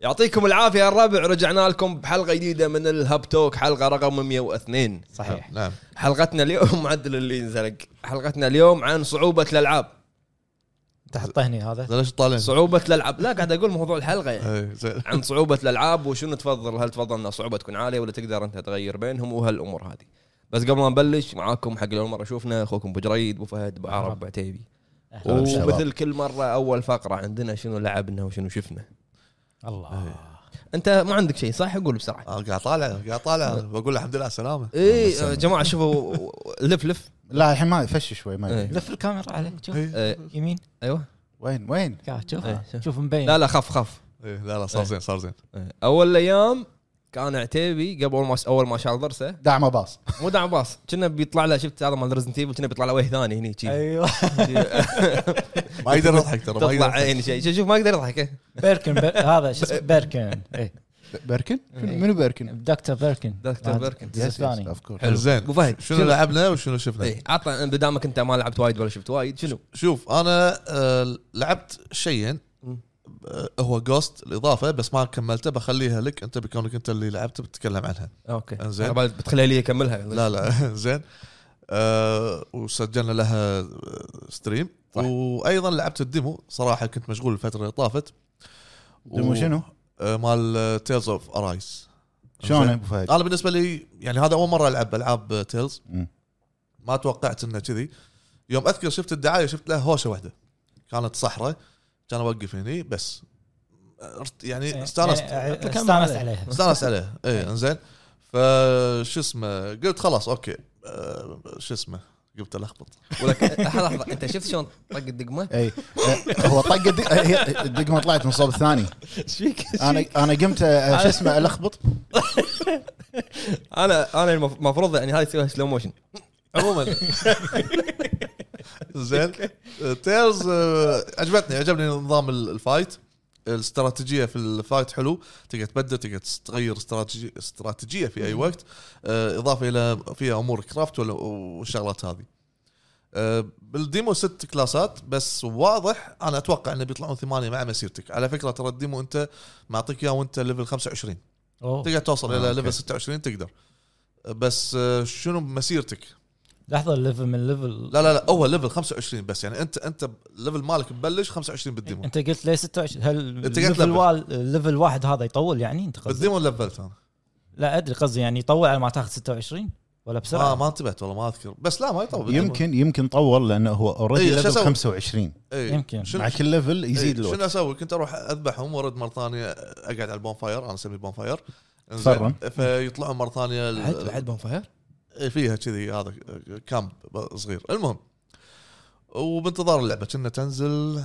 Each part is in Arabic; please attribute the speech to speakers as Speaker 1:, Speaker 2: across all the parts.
Speaker 1: يعطيكم العافيه يا الربع رجعنا لكم بحلقه جديده من الهب توك حلقه رقم 102
Speaker 2: صحيح
Speaker 3: نعم
Speaker 1: حلقتنا اليوم معدل اللي انزلق حلقتنا اليوم عن صعوبه الالعاب
Speaker 2: تحطه هني هذا
Speaker 3: ليش طالعين؟
Speaker 1: صعوبه الالعاب لا قاعد اقول موضوع الحلقه يعني
Speaker 3: إيه، زين.
Speaker 1: عن صعوبه الالعاب وشنو تفضل هل تفضل ان الصعوبه تكون عاليه ولا تقدر انت تغير بينهم وهالامور هذه بس قبل ما نبلش معاكم حق اول مره شوفنا اخوكم ابو جريد ابو فهد ابو عرب ابو عتيبي
Speaker 2: أهلا بالشباب.
Speaker 1: ومثل كل مره اول فقره عندنا شنو لعبنا وشنو شفنا
Speaker 2: الله
Speaker 3: إيه.
Speaker 1: انت ما عندك شيء صح اقول بسرعه
Speaker 3: آه، قاعد طالع قاعد طالع بقول الحمد لله سلامه
Speaker 1: اي آه، جماعه شوفوا لف لف
Speaker 4: لا الحين ما فش شوي ما
Speaker 1: إيه.
Speaker 4: يدري.
Speaker 2: لف الكاميرا عليك شوف
Speaker 3: إيه.
Speaker 1: آه،
Speaker 2: يمين
Speaker 1: ايوه
Speaker 4: وين وين
Speaker 2: قاعد شوف
Speaker 3: آه،
Speaker 1: إيه، شوف.
Speaker 2: شوف مبين
Speaker 1: لا لا خف خف
Speaker 3: إيه، لا لا صار زين صار زين
Speaker 1: آه، اول ايام كان عتيبي قبل ما اول ما شال ضرسه
Speaker 4: دعم باص
Speaker 1: مو دعم باص كنا بيطلع له شفت هذا مال ريزنت ايفل كنا بيطلع له وجه ثاني هني شي.
Speaker 2: ايوه
Speaker 3: ما يقدر يضحك ترى ما يقدر
Speaker 1: تطلع
Speaker 3: يضحك.
Speaker 1: عين شيء شوف ما إيه. اقدر اضحك
Speaker 2: بيركن بير- هذا شو اسمه بيركن اي
Speaker 4: بيركن
Speaker 2: إيه.
Speaker 4: منو بيركن
Speaker 2: دكتور بيركن
Speaker 1: دكتور
Speaker 2: هذا
Speaker 1: بيركن.
Speaker 2: الاسباني
Speaker 3: حلو
Speaker 4: حلو
Speaker 3: زين
Speaker 1: أبو فهد،
Speaker 3: شنو
Speaker 1: شنو- إيه.
Speaker 3: لعبنا وشنو شفنا؟
Speaker 1: اي عطنا بدامك انت ما لعبت وايد ولا شفت وايد شنو؟
Speaker 3: شوف انا آه، لعبت شيئين
Speaker 1: مم.
Speaker 3: آه، هو جوست الاضافه بس ما كملته بخليها لك انت بكونك انت اللي لعبت بتتكلم عنها
Speaker 1: اوكي
Speaker 3: إنزين.
Speaker 1: انا بالي بتخليها لي اكملها
Speaker 3: لا لا زين آه، وسجلنا لها آه، ستريم
Speaker 1: صح.
Speaker 3: وايضا لعبت الديمو صراحه كنت مشغول الفتره اللي طافت
Speaker 4: دمو
Speaker 3: و-
Speaker 4: شنو؟
Speaker 3: آه، مال تيلز اوف ارايس
Speaker 4: شلون ابو فهد؟
Speaker 3: انا بالنسبه طيب. لي يعني هذا اول مره العب العاب تيلز
Speaker 4: مم.
Speaker 3: ما توقعت انه كذي يوم اذكر شفت الدعايه شفت له هوشه واحده كانت صحراء كان اوقف هني بس ارت- يعني استانست
Speaker 2: يعني
Speaker 1: كمل
Speaker 2: استانست
Speaker 1: عليه.
Speaker 2: عليها
Speaker 3: استانست عليه اي انزين فشو اسمه قلت خلاص اوكي أه، شو اسمه قمت الخبط
Speaker 1: ولك لحظه لحظه انت شفت شلون طق الدقمه؟
Speaker 4: اي آه، هو طق الد- آه، هي- الدقمه طلعت من صوب الثاني
Speaker 1: ايش فيك؟
Speaker 4: انا انا قمت آه، شو اسمه الخبط
Speaker 1: انا انا المف- المفروض يعني هاي تسويها سلو موشن
Speaker 3: عموما زين تيلز آه، عجبتني عجبني نظام ال- الفايت الاستراتيجيه في الفايت حلو تقدر تبدل تقدر تغير استراتيجي استراتيجيه في اي وقت آه، اضافه الى فيها امور كرافت وال- والشغلات هذه آه، بالديمو ست كلاسات بس واضح انا اتوقع انه بيطلعون ثمانيه مع مسيرتك على فكره ترى الديمو انت معطيك اياه وانت ليفل 25
Speaker 2: أوه.
Speaker 3: تقدر توصل
Speaker 4: آه،
Speaker 3: الى
Speaker 4: أوكي.
Speaker 3: ليفل 26 تقدر آه، بس آه، شنو مسيرتك
Speaker 2: لحظه الليفل من الليفل
Speaker 3: لا لا لا هو ليفل 25 بس يعني انت انت الليفل مالك مبلش 25 بالديمو
Speaker 4: إيه،
Speaker 2: انت قلت ليه 26 هل
Speaker 3: أنت قلت
Speaker 2: ليفل
Speaker 3: level.
Speaker 2: وال- ليفل واحد هذا يطول يعني انت
Speaker 4: إيه،
Speaker 2: قصدك
Speaker 3: بالديمو لفلت انا
Speaker 2: لا ادري قصدي يعني يطول على ما تاخذ 26 ولا
Speaker 3: آه، ما
Speaker 2: بسرعه
Speaker 3: ما انتبهت والله ما اذكر بس لا ما يطول بالديمو.
Speaker 4: يمكن يمكن طول لانه هو اوريدي
Speaker 3: إيه، شو
Speaker 4: ليفل
Speaker 3: أسوي؟
Speaker 4: 25
Speaker 3: اي.
Speaker 2: يمكن.
Speaker 3: إيه. شنو
Speaker 4: مع كل ليفل يزيد
Speaker 3: اي، شنو
Speaker 4: الوقت
Speaker 3: اسوي؟ كنت اروح اذبحهم وارد مره ثانيه اقعد على البون فاير انا اسميه بون فاير انزين.
Speaker 4: تفرم.
Speaker 3: فيطلعون مره ثانيه ال-
Speaker 1: بونفاير
Speaker 3: اي، فيها كذي هذا كامب صغير المهم وبانتظار اللعبه كنا تنزل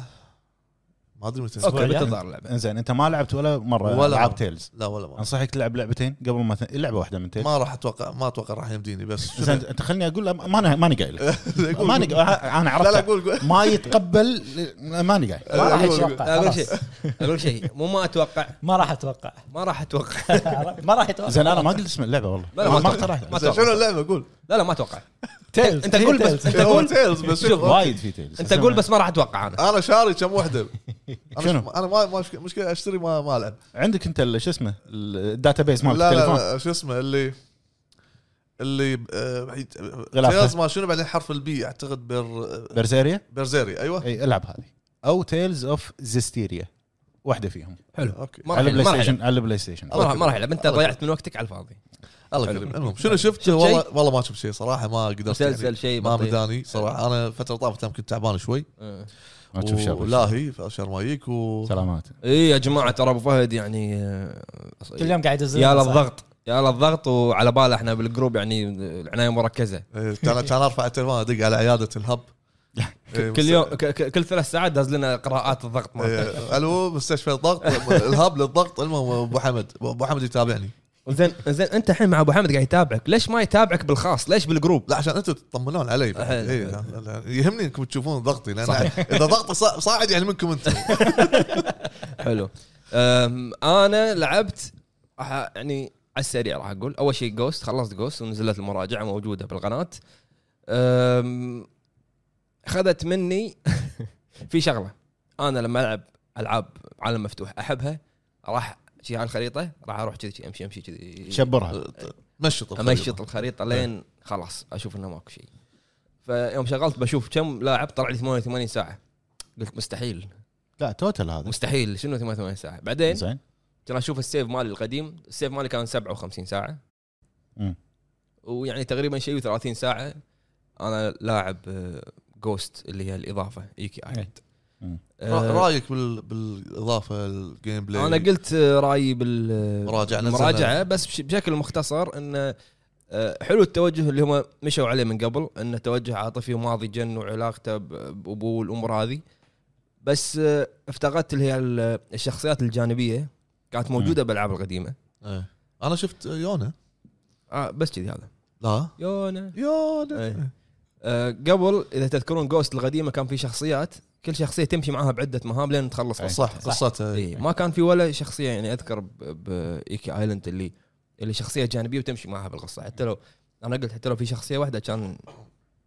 Speaker 3: ما ادري متى
Speaker 1: اوكي
Speaker 2: أسبوع يعني؟
Speaker 1: بتظهر اللعبه
Speaker 4: انزين انت ما لعبت ولا مره
Speaker 3: ولا
Speaker 4: ولا العاب
Speaker 3: مرة.
Speaker 4: تيلز
Speaker 3: لا ولا ما
Speaker 4: انصحك تلعب لعبتين قبل ما ت- لعبه واحده من تيلز
Speaker 3: ما راح اتوقع ما اتوقع راح يمديني بس شنو-
Speaker 4: زين انت خليني اقول لا، ما انا ماني قايل لك.
Speaker 3: أقول-
Speaker 4: ماني قايل- انا
Speaker 3: لا لا
Speaker 4: عرفت
Speaker 3: قول قول
Speaker 4: ما يتقبل ماني قايل
Speaker 2: ما راح
Speaker 3: أقول-
Speaker 2: يتوقع
Speaker 1: اقول
Speaker 2: طيب، خلاص.
Speaker 1: شيء اقول شيء مو ما اتوقع
Speaker 2: ما راح اتوقع
Speaker 1: ما راح اتوقع
Speaker 2: ما راح يتوقع
Speaker 4: زين انا ما قلت اسم اللعبه والله
Speaker 1: لا، لا، ما
Speaker 4: ما
Speaker 1: تقول.
Speaker 4: اقترحت
Speaker 1: ما
Speaker 3: زين،
Speaker 1: أتوقع.
Speaker 3: شنو اللعبه قول
Speaker 1: لا لا ما اتوقع
Speaker 2: تيلز
Speaker 1: انت قول بس انت
Speaker 3: هو
Speaker 1: قول
Speaker 3: تيلز بس شوف
Speaker 4: وايد في تيلز
Speaker 1: انت قول بس ما راح اتوقع انا
Speaker 3: انا شاري كم وحده أنا
Speaker 4: شنو؟
Speaker 3: ش- انا ما ما مشك- مشكله اشتري ما ما العب
Speaker 4: عندك انت ال- شو اسمه الداتا بيس
Speaker 3: لا
Speaker 4: مالك
Speaker 3: لا,
Speaker 4: التليفون
Speaker 3: لا شو اسمه اللي اللي آه، بعيد-
Speaker 4: غلافة.
Speaker 3: تيلز ما شنو بعدين حرف البي اعتقد بر
Speaker 4: برزيريا
Speaker 3: برزيري ايوه
Speaker 4: اي العب هذه او تيلز اوف زيستيريا واحده فيهم
Speaker 1: حلو
Speaker 3: اوكي
Speaker 1: ما راح
Speaker 4: على
Speaker 1: يلعب،
Speaker 4: البلاي
Speaker 1: ما راح يلعب.
Speaker 4: ستيشن على البلاي ستيشن
Speaker 1: ما راح- ما راح يلعب انت ضيعت من وقتك على الفاضي
Speaker 3: الله
Speaker 1: حلو.
Speaker 3: يكرمك المهم شنو شفت
Speaker 1: شفت
Speaker 3: والله والله ما شفت شيء صراحه ما قدرت
Speaker 1: مسلسل
Speaker 3: يعني
Speaker 1: شيء
Speaker 3: ما
Speaker 1: بطيء.
Speaker 3: مداني صراحه انا الفتره طافت يمكن تعبان شوي
Speaker 2: آه.
Speaker 1: اه.
Speaker 4: ما تشوف شر
Speaker 3: ولاهي فشر ما يجيك و
Speaker 4: سلامات
Speaker 1: اي إيه يا جماعه ترى ابو فهد يعني اه،
Speaker 2: كل يوم قاعد يزن
Speaker 1: يا للضغط يا للضغط وعلى باله احنا بالجروب يعني العنايه مركزه
Speaker 3: إيه، كان كان ارفع التليفون ادق على عياده الهب إيه،
Speaker 1: كل يوم ك- ك- كل ثلاث ساعات داز لنا قراءات الضغط مالته
Speaker 3: إيه، الو مستشفى الضغط الهاب للضغط المهم ابو حمد ابو حمد يتابعني
Speaker 1: زين زين انت الحين مع ابو حمد قاعد يتابعك ليش ما يتابعك بالخاص ليش بالجروب
Speaker 3: لا عشان انتم تطمنون علي
Speaker 1: حلو.
Speaker 3: إيه، لا- لا- يهمني انكم تشوفون ضغطي لان اذا ضغطي صا- صاعد يعني منكم انتم
Speaker 1: حلو أم، انا لعبت راح يعني على السريع راح اقول اول شيء جوست خلصت جوست ونزلت المراجعه موجوده بالقناه أم، خذت مني في شغله انا لما العب العاب عالم مفتوح احبها راح شي على الخريطه راح اروح كذي امشي امشي كذي
Speaker 4: شبرها
Speaker 3: مشط الخريطة.
Speaker 1: امشط الخريطه لين خلاص اشوف انه ماكو شيء فيوم شغلت بشوف كم لاعب طلع لي 88 ساعه قلت مستحيل
Speaker 4: لا توتل هذا
Speaker 1: مستحيل شنو 88 ساعه بعدين
Speaker 4: زين
Speaker 1: كان اشوف السيف مالي القديم السيف مالي كان 57 ساعه
Speaker 4: مم.
Speaker 1: ويعني تقريبا شيء 30 ساعه انا لاعب جوست اللي هي الاضافه اي كي ايلاند
Speaker 4: مم.
Speaker 1: آه،
Speaker 3: را- رايك بال... بالاضافه الجيم بلاي
Speaker 1: انا قلت آه، رايي بال
Speaker 3: مراجعة نزلها.
Speaker 1: مراجعه بس بش- بشكل مختصر انه آه، حلو التوجه اللي هم مشوا عليه من قبل انه توجه عاطفي وماضي جن وعلاقته ب- بابوه والامور هذه بس آه، افتقدت اللي هي ال- الشخصيات الجانبيه كانت موجوده بالالعاب القديمه
Speaker 3: إيه. انا شفت يونا
Speaker 1: آه بس كذي هذا
Speaker 3: لا
Speaker 1: يونا
Speaker 3: يونا
Speaker 1: آه. إيه. آه، قبل اذا تذكرون جوست القديمه كان في شخصيات كل شخصيه تمشي معاها بعده مهام لين تخلص
Speaker 4: أي.
Speaker 1: قصة.
Speaker 3: صح قصتها
Speaker 1: إيه. ما كان في ولا شخصيه يعني اذكر ب- بايكي ايلاند اللي اللي شخصيه جانبيه وتمشي معاها بالقصه حتى لو انا قلت حتى لو في شخصيه واحده كان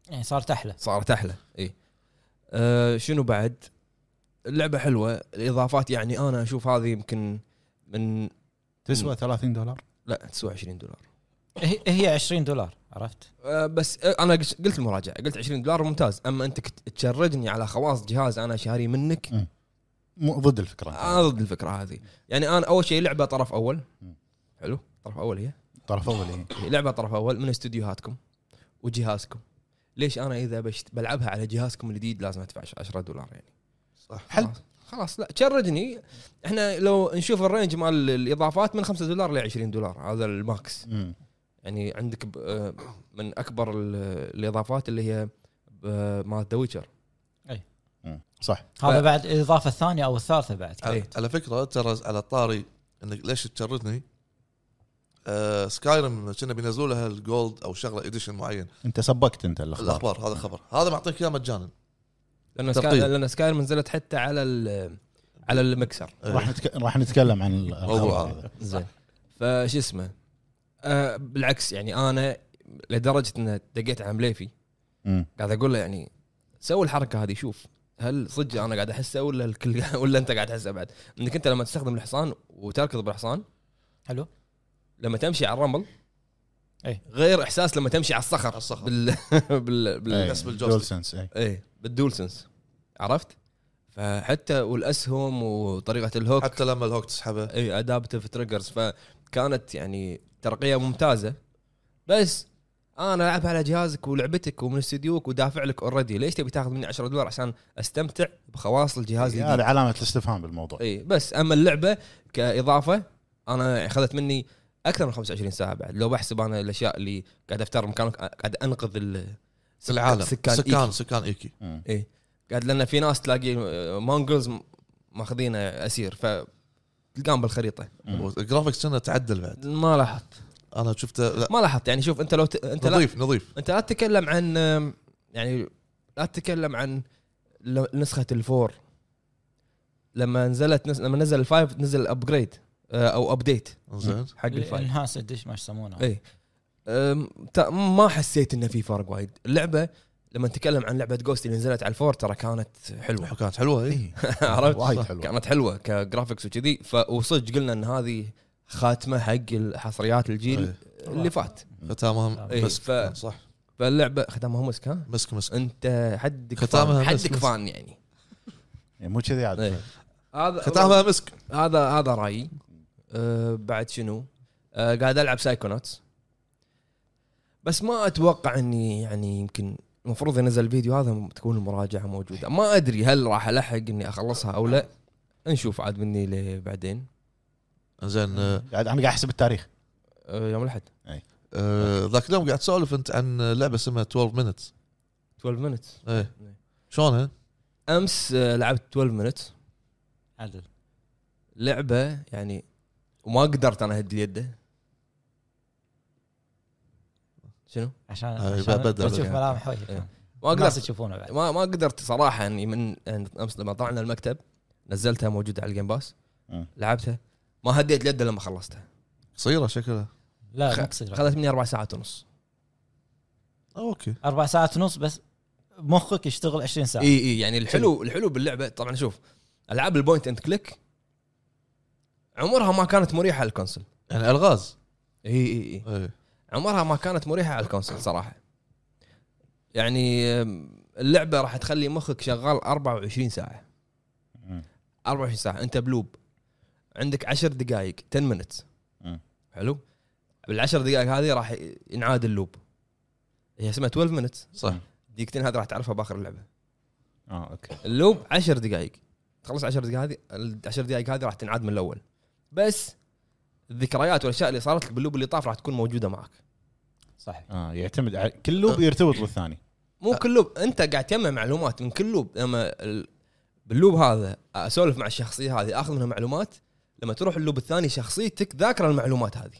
Speaker 2: يعني صارت احلى
Speaker 1: صارت احلى اي أه شنو بعد اللعبه حلوه الاضافات يعني انا اشوف هذه يمكن من
Speaker 4: تسوى 30 دولار
Speaker 1: لا تسوى 20 دولار
Speaker 2: هي هي 20 دولار عرفت
Speaker 1: أه بس أه، انا قش- قلت المراجعه قلت 20 دولار ممتاز اما انت كت- تشردني على خواص جهاز انا شاري منك
Speaker 4: مو ضد الفكره
Speaker 1: انا آه، ضد الفكره هذه يعني انا اول شيء لعبه طرف اول
Speaker 4: مم.
Speaker 1: حلو طرف اول هي
Speaker 4: طرف اول إيه.
Speaker 1: هي لعبه طرف اول من استديوهاتكم وجهازكم ليش انا اذا بشت بلعبها على جهازكم الجديد لازم ادفع 10 دولار يعني
Speaker 4: حلو
Speaker 1: خلاص- خلاص لا تشردني احنا لو نشوف الرينج مال الاضافات من 5 دولار ل 20 دولار هذا الماكس
Speaker 4: مم.
Speaker 1: يعني عندك ب- آه، من اكبر ال- الاضافات اللي هي ب- مال ذا ويتشر
Speaker 4: مم. صح
Speaker 2: هذا بعد الاضافه الثانيه او الثالثه بعد
Speaker 1: إيه.
Speaker 3: على, على فكره ترى على طاري انك ليش تشردني آه سكايرم كنا بينزلوا لها الجولد او شغله اديشن معين
Speaker 4: انت سبقت انت الاخبار
Speaker 3: الاخبار هذا خبر هذا معطيك اياه مجانا
Speaker 1: لان
Speaker 3: تقييم.
Speaker 1: سكاير لان سكاير نزلت حتى على ال- على المكسر
Speaker 4: راح نتك... راح نتكلم عن ال-
Speaker 3: موضوع
Speaker 4: الخبر هذا
Speaker 1: زين فش اسمه آه بالعكس يعني انا لدرجه ان دقيت على مليفي
Speaker 4: مم.
Speaker 1: قاعد اقول له يعني سوي الحركه هذه شوف هل صدق انا قاعد احسها ولا الكل ولا انت قاعد تحسها بعد انك انت لما تستخدم الحصان وتركض بالحصان
Speaker 2: حلو
Speaker 1: لما تمشي على الرمل
Speaker 2: أي.
Speaker 1: غير احساس لما تمشي على الصخر
Speaker 3: على الصخر.
Speaker 1: بال بال, بال...
Speaker 4: إيه.
Speaker 3: بس بالجوستيك.
Speaker 4: دولسنس إيه.
Speaker 1: ايه بالدول سنس عرفت؟ فحتى والاسهم وطريقه الهوك
Speaker 3: حتى لما الهوك تسحبه
Speaker 1: اي ادابتف تريجرز إيه، فكانت يعني ترقيه ممتازه بس انا العبها على جهازك ولعبتك ومن استديوك ودافع لك اوريدي ليش تبي تاخذ مني 10 دولار عشان استمتع بخواص الجهاز
Speaker 5: يعني
Speaker 1: الجديد
Speaker 4: هذه علامه الاستفهام بالموضوع
Speaker 1: اي بس اما اللعبه كاضافه انا اخذت مني اكثر من 25 ساعه بعد لو بحسب انا الاشياء اللي قاعد افتر مكانك قاعد انقذ ال-
Speaker 3: العالم
Speaker 1: سكان
Speaker 3: سكان سكان, سكان ايكي
Speaker 4: مم.
Speaker 1: قاعد لان في ناس تلاقي مونجلز ماخذينه اسير فتلقاهم بالخريطه
Speaker 3: إيه.
Speaker 4: مم.
Speaker 3: الجرافكس كنا تعدل بعد
Speaker 1: ما لاحظت
Speaker 3: انا شفته لا
Speaker 1: ما لاحظت يعني شوف انت لو ت... انت لا
Speaker 3: نظيف نظيف
Speaker 1: انت لا تتكلم عن أم، يعني لا تتكلم عن ل- نسخه الفور لما نزلت نس... لما نزل الفايف نزل الابجريد او ابديت
Speaker 3: زين
Speaker 1: حق الفايف
Speaker 2: الانهانس اديش ما يسمونه
Speaker 1: اي أم، تا- ما حسيت انه في فرق وايد اللعبه لما نتكلم عن لعبه جوست اللي نزلت على الفور ترى كانت حلوه
Speaker 3: كانت إيه؟ حلوه اي
Speaker 1: إيه، عرفت
Speaker 4: وايد حلو
Speaker 1: كانت حلوه كجرافكس وكذي ف... وصدق قلنا ان هذه خاتمه حق حصريات الجيل
Speaker 3: إيه.
Speaker 1: اللي فات
Speaker 3: ختامها
Speaker 1: إيه،
Speaker 3: مسك
Speaker 1: ف- آه،
Speaker 3: كان، صح
Speaker 1: فاللعبه ختامها مسك ها
Speaker 3: مسك مسك
Speaker 1: انت حدك
Speaker 3: ختامها
Speaker 1: فان
Speaker 3: بس-
Speaker 1: حدك
Speaker 3: بس.
Speaker 1: فان يعني
Speaker 4: يعني مو كذي عاد
Speaker 1: إيه. هذا
Speaker 3: ختامها مسك
Speaker 1: هذا هذا رايي أه بعد شنو؟ أه قاعد العب سايكوناتس بس ما اتوقع اني يعني يمكن المفروض ينزل الفيديو هذا م- تكون المراجعه موجوده ما ادري هل راح الحق اني اخلصها او لا نشوف عاد مني لبعدين
Speaker 3: زين آه،
Speaker 4: قاعد انا قاعد احسب التاريخ
Speaker 1: أه يوم الاحد
Speaker 3: آه، ذاك اليوم قاعد تسولف انت عن لعبه اسمها 12 مينتس
Speaker 1: 12 مينتس
Speaker 3: ايه
Speaker 1: إيه.
Speaker 3: شلونها؟
Speaker 1: امس أه لعبت 12 مينتس
Speaker 2: عدل
Speaker 1: لعبه يعني وما قدرت انا اهدي يده شنو؟
Speaker 2: عشان,
Speaker 3: آه،
Speaker 2: عشان
Speaker 3: بدل.
Speaker 2: بشوف ملامح وجهك
Speaker 1: إيه. ما
Speaker 2: الناس
Speaker 1: قدرت
Speaker 2: تشوفونه بعد
Speaker 1: ما ما قدرت صراحه اني من يعني امس لما طلعنا المكتب نزلتها موجوده على الجيم باس
Speaker 4: مم.
Speaker 1: لعبتها ما هديت اليد لما خلصتها
Speaker 3: قصيره شكلها
Speaker 2: لا
Speaker 1: خ-
Speaker 2: ما قصير
Speaker 1: خذت مني اربع ساعات ونص
Speaker 3: آه، اوكي
Speaker 2: اربع ساعات ونص بس مخك يشتغل 20 ساعه
Speaker 1: اي اي يعني الحلو الحلو باللعبه طبعا شوف العاب البوينت اند كليك عمرها ما كانت مريحه على الكونسل
Speaker 3: يعني إيه. الغاز
Speaker 1: اي اي اي
Speaker 3: اي
Speaker 1: عمرها ما كانت مريحه على الكونسل صراحه يعني أم، اللعبه راح تخلي مخك شغال 24 ساعه 24 ساعه انت بلوب عندك 10 دقائق 10 مينتس
Speaker 5: مم.
Speaker 1: حلو بالعشر دقائق هذه راح ينعاد اللوب هي اسمها 12 مينتس
Speaker 3: صح
Speaker 1: دقيقتين هذه راح تعرفها باخر اللعبه
Speaker 5: اه اوكي
Speaker 1: اللوب 10 دقائق تخلص 10 دقائق هذه ال 10 دقائق هذه راح تنعاد من الاول بس الذكريات والاشياء اللي صارت لك باللوب اللي طاف راح تكون موجوده معك
Speaker 2: صح
Speaker 5: اه يعتمد على كل لوب يرتبط بالثاني
Speaker 1: مو كل لوب انت قاعد تجمع معلومات من كل لوب لما ال- باللوب هذا اسولف مع الشخصيه هذه اخذ منها معلومات لما تروح اللوب الثاني شخصيتك ذاكره المعلومات هذه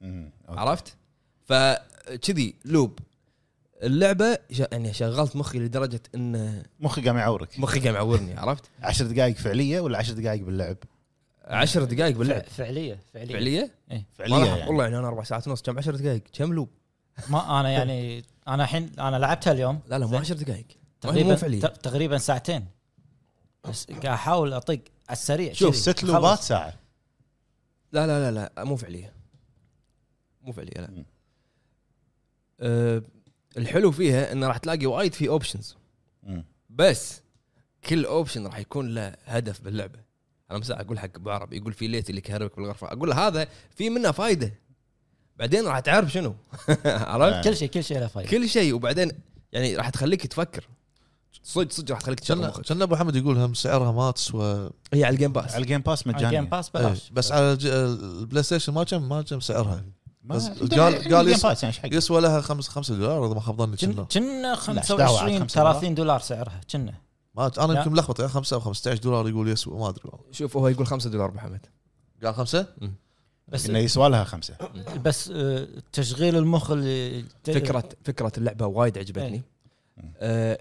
Speaker 5: مم. أوكي.
Speaker 1: عرفت؟ فكذي لوب اللعبه ش- يعني شغلت مخي لدرجه ان
Speaker 5: مخي قام يعورك
Speaker 1: مخي قام يعورني عرفت؟
Speaker 5: عشر دقائق فعليه ولا عشر دقائق باللعب؟
Speaker 1: عشر دقائق باللعب
Speaker 2: فعليه فعليه,
Speaker 1: فعليه؟ ما
Speaker 5: فعليه
Speaker 1: راح-
Speaker 5: يعني
Speaker 1: والله يعني انا اربع ساعات ونص كم عشر دقائق كم لوب؟
Speaker 2: ما انا يعني انا الحين انا لعبتها اليوم
Speaker 1: لا لا مو
Speaker 2: زين.
Speaker 1: عشر دقائق ما هي مو
Speaker 2: تقريبا
Speaker 1: فعليه.
Speaker 2: ت- تقريبا ساعتين بس قاعد احاول اطق على السريع
Speaker 5: شوف
Speaker 2: كذي.
Speaker 5: ست
Speaker 2: خلص.
Speaker 5: لوبات ساعه
Speaker 1: لا لا لا لا مو فعليه مو فعليه لا
Speaker 5: مم.
Speaker 1: أه الحلو فيها انه راح تلاقي وايد في اوبشنز
Speaker 5: مم.
Speaker 1: بس كل اوبشن راح يكون له هدف باللعبه انا مساء اقول حق ابو عرب يقول في ليت اللي كهربك بالغرفه اقول له هذا في منه فايده بعدين راح تعرف شنو
Speaker 5: نعم.
Speaker 1: عرفت
Speaker 2: كل شيء كل شيء له فايده
Speaker 1: كل شيء وبعدين يعني راح تخليك تفكر صدق صدق راح تخليك تشغل
Speaker 3: كان
Speaker 1: مخك
Speaker 3: كان ابو حمد يقول هم سعرها ما تسوى
Speaker 1: هي على الجيم باس
Speaker 5: على الجيم باس
Speaker 2: جيم
Speaker 5: مجانيه
Speaker 2: باس بلاش
Speaker 3: إيه، بس على الج- البلاي ستيشن ما كم ما كم سعرها
Speaker 5: ما-
Speaker 3: بس
Speaker 5: عندنا-
Speaker 3: قال-
Speaker 5: عندنا
Speaker 3: قال
Speaker 5: جيم
Speaker 3: يس-
Speaker 5: باس يعني ايش حق
Speaker 3: يسوى لها 5 5 دولار اذا ما خاب ظني
Speaker 2: كنا
Speaker 3: كنا
Speaker 2: كنا
Speaker 5: دعوة على
Speaker 2: 25
Speaker 5: خمسة دولار.
Speaker 2: 30 دولار سعرها كنا
Speaker 3: ما انا
Speaker 2: لا.
Speaker 3: يمكن ملخبط 5 او 15 دولار يقول يسوى ما ادري والله
Speaker 1: شوف هو يقول 5 دولار ابو حمد
Speaker 3: قال 5
Speaker 2: بس
Speaker 5: انه
Speaker 1: يعني
Speaker 5: يسوى لها خمسه
Speaker 2: بس آه، تشغيل المخ اللي-
Speaker 1: فكره فكره اللعبه وايد عجبتني
Speaker 5: إيه.
Speaker 1: أه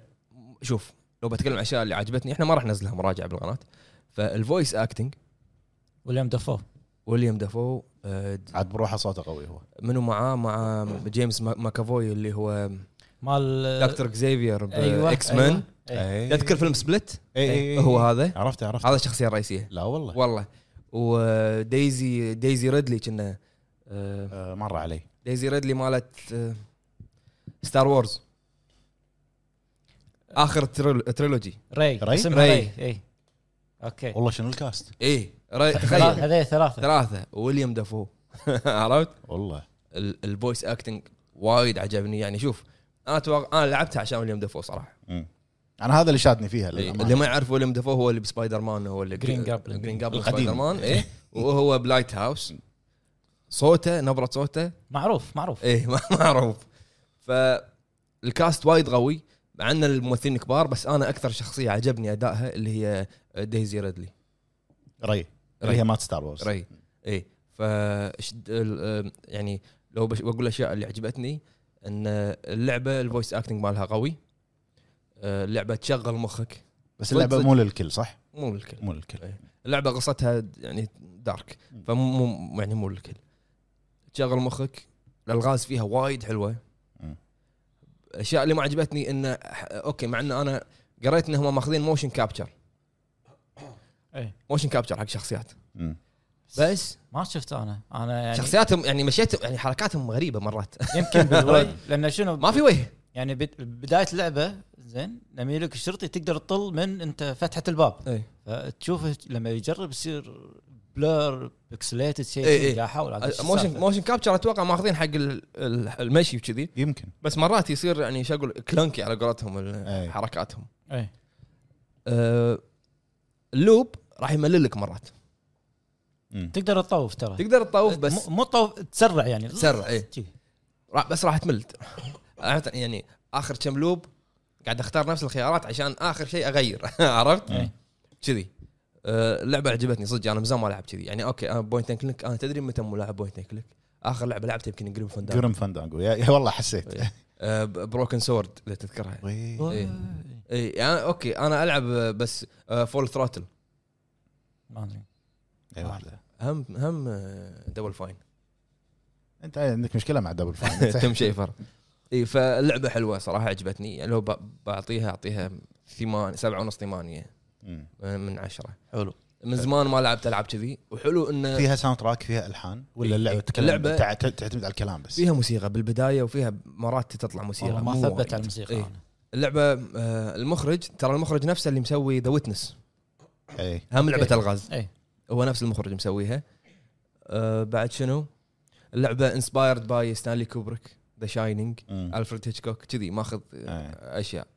Speaker 1: شوف لو بتكلم عن الاشياء اللي عجبتني احنا ما راح ننزلها مراجعه بالقناه فالفويس اكتنج
Speaker 2: وليم دفو
Speaker 1: ويليام دافو أه
Speaker 5: عاد بروحه صوته قوي هو
Speaker 1: منو معاه مع جيمس ما- ماكافوي اللي هو
Speaker 2: مال آه،
Speaker 1: دكتور إيه. اكزيفير
Speaker 5: أيوة،
Speaker 1: باكس مان
Speaker 2: أيوة.
Speaker 1: تذكر فيلم سبليت
Speaker 5: إي- إي- إي.
Speaker 1: هو هذا
Speaker 5: إيه. عرفت عرفت
Speaker 1: هذا الشخصيه الرئيسيه
Speaker 5: لا إيه، والله
Speaker 1: والله ودايزي دايزي ريدلي كنا
Speaker 5: آه، مر علي
Speaker 1: دايزي ريدلي مالت آه، ستار وورز اخر تريل- تريلوجي
Speaker 2: ري
Speaker 5: ري؟
Speaker 2: اسمها
Speaker 1: ري.
Speaker 2: ري إيه. اي اوكي
Speaker 5: والله شنو الكاست
Speaker 1: اي ري-
Speaker 2: ثلاث-
Speaker 1: إيه، تخيل
Speaker 2: هذي ثلاثه
Speaker 1: ثلاثه ويليام دافو عرفت
Speaker 5: والله
Speaker 1: ال- الفويس اكتنج وايد عجبني يعني شوف انا اتوقع انا لعبتها عشان ويليام دافو صراحه
Speaker 5: مم. انا هذا اللي شادني فيها
Speaker 1: إيه،
Speaker 5: للأمانة.
Speaker 1: اللي ما يعرف ويليام دافو هو اللي بسبايدر مان هو اللي
Speaker 2: Green Goblin.
Speaker 1: جرين جابلن
Speaker 5: القديم.
Speaker 1: سبايدر مان ايه وهو بلايت هاوس صوته نبره صوته
Speaker 2: معروف معروف
Speaker 1: ايه ما معروف فالكاست وايد قوي مع ان الممثلين كبار بس انا اكثر شخصيه عجبني ادائها اللي هي دايزي ريدلي
Speaker 5: ري
Speaker 1: ري.
Speaker 5: اللي هي مات ستار وورز
Speaker 1: ري ايه ف يعني لو بش- بقول الاشياء اللي عجبتني ان اللعبه الفويس اكتنج مالها قوي آه، اللعبه تشغل مخك
Speaker 5: بس اللعبه
Speaker 1: صدق.
Speaker 5: مو للكل صح؟
Speaker 1: مو الكل
Speaker 5: مو للكل
Speaker 1: اللعبه قصتها يعني دارك فمو مو- يعني مو الكل تشغل مخك الالغاز فيها وايد حلوه
Speaker 5: مم.
Speaker 1: الاشياء اللي ما عجبتني انه ح- اوكي مع ان انا قريت انهم ماخذين موشن كابتشر
Speaker 2: إيه.
Speaker 1: موشن كابتشر حق شخصيات
Speaker 5: مم.
Speaker 1: بس
Speaker 2: ما شفت انا انا يعني
Speaker 1: شخصياتهم يعني مشيتهم يعني حركاتهم غريبه مرات
Speaker 2: يمكن بالوي لان شنو
Speaker 1: ما في وجه
Speaker 2: يعني بد- بدايه اللعبه زين لما يجيك الشرطي تقدر تطل من انت فتحه الباب
Speaker 1: اي
Speaker 2: فتشوفه لما يجرب يصير بلر بكسليتد شيء
Speaker 1: إيه،
Speaker 2: كذي،
Speaker 1: إيه.
Speaker 2: قاعد احاول أدري شو
Speaker 1: موشن
Speaker 2: السالفة.
Speaker 1: موشن كابتشر اتوقع ماخذين حق ال- ال- المشي وكذي
Speaker 5: يمكن
Speaker 1: بس مرات يصير يعني شو اقول كلنكي على قولتهم ال-
Speaker 5: أي.
Speaker 1: حركاتهم
Speaker 2: إيه.
Speaker 1: آه، اللوب راح يمللك مرات
Speaker 5: مم.
Speaker 2: تقدر تطوف ترى
Speaker 1: تقدر تطوف بس
Speaker 2: إيه، مو- مو تطوف تسرع يعني
Speaker 1: تسرع، إيه.
Speaker 2: كذي.
Speaker 1: را- بس راح تمل عرفت يعني اخر كم لوب قاعد اختار نفس الخيارات عشان اخر شيء اغير عرفت؟
Speaker 2: إيه.
Speaker 1: كذي آه، اللعبه عجبتني صدق انا من زمان ما لعبت كذي يعني اوكي انا بوينت اند كليك انا تدري متى مو لاعب بوينت اند كليك اخر لعبه لعبتها يمكن قريب فندق
Speaker 5: جرم فاندانجو يا يا والله حسيت
Speaker 1: إيه. بروكن سورد اذا تذكرها
Speaker 5: وي.
Speaker 2: أوه.
Speaker 1: إيه. اي يعني اوكي انا العب آه، بس فول ثروتل
Speaker 2: ما ادري
Speaker 5: اي واحده
Speaker 1: هم هم آه، دبل فاين
Speaker 5: انت عندك مشكله مع دبل فاين
Speaker 1: تم شيفر اي فاللعبه حلوه صراحه عجبتني يعني لو ب- بعطيها اعطيها ثمان سبعة ونص ثمانية آه،
Speaker 5: مم.
Speaker 1: من عشرة
Speaker 3: حلو
Speaker 1: من زمان ما لعبت العاب كذي وحلو انه
Speaker 5: فيها ساوند تراك فيها الحان ولا اللعبه تتكلم
Speaker 1: اللعبة-
Speaker 5: تع- تع- تعتمد على الكلام بس
Speaker 1: فيها موسيقى بالبدايه وفيها مرات تطلع موسيقى
Speaker 2: والله ما
Speaker 1: مو
Speaker 2: ثبت
Speaker 1: وايد.
Speaker 2: على الموسيقى
Speaker 1: إيه.
Speaker 2: انا
Speaker 1: اللعبه آه، المخرج ترى المخرج نفسه اللي مسوي ذا ويتنس
Speaker 5: اي
Speaker 1: هم لعبه
Speaker 2: أوكي.
Speaker 1: الغاز
Speaker 2: إيه.
Speaker 1: هو نفس المخرج مسويها آه، بعد شنو اللعبه انسبايرد باي ستانلي كوبريك ذا شاينينج
Speaker 5: مم.
Speaker 1: الفريد هيتشكوك كذي ماخذ آه،
Speaker 5: إيه.
Speaker 1: اشياء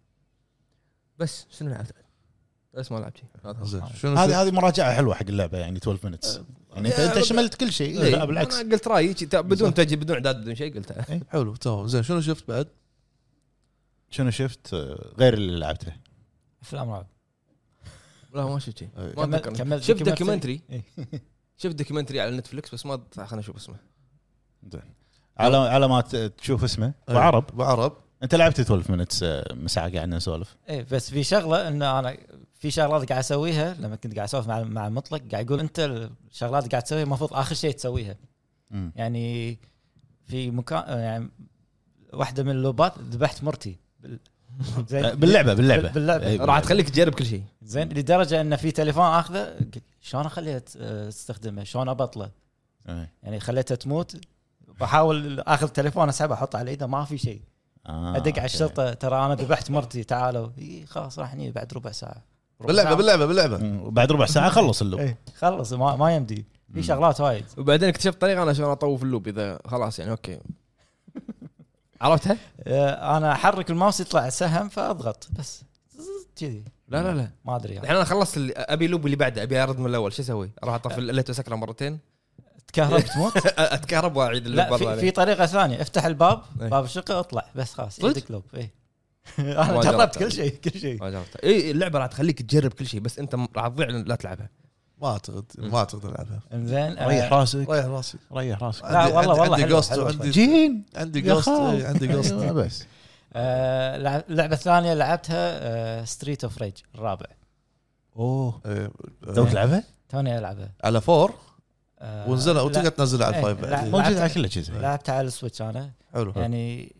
Speaker 1: بس شنو لعبت بس ما لعبت شيء هذا هو.
Speaker 3: زين شنو
Speaker 5: هذه هذه مراجعه حلوه حق اللعبه يعني 12 مينتس يعني انت انت شملت كل شيء
Speaker 1: آه، إيه،
Speaker 5: لا بالعكس
Speaker 1: انا قلت رايي شي- بدون تجي بدون اعداد بدون شيء قلتها
Speaker 3: حلو تمام زين شنو شفت بعد؟ إيه.
Speaker 5: شنو شفت آه، غير اللي لعبته
Speaker 2: افلام رعب
Speaker 1: لا ما شفت شيء
Speaker 3: إيه.
Speaker 1: ما
Speaker 2: كمل-
Speaker 1: أتذكر.
Speaker 2: كملت-
Speaker 1: شفت
Speaker 2: كملت-
Speaker 1: دوكيومنتري
Speaker 5: إيه.
Speaker 1: شفت دوكيومنتري على نتفلكس بس ما خلنا نشوف اسمه
Speaker 5: زين على على ما ت- تشوف اسمه
Speaker 1: إيه.
Speaker 5: وعرب
Speaker 3: وعرب
Speaker 5: انت لعبت 12 مينتس من ساعه قاعدين نسولف
Speaker 2: ايه بس في شغله ان انا في شغلات قاعد اسويها لما كنت قاعد اسولف مع مع المطلق قاعد يقول انت الشغلات قاعد تسويها المفروض اخر شيء تسويها
Speaker 5: مم.
Speaker 2: يعني في مكان يعني واحده من اللوبات ذبحت مرتي بال-
Speaker 1: يعني
Speaker 2: زين
Speaker 5: باللعبه باللعبه
Speaker 2: بال- باللعبة.
Speaker 5: إيه،
Speaker 1: راح تخليك تجرب كل شيء
Speaker 2: زين لدرجه ان في تليفون اخذه قلت شلون اخليها ت- تستخدمه شلون ابطله
Speaker 5: إيه.
Speaker 2: يعني خليتها تموت بحاول اخذ تليفون اسحبه احطه على ايده ما في شيء
Speaker 5: آه،
Speaker 2: ادق على
Speaker 5: أوكي.
Speaker 2: الشرطه ترى انا ذبحت مرتي تعالوا إي، خلاص راح هني بعد ربع ساعه ربع
Speaker 3: باللعبه
Speaker 2: ساعة.
Speaker 3: باللعبه باللعبه
Speaker 5: مم. وبعد ربع ساعه خلص اللوب
Speaker 2: إيه، خلص ما, ما يمدي في
Speaker 5: مم.
Speaker 2: شغلات وايد
Speaker 1: وبعدين اكتشفت طريقه انا شلون اطوف اللوب اذا خلاص يعني اوكي عرفتها؟
Speaker 2: آه، انا احرك الماوس يطلع سهم فاضغط بس زز، كذي
Speaker 1: لا لا لا
Speaker 2: ما ادري يعني.
Speaker 1: الحين انا خلصت اللي ابي اللوب اللي بعده ابي ارد من الاول شو اسوي؟ اروح اطفي الليت وسكره مرتين
Speaker 2: تكهرب تموت
Speaker 1: اتكهرب واعيد اللوب
Speaker 2: لا
Speaker 1: برا
Speaker 2: في,
Speaker 1: عليه.
Speaker 2: في طريقه ثانيه افتح الباب
Speaker 1: إيه.
Speaker 2: باب الشقه اطلع بس خلاص
Speaker 1: صدق؟
Speaker 2: يدك لوب ايه انا
Speaker 1: ما جربت
Speaker 2: جربت
Speaker 1: هذه.
Speaker 2: كل شيء كل شيء
Speaker 1: ما جربتها اي اللعبه راح تخليك تجرب كل شيء بس انت م- راح تضيع لأن لا تلعبها
Speaker 3: ما اعتقد ما اعتقد العبها
Speaker 2: انزين آه،
Speaker 1: طيب.
Speaker 5: ريح راسك
Speaker 3: ريح راسي
Speaker 5: ريح راسك
Speaker 2: لا،
Speaker 3: عندي-
Speaker 2: والله-
Speaker 3: عندي-
Speaker 2: والله
Speaker 3: عندي
Speaker 2: حلوة-
Speaker 3: جوست
Speaker 2: حلوة
Speaker 3: وعندي
Speaker 5: جين
Speaker 3: عندي
Speaker 5: يا
Speaker 3: جوست
Speaker 5: خال.
Speaker 3: إيه، عندي جوست
Speaker 5: أيوة، بس
Speaker 2: آه، لع- اللعبه الثانيه لعبتها آه، ستريت اوف ريج الرابع
Speaker 5: اوه
Speaker 3: إيه،
Speaker 5: تو
Speaker 3: آه،
Speaker 5: تلعبها؟
Speaker 2: توني العبها
Speaker 3: على فور
Speaker 2: آه،
Speaker 3: ونزلها
Speaker 2: لا،
Speaker 3: وتقدر تنزلها على
Speaker 2: إيه،
Speaker 3: الفايف
Speaker 2: لا،
Speaker 3: بعد
Speaker 2: لا.
Speaker 5: موجود على كل الاجهزه
Speaker 2: لعبتها على السويتش انا
Speaker 3: حلو
Speaker 2: يعني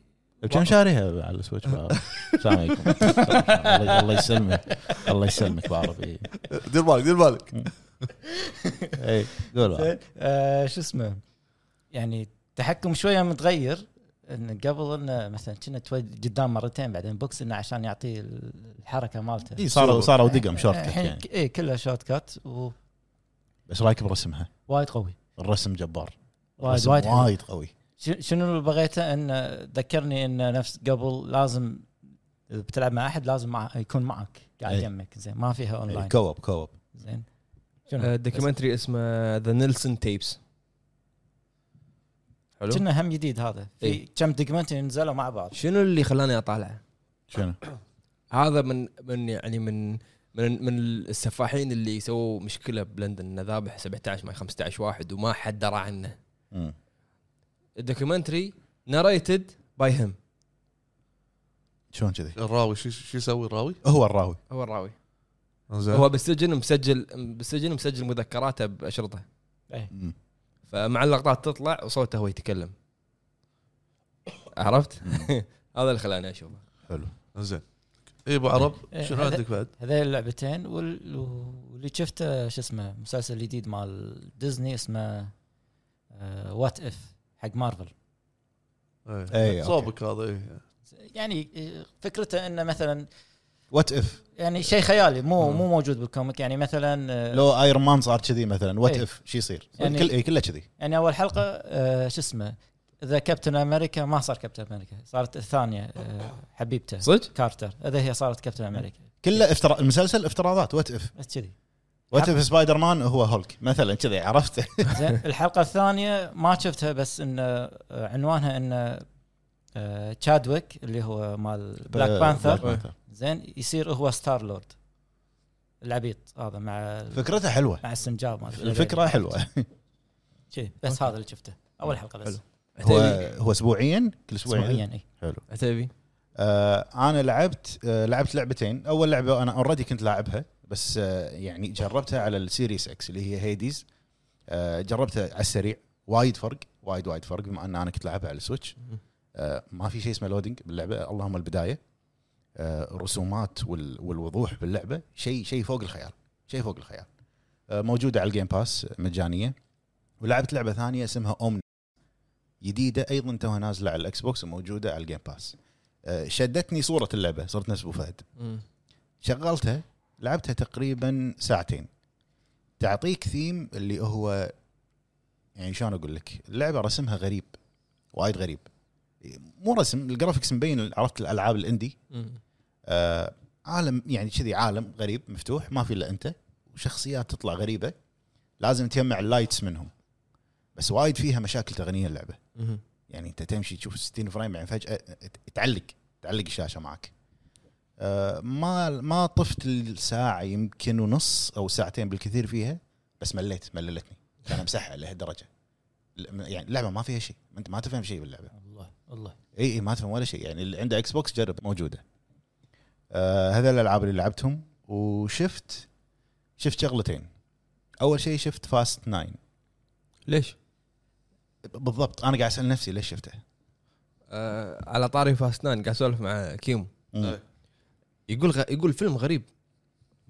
Speaker 5: بكم شاريها على السويتش بعرب؟ السلام عليكم الله الله يسلمك الله يسلمك بعربي
Speaker 3: دير بالك دير بالك
Speaker 5: اي إيه، قول بعرب.
Speaker 2: آه، شو اسمه يعني تحكم شويه متغير ان قبل انه مثلا كنا توي قدام مرتين بعدين بوكس انه عشان يعطي الحركه مالته
Speaker 5: إي، صاروا صاروا إيه، دقم شورت كت
Speaker 2: الحين
Speaker 5: يعني
Speaker 2: ك- ايه كلها شورت كات ووايد
Speaker 5: بس رايك برسمها
Speaker 2: قوي
Speaker 5: الرسم جبار
Speaker 2: وايد
Speaker 5: الرسم
Speaker 2: وايد حلو.
Speaker 5: وايد قوي إيه،
Speaker 2: ش- شنو اللي بغيته ان ذكرني ان نفس قبل لازم إذا بتلعب مع احد لازم مع يكون معك قاعد
Speaker 5: أي.
Speaker 2: يمك زين ما فيها اونلاين
Speaker 5: كوب كوب
Speaker 2: زين
Speaker 1: آه،
Speaker 2: شنو
Speaker 1: الدوكيومنتري اسمه ذا نيلسون تيبس حلو
Speaker 2: كنا هم جديد هذا في
Speaker 1: إي.
Speaker 2: كم دوكيومنتري نزلوا مع بعض
Speaker 1: شنو اللي خلاني اطالعه؟
Speaker 5: شنو؟
Speaker 1: هذا من من يعني من من من السفاحين اللي سووا مشكله بلندن انه ذابح 17 مع 15 واحد وما حد درى عنه
Speaker 5: مم.
Speaker 1: الدوكيومنتري ناريتد باي هيم
Speaker 5: شلون كذي؟
Speaker 3: الراوي شو شو يسوي الراوي؟
Speaker 5: هو الراوي
Speaker 1: هو الراوي
Speaker 3: زين
Speaker 1: هو بالسجن مسجل بالسجن مسجل مذكراته باشرطه
Speaker 5: مم.
Speaker 1: فمع اللقطات تطلع وصوته هو يتكلم عرفت؟ هذا اللي خلاني اشوفه
Speaker 5: حلو
Speaker 3: زين اي ابو عرب
Speaker 2: إيه،
Speaker 3: شنو
Speaker 2: هذا-
Speaker 3: عندك بعد؟
Speaker 2: هذين اللعبتين وال- واللي شفته شو اسمه مسلسل جديد مال ديزني اسمه وات اف حق مارفل
Speaker 5: إيه،
Speaker 3: إيه، صوبك هذا إيه.
Speaker 2: يعني آه، فكرته انه مثلا
Speaker 5: وات اف
Speaker 2: يعني شيء خيالي مو مو موجود بالكوميك يعني مثلا آه،
Speaker 5: لو ايرون مان صار كذي مثلا وات
Speaker 2: إيه.
Speaker 5: اف شو يصير؟
Speaker 2: يعني-
Speaker 5: كل إيه، كله كذي
Speaker 2: يعني اول حلقه آه، شو اسمه اذا كابتن امريكا ما صار كابتن امريكا صارت الثانيه آه، حبيبته
Speaker 1: صدق؟
Speaker 2: كارتر اذا هي صارت كابتن امريكا
Speaker 5: كله افترا المسلسل افتراضات وات اف
Speaker 2: بس كذي
Speaker 5: وات اف سبايدر مان هو هولك مثلا كذي عرفت
Speaker 2: زين الحلقه الثانيه ما شفتها بس ان آه، عنوانها ان آه، تشادويك اللي هو مال بلاك
Speaker 3: آه،
Speaker 2: بانثر زين يصير هو ستار لورد العبيط هذا مع
Speaker 5: فكرتها حلوه
Speaker 2: مع السنجاب مال
Speaker 5: الفكره حلوه
Speaker 2: شي، بس هذا اللي شفته اول حلقه بس يعني.
Speaker 5: هو
Speaker 1: عتيبي
Speaker 5: هو اسبوعيا كل اسبوعين
Speaker 2: اسبوعيا اي
Speaker 5: حلو
Speaker 1: عتيبي
Speaker 5: آه انا لعبت آه لعبت لعبتين اول لعبه انا اوريدي كنت لاعبها بس آه يعني جربتها على السيريس اكس اللي هي هيديز آه جربتها على السريع وايد فرق وايد وايد فرق بما ان انا كنت لاعبها على السويتش آه ما في شيء اسمه لودنج باللعبه اللهم البدايه آه الرسومات وال والوضوح باللعبه شيء شيء فوق الخيال شيء فوق الخيال آه، آه، موجوده على الجيم باس مجانيه ولعبت لعبه ثانيه اسمها اومن جديده ايضا توها نازله على الاكس بوكس وموجوده على الجيم باس آه، شدتني صوره اللعبه صرت نفس ابو فهد شغلتها لعبتها تقريبا ساعتين تعطيك ثيم اللي هو يعني شلون اقول لك اللعبه رسمها غريب وايد غريب مو رسم الجرافكس مبين عرفت الالعاب الاندي آه عالم يعني كذي عالم غريب مفتوح ما في الا انت وشخصيات تطلع غريبه لازم تجمع اللايتس منهم بس وايد فيها مشاكل تقنيه اللعبه يعني انت تمشي تشوف 60 فريم يعني فجاه ت- تعلق تعلق الشاشه معك آه، ما ما طفت الساعه يمكن ونص او ساعتين بالكثير فيها بس مليت مللتني كان امسحها لهالدرجه ل- يعني اللعبه ما فيها شيء انت ما تفهم شيء باللعبه
Speaker 2: الله الله
Speaker 5: اي اي ما تفهم ولا شيء يعني اللي عنده اكس بوكس جرب موجوده آه هذا الالعاب اللي لعبتهم وشفت شفت شغلتين اول شيء شفت فاست 9
Speaker 1: ليش؟
Speaker 5: بالضبط انا قاعد اسال نفسي ليش شفته
Speaker 1: آه على طاري فاست 9 قاعد اسولف مع كيمو
Speaker 5: مم.
Speaker 1: يقول غ... يقول فيلم غريب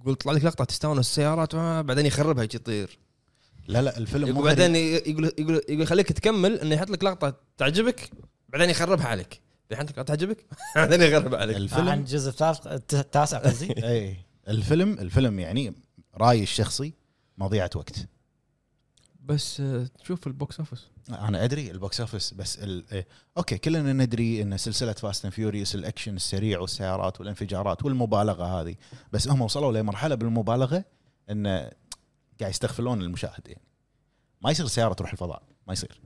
Speaker 1: يقول طلع لك لقطه تستانس السيارات آه، بعدين يخربها يجي تطير
Speaker 5: لا لا الفيلم مو
Speaker 1: يقول
Speaker 5: بعدين
Speaker 1: بعدين ي- يقول يقول يقول يخليك تكمل انه يحط لك لقطه تعجبك بعدين يخربها عليك الحين لقطه تعجبك بعدين يخربها عليك
Speaker 5: الفيلم
Speaker 2: عن الجزء الثالث التاسع قصدي
Speaker 5: اي الفيلم الفيلم يعني رايي الشخصي مضيعه وقت
Speaker 1: بس آه، تشوف البوكس اوفيس
Speaker 5: انا ادري البوكس اوفيس بس ال... إيه. اوكي كلنا ندري ان سلسله فاست اند فيوريوس الاكشن السريع والسيارات والانفجارات والمبالغه هذه بس هم وصلوا لمرحله بالمبالغه ان قاعد يستغفلون المشاهد يعني ما يصير سياره تروح الفضاء ما يصير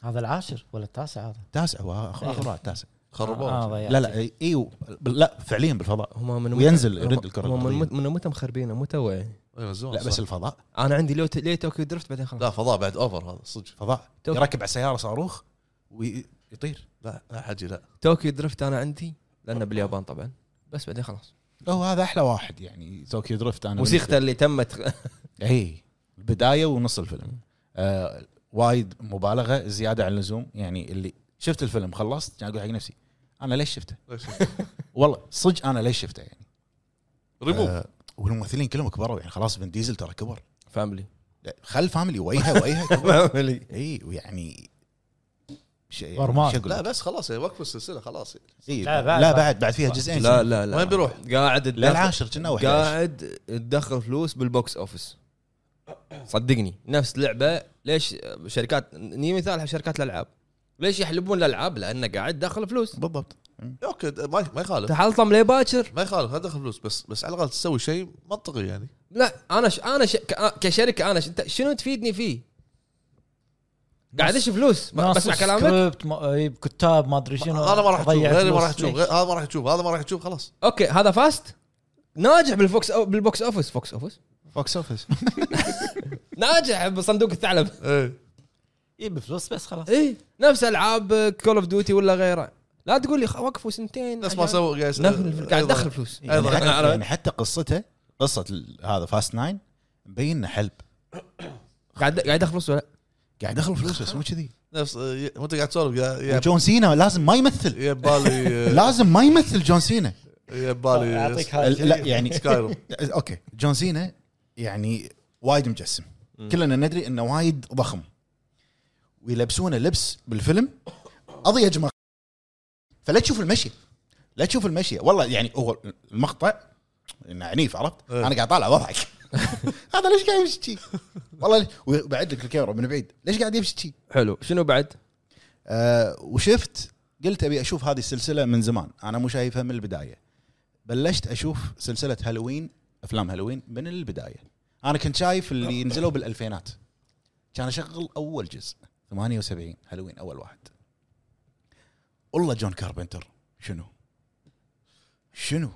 Speaker 2: هذا العاشر ولا التاسع هذا آه،
Speaker 5: تاسع هو آخ- اخر واحد تاسع
Speaker 3: خربوه
Speaker 5: لا لا إي- ايوه بال- لا فعليا بالفضاء
Speaker 1: هم من
Speaker 5: وينزل
Speaker 1: هم-
Speaker 5: يرد الكره
Speaker 1: هم من
Speaker 5: الأرضية.
Speaker 1: مت- من متى مخربينه متى وين؟
Speaker 3: ايوه زون
Speaker 5: لا بس
Speaker 3: صح.
Speaker 5: الفضاء
Speaker 1: انا عندي لو ليه توكيو درفت بعدين خلاص
Speaker 3: لا فضاء بعد اوفر هذا صدق
Speaker 5: فضاء
Speaker 1: توك-
Speaker 5: يركب على سياره صاروخ ويطير
Speaker 3: لا لا حجي لا
Speaker 1: توكيو درفت انا عندي لانه باليابان طبعا بس بعدين خلاص
Speaker 5: هو هذا احلى واحد يعني توكيو درفت انا
Speaker 1: موسيقته اللي تمت
Speaker 5: اي البدايه إيه، ونص الفيلم آه وايد مبالغه زياده عن اللزوم يعني اللي شفت الفيلم خلصت كان اقول حق نفسي انا ليش شفته؟
Speaker 3: ليش؟
Speaker 5: والله صدق انا ليش شفته يعني
Speaker 3: ريموف
Speaker 5: آه والممثلين كلهم كبروا يعني خلاص فين ديزل ترى كبر
Speaker 1: فاملي
Speaker 5: خل فاميلي وجهه وجهه
Speaker 1: فاملي
Speaker 5: اي ويعني شيء
Speaker 2: برمان.
Speaker 3: لا
Speaker 5: لا,
Speaker 3: بس خلاص هي وقف السلسله خلاص
Speaker 5: إيه
Speaker 2: لا،
Speaker 5: لا,
Speaker 2: بعد-
Speaker 5: بعد لا بعد بعد فيها
Speaker 2: بعد.
Speaker 5: جزئين
Speaker 1: لا لا لا
Speaker 3: وين بيروح؟
Speaker 1: قاعد تدخل-
Speaker 5: للعاشر كنا واحد
Speaker 1: قاعد تدخل فلوس بالبوكس اوفيس صدقني نفس لعبه ليش شركات ني مثال على شركات الالعاب ليش يحلبون الالعاب لانه قاعد داخل فلوس
Speaker 5: بالضبط
Speaker 3: اوكي د- ما ما يخالف
Speaker 1: تحلطم ليه باكر
Speaker 3: ما يخالف هذا دخل فلوس بس بس على الاقل تسوي شيء منطقي يعني
Speaker 1: لا انا ش... انا ش... ك- كشركه انا ش... انت شنو تفيدني فيه؟ قاعد ايش فلوس ب- بسمع كلامك
Speaker 2: سكريبت ما- آه، يب- كتاب ما ادري شنو
Speaker 3: هذا ما راح تشوف
Speaker 2: ضيع
Speaker 3: غيري ما
Speaker 2: فلوس.
Speaker 3: راح تشوف غير- هذا ما راح تشوف هذا ما راح تشوف خلاص
Speaker 1: اوكي هذا فاست ناجح بالفوكس أو... بالبوكس اوفيس فوكس اوفيس
Speaker 5: فوكس اوفيس
Speaker 1: ناجح بصندوق الثعلب
Speaker 3: ايه
Speaker 2: أيوة. يجيب فلوس إيه، بس خلاص
Speaker 1: اي نفس العاب كول اوف ديوتي ولا غيره لا تقول لي خ- وقفوا سنتين
Speaker 3: نفس ما
Speaker 1: عشان-
Speaker 3: سووا قاعد أيوة.
Speaker 1: نفل- قاعد
Speaker 3: أيضاً.
Speaker 1: دخل فلوس
Speaker 5: يعني حتى,
Speaker 1: إيه، أنا-
Speaker 5: يعني حتى قصته قصه ال- هذا فاست ناين مبين إنه حلب
Speaker 1: قاعد قاعد يدخل فلوس ولا لا؟
Speaker 5: قاعد يدخل فلوس بس مو كذي
Speaker 3: نفس ي- وانت قاعد تسولف قاعد- يا-
Speaker 5: وجون سينا لازم ما
Speaker 1: إيه.
Speaker 5: يمثل
Speaker 3: يا بالي آه،
Speaker 5: لازم ما يمثل جون سينا
Speaker 3: يا بالي
Speaker 2: اعطيك
Speaker 5: لا
Speaker 2: هاي
Speaker 5: يعني
Speaker 3: سكايرو
Speaker 5: اوكي جون سينا يعني وايد مجسم كلنا ندري انه وايد ضخم ويلبسونه لبس بالفيلم اضيج ما فلا تشوف المشي لا تشوف المشي والله يعني هو المقطع انه عنيف عرفت
Speaker 3: إيه.
Speaker 5: انا قاعد طالع واضحك هذا ليش قاعد يمشي شي؟ والله ليش- وبعد لك الكاميرا من بعيد ليش قاعد يمشي شي؟
Speaker 1: حلو شنو بعد؟
Speaker 5: آه، وشفت قلت ابي اشوف هذه السلسله من زمان انا مو شايفها من البدايه بلشت اشوف سلسله هالوين افلام هالوين من البدايه انا كنت شايف اللي نزلوا بالالفينات كان اشغل اول جزء 78 هالوين اول واحد والله جون كاربنتر شنو شنو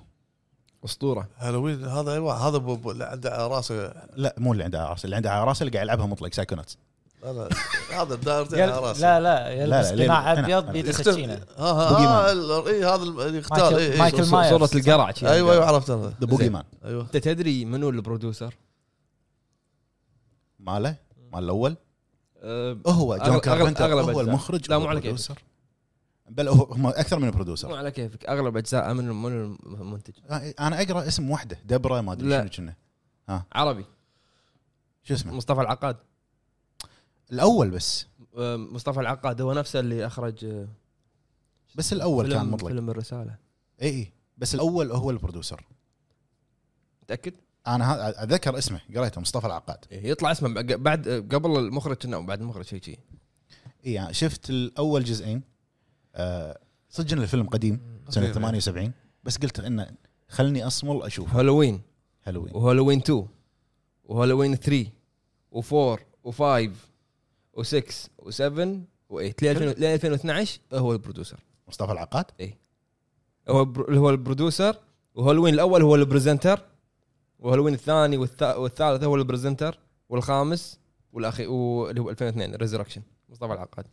Speaker 1: اسطوره
Speaker 3: هالوين هذا ايوه هذا بو- بو- اللي عنده على راسه
Speaker 5: لا مو اللي عنده عراسه اللي عنده عراسه اللي قاعد يلعبها مطلق سايكوناتس
Speaker 3: هذا هذا الدائرتين على
Speaker 2: يل-
Speaker 3: راسه
Speaker 2: لا لا
Speaker 5: لا،
Speaker 2: يلبس
Speaker 5: لا، لا،
Speaker 2: قناع
Speaker 5: لا،
Speaker 2: ابيض
Speaker 5: لا.
Speaker 2: بيده
Speaker 3: يختل-
Speaker 2: سكينه
Speaker 3: ها ها
Speaker 5: بوغي
Speaker 3: ها
Speaker 5: مان.
Speaker 3: ال- اي هذا اللي
Speaker 2: مايكل-
Speaker 3: يختار إيه، إي، إي،
Speaker 2: مايكل
Speaker 3: صوت-
Speaker 2: مايرز.
Speaker 1: صوره القرع شي.
Speaker 3: ايوه ايوه عرفت انا
Speaker 5: ذا بوجي مان
Speaker 3: ايوه
Speaker 1: انت تدري منو البرودوسر؟
Speaker 5: ماله مال الاول
Speaker 1: أه،
Speaker 5: هو جون
Speaker 1: أغلب- أغلب-
Speaker 5: كاربنتر
Speaker 1: أغلب
Speaker 5: هو
Speaker 1: أجزاء.
Speaker 5: المخرج
Speaker 1: لا،
Speaker 5: هو
Speaker 1: مو على كيفك.
Speaker 5: البرودوسر. بل هو هم اكثر من برودوسر
Speaker 1: مو على كيفك اغلب اجزاء من من المنتج
Speaker 5: انا اقرا اسم واحده دبره ما ادري
Speaker 1: لا.
Speaker 5: شنو كنا
Speaker 1: عربي
Speaker 5: شو اسمه
Speaker 1: مصطفى العقاد
Speaker 5: الاول بس
Speaker 1: آه، مصطفى العقاد هو نفسه اللي اخرج آه،
Speaker 5: بس الاول
Speaker 1: فيلم
Speaker 5: كان مطلق
Speaker 1: فيلم الرساله
Speaker 5: اي اي بس الاول هو البرودوسر
Speaker 1: متاكد؟
Speaker 5: انا ه- اتذكر اسمه قريته مصطفى العقاد
Speaker 1: إيه، يطلع اسمه بق- بعد آه، قبل المخرج كنا أو بعد المخرج شيء شيء
Speaker 5: اي يعني شفت الاول جزئين آه صدق ان الفيلم قديم سنه
Speaker 3: قديم، إي.
Speaker 5: 78 بس قلت انه خلني اصمل اشوف
Speaker 1: هالوين
Speaker 5: هالوين
Speaker 1: وهالوين 2 وهالوين 3 و4 و5 و6 و7 و8 ل 2012 هو البرودوسر
Speaker 5: مصطفى العقاد
Speaker 1: هو بر- هو البرودوسر وهالوين الاول هو البرزنتر وهالوين الثاني والثا- والثالث هو البرزنتر والخامس والاخير واللي هو 2002 ريزركشن مصطفى العقاد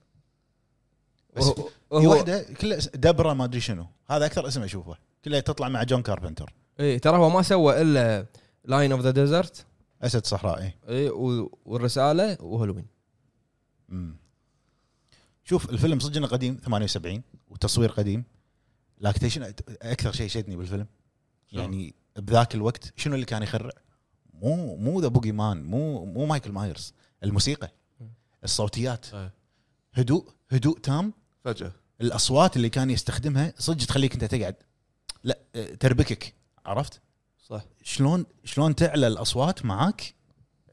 Speaker 5: بس
Speaker 1: وهو-
Speaker 5: في
Speaker 1: وهو
Speaker 5: واحده كلها اس- دبره ما ادري شنو هذا اكثر اسم اشوفه كلها تطلع مع جون كاربنتر
Speaker 1: اي إيه، ترى هو ما سوى الا لاين اوف ذا ديزرت
Speaker 5: اسد صحرائي
Speaker 1: اي إيه، و- والرساله وهالوين
Speaker 5: مم. شوف الفيلم صدق انه قديم 78 وتصوير قديم لاكتيشن اكثر شيء شدني بالفيلم يعني بذاك الوقت شنو اللي كان يخرع؟ مو مو ذا بوجي مان مو مو مايكل مايرز الموسيقى الصوتيات
Speaker 3: إيه.
Speaker 5: هدوء هدوء تام
Speaker 3: فجاه
Speaker 5: الاصوات اللي كان يستخدمها صدق تخليك انت تقعد لا آه، تربكك عرفت؟
Speaker 1: صح.
Speaker 5: شلون شلون تعلى الاصوات معاك؟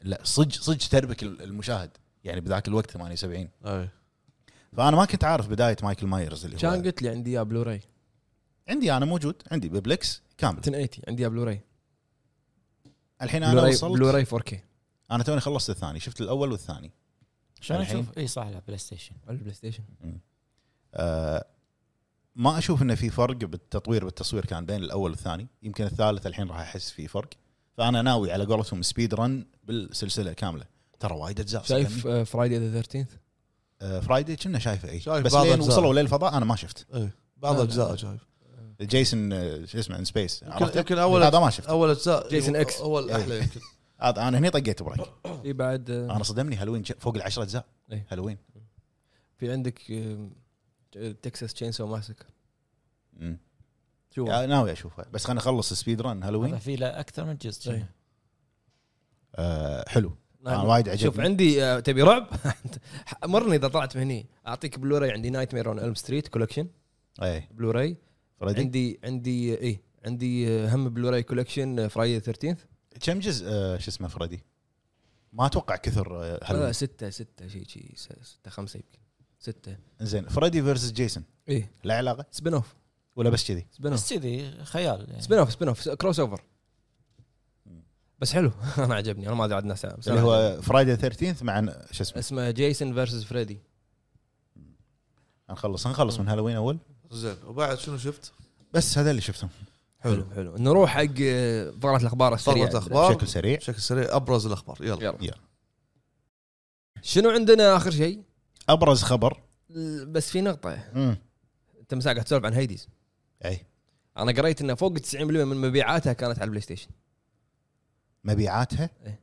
Speaker 5: لا صدق صدق تربك المشاهد يعني بذاك الوقت 78
Speaker 3: اي
Speaker 5: فانا ما كنت عارف بدايه مايكل مايرز اللي
Speaker 1: كان
Speaker 5: هو
Speaker 1: قلت لي عندي يا بلوراي
Speaker 5: عندي انا موجود عندي ببلكس كامل
Speaker 1: 1080 عندي يا بلوراي
Speaker 5: الحين انا
Speaker 1: بلوراي
Speaker 5: وصلت
Speaker 1: بلوراي 4K
Speaker 5: انا توني خلصت الثاني شفت الاول والثاني
Speaker 2: شلون
Speaker 5: الحين؟
Speaker 2: نشوف اي صح على بلاي ستيشن
Speaker 1: على البلاي ستيشن
Speaker 5: آه ما اشوف انه في فرق بالتطوير بالتصوير كان بين الاول والثاني يمكن الثالث الحين راح احس في فرق فانا ناوي على قولتهم سبيد رن بالسلسله كامله ترى وايد اجزاء
Speaker 1: شايف فرايدي ذا 13
Speaker 5: آه فرايدي كنا شايفه اي
Speaker 3: شايف
Speaker 5: بس
Speaker 3: بعض
Speaker 5: لين
Speaker 3: الأجزاء.
Speaker 5: وصلوا للفضاء انا ما شفت
Speaker 3: بعض
Speaker 1: لا،
Speaker 3: اجزاء
Speaker 1: لا.
Speaker 3: شايف
Speaker 5: جيسون آه، شو اسمه ان سبيس
Speaker 3: يمكن,
Speaker 5: عرفته؟
Speaker 3: يمكن اول
Speaker 5: هذا ما شفت
Speaker 3: اول اجزاء
Speaker 1: جيسون إكس.
Speaker 3: اول احلى
Speaker 5: إيه.
Speaker 3: يمكن
Speaker 5: هذا انا هني طقيت بريك
Speaker 1: في بعد آه،
Speaker 5: انا صدمني هالوين فوق العشر اجزاء
Speaker 1: إيه.
Speaker 5: هالوين
Speaker 1: في عندك آه، تكساس تشينسو ماسك
Speaker 5: مم.
Speaker 1: شوف
Speaker 5: آه، ناوي اشوفها بس خلينا نخلص سبيد رن
Speaker 2: هذا
Speaker 5: هالوين
Speaker 2: في له اكثر من جزء
Speaker 5: طيب.
Speaker 1: إيه.
Speaker 5: آه حلو انا
Speaker 1: نعم.
Speaker 5: وايد
Speaker 1: شوف
Speaker 5: عجبني
Speaker 1: عندي آه، تبي رعب مرني اذا طلعت من هني اعطيك بلوراي عندي نايت مير اون الم ستريت كولكشن
Speaker 5: اي
Speaker 1: بلوراي
Speaker 5: إيه. فريدي
Speaker 1: عندي عندي اي عندي آه، هم آه، بلوراي كولكشن فرايدي 13
Speaker 5: كم جزء آه شو اسمه فريدي؟ ما اتوقع كثر آه
Speaker 1: آه،
Speaker 5: هالوين
Speaker 1: ستة ستة شيء شيء س- ستة خمسة يمكن ستة
Speaker 5: زين فريدي فيرسس جيسون
Speaker 1: اي
Speaker 5: لا علاقه
Speaker 1: سبين اوف
Speaker 5: ولا بس كذي؟
Speaker 1: سبين اوف
Speaker 2: بس كذي خيال يعني.
Speaker 1: سبين اوف سبين اوف كروس اوفر بس حلو انا عجبني انا ما ادري عاد ناس
Speaker 5: اللي هو فرايدي 13 مع ن- شو اسمه
Speaker 1: اسمه جيسون فيرسز فريدي
Speaker 5: نخلص نخلص من هالوين اول
Speaker 3: زين وبعد شنو شفت؟
Speaker 5: بس هذا اللي شفتهم
Speaker 1: حلو حلو نروح حق آه، فقره الاخبار السريعه
Speaker 3: فقره اخبار
Speaker 5: بشكل سريع
Speaker 3: بشكل سريع ابرز الاخبار يلا
Speaker 1: يلا شنو عندنا اخر شيء؟
Speaker 5: ابرز خبر
Speaker 1: ل- بس في نقطه
Speaker 5: مم. إيه.
Speaker 1: انت مساء قاعد تسولف عن هيديز
Speaker 5: اي
Speaker 1: انا قريت انه فوق 90% من مبيعاتها كانت على البلاي ستيشن
Speaker 5: مبيعاتها
Speaker 1: إيه.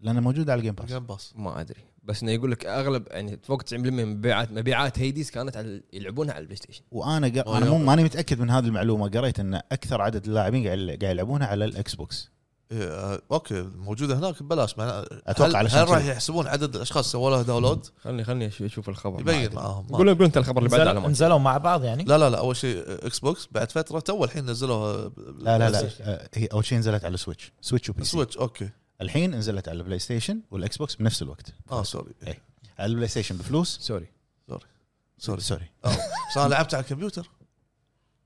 Speaker 5: لانها موجوده على الجيم باس
Speaker 3: جيم باس
Speaker 1: ما ادري بس انه يقول لك اغلب يعني فوق 90% من مبيعات مبيعات هيديز كانت على يلعبونها على البلاي ستيشن
Speaker 5: وانا قا...
Speaker 3: آه،
Speaker 5: انا مو
Speaker 3: يلا.
Speaker 5: ماني متاكد من هذه المعلومه قريت ان اكثر عدد اللاعبين قاعد قاعد يلعبونها على الاكس بوكس
Speaker 3: إيه، آه، اوكي موجوده هناك ببلاش معناه-
Speaker 5: أتوقع
Speaker 3: هل-
Speaker 5: علشان
Speaker 3: هل راح
Speaker 5: كذي.
Speaker 3: يحسبون عدد الاشخاص اللي سووا لها داونلود؟
Speaker 1: خلني خلني أش- اشوف الخبر ما
Speaker 3: يبين
Speaker 1: أدري.
Speaker 3: معاهم ما-
Speaker 1: قول قول انت الخبر اللي بعد
Speaker 2: نزلوا-
Speaker 1: على ما
Speaker 2: نزلوا مع بعض يعني
Speaker 3: لا لا لا اول شيء آه، اكس بوكس بعد فتره تو الحين نزلوها ب-
Speaker 5: لا لا لا
Speaker 3: بلاي
Speaker 5: آه، هي اول شيء نزلت على سويتش سويتش وبي
Speaker 3: ستيشن.
Speaker 5: سي
Speaker 3: سويتش اوكي
Speaker 5: الحين نزلت على البلاي ستيشن والاكس بوكس بنفس الوقت
Speaker 3: اه سوري
Speaker 5: إيه. على البلاي ستيشن بفلوس
Speaker 1: سوري
Speaker 5: سوري سوري
Speaker 3: بس انا لعبت على الكمبيوتر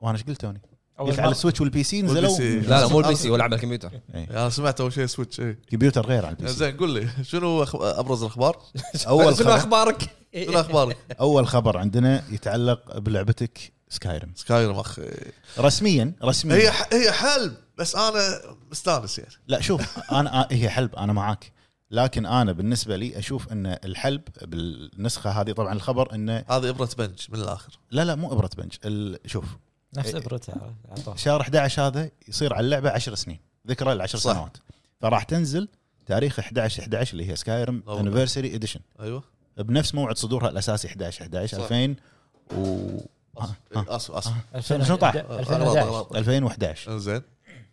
Speaker 5: وانا ايش قلت توني؟
Speaker 2: اول
Speaker 5: قلت على
Speaker 2: مرة.
Speaker 5: السويتش والبي سي
Speaker 3: والبي سي.
Speaker 5: نزلوا
Speaker 1: لا لا مو البي سي ولا على الكمبيوتر
Speaker 3: انا يعني سمعت اول شيء سويتش اي
Speaker 5: كمبيوتر غير على البي سي
Speaker 3: زين قول لي شنو أخ- ابرز الاخبار؟
Speaker 5: اول
Speaker 1: شنو
Speaker 5: خبر
Speaker 1: اخبارك؟
Speaker 2: إيه،
Speaker 5: إيه.
Speaker 3: شنو اخبار؟
Speaker 5: اول خبر عندنا يتعلق بلعبتك سكايرم
Speaker 3: سكايرم اخي
Speaker 5: رسميا
Speaker 3: هي
Speaker 5: رسميا
Speaker 3: ح- هي حلب بس انا مستانس يعني
Speaker 5: لا شوف انا هي حلب انا معاك لكن انا بالنسبه لي اشوف ان الحلب بالنسخه هذه طبعا الخبر انه
Speaker 3: هذه ابره بنج من الاخر
Speaker 5: لا لا مو ابره بنج ال- شوف إيه.
Speaker 2: نفس ابرتها عطاها.
Speaker 5: شهر 11 هذا يصير على اللعبه 10 سنين ذكرى العشر
Speaker 3: صح.
Speaker 5: سنوات فراح تنزل تاريخ 11 11 اللي هي سكايرم
Speaker 3: أوه.
Speaker 5: انيفرساري اديشن
Speaker 3: ايوه
Speaker 5: آه. بنفس موعد صدورها الاساسي 11 11
Speaker 3: صح.
Speaker 5: 2000 و آه، آه،
Speaker 3: اسف اسف
Speaker 2: 2000
Speaker 5: شنو طاح؟
Speaker 1: أه،
Speaker 2: 2011
Speaker 3: غلط غلط
Speaker 5: 2011
Speaker 3: زين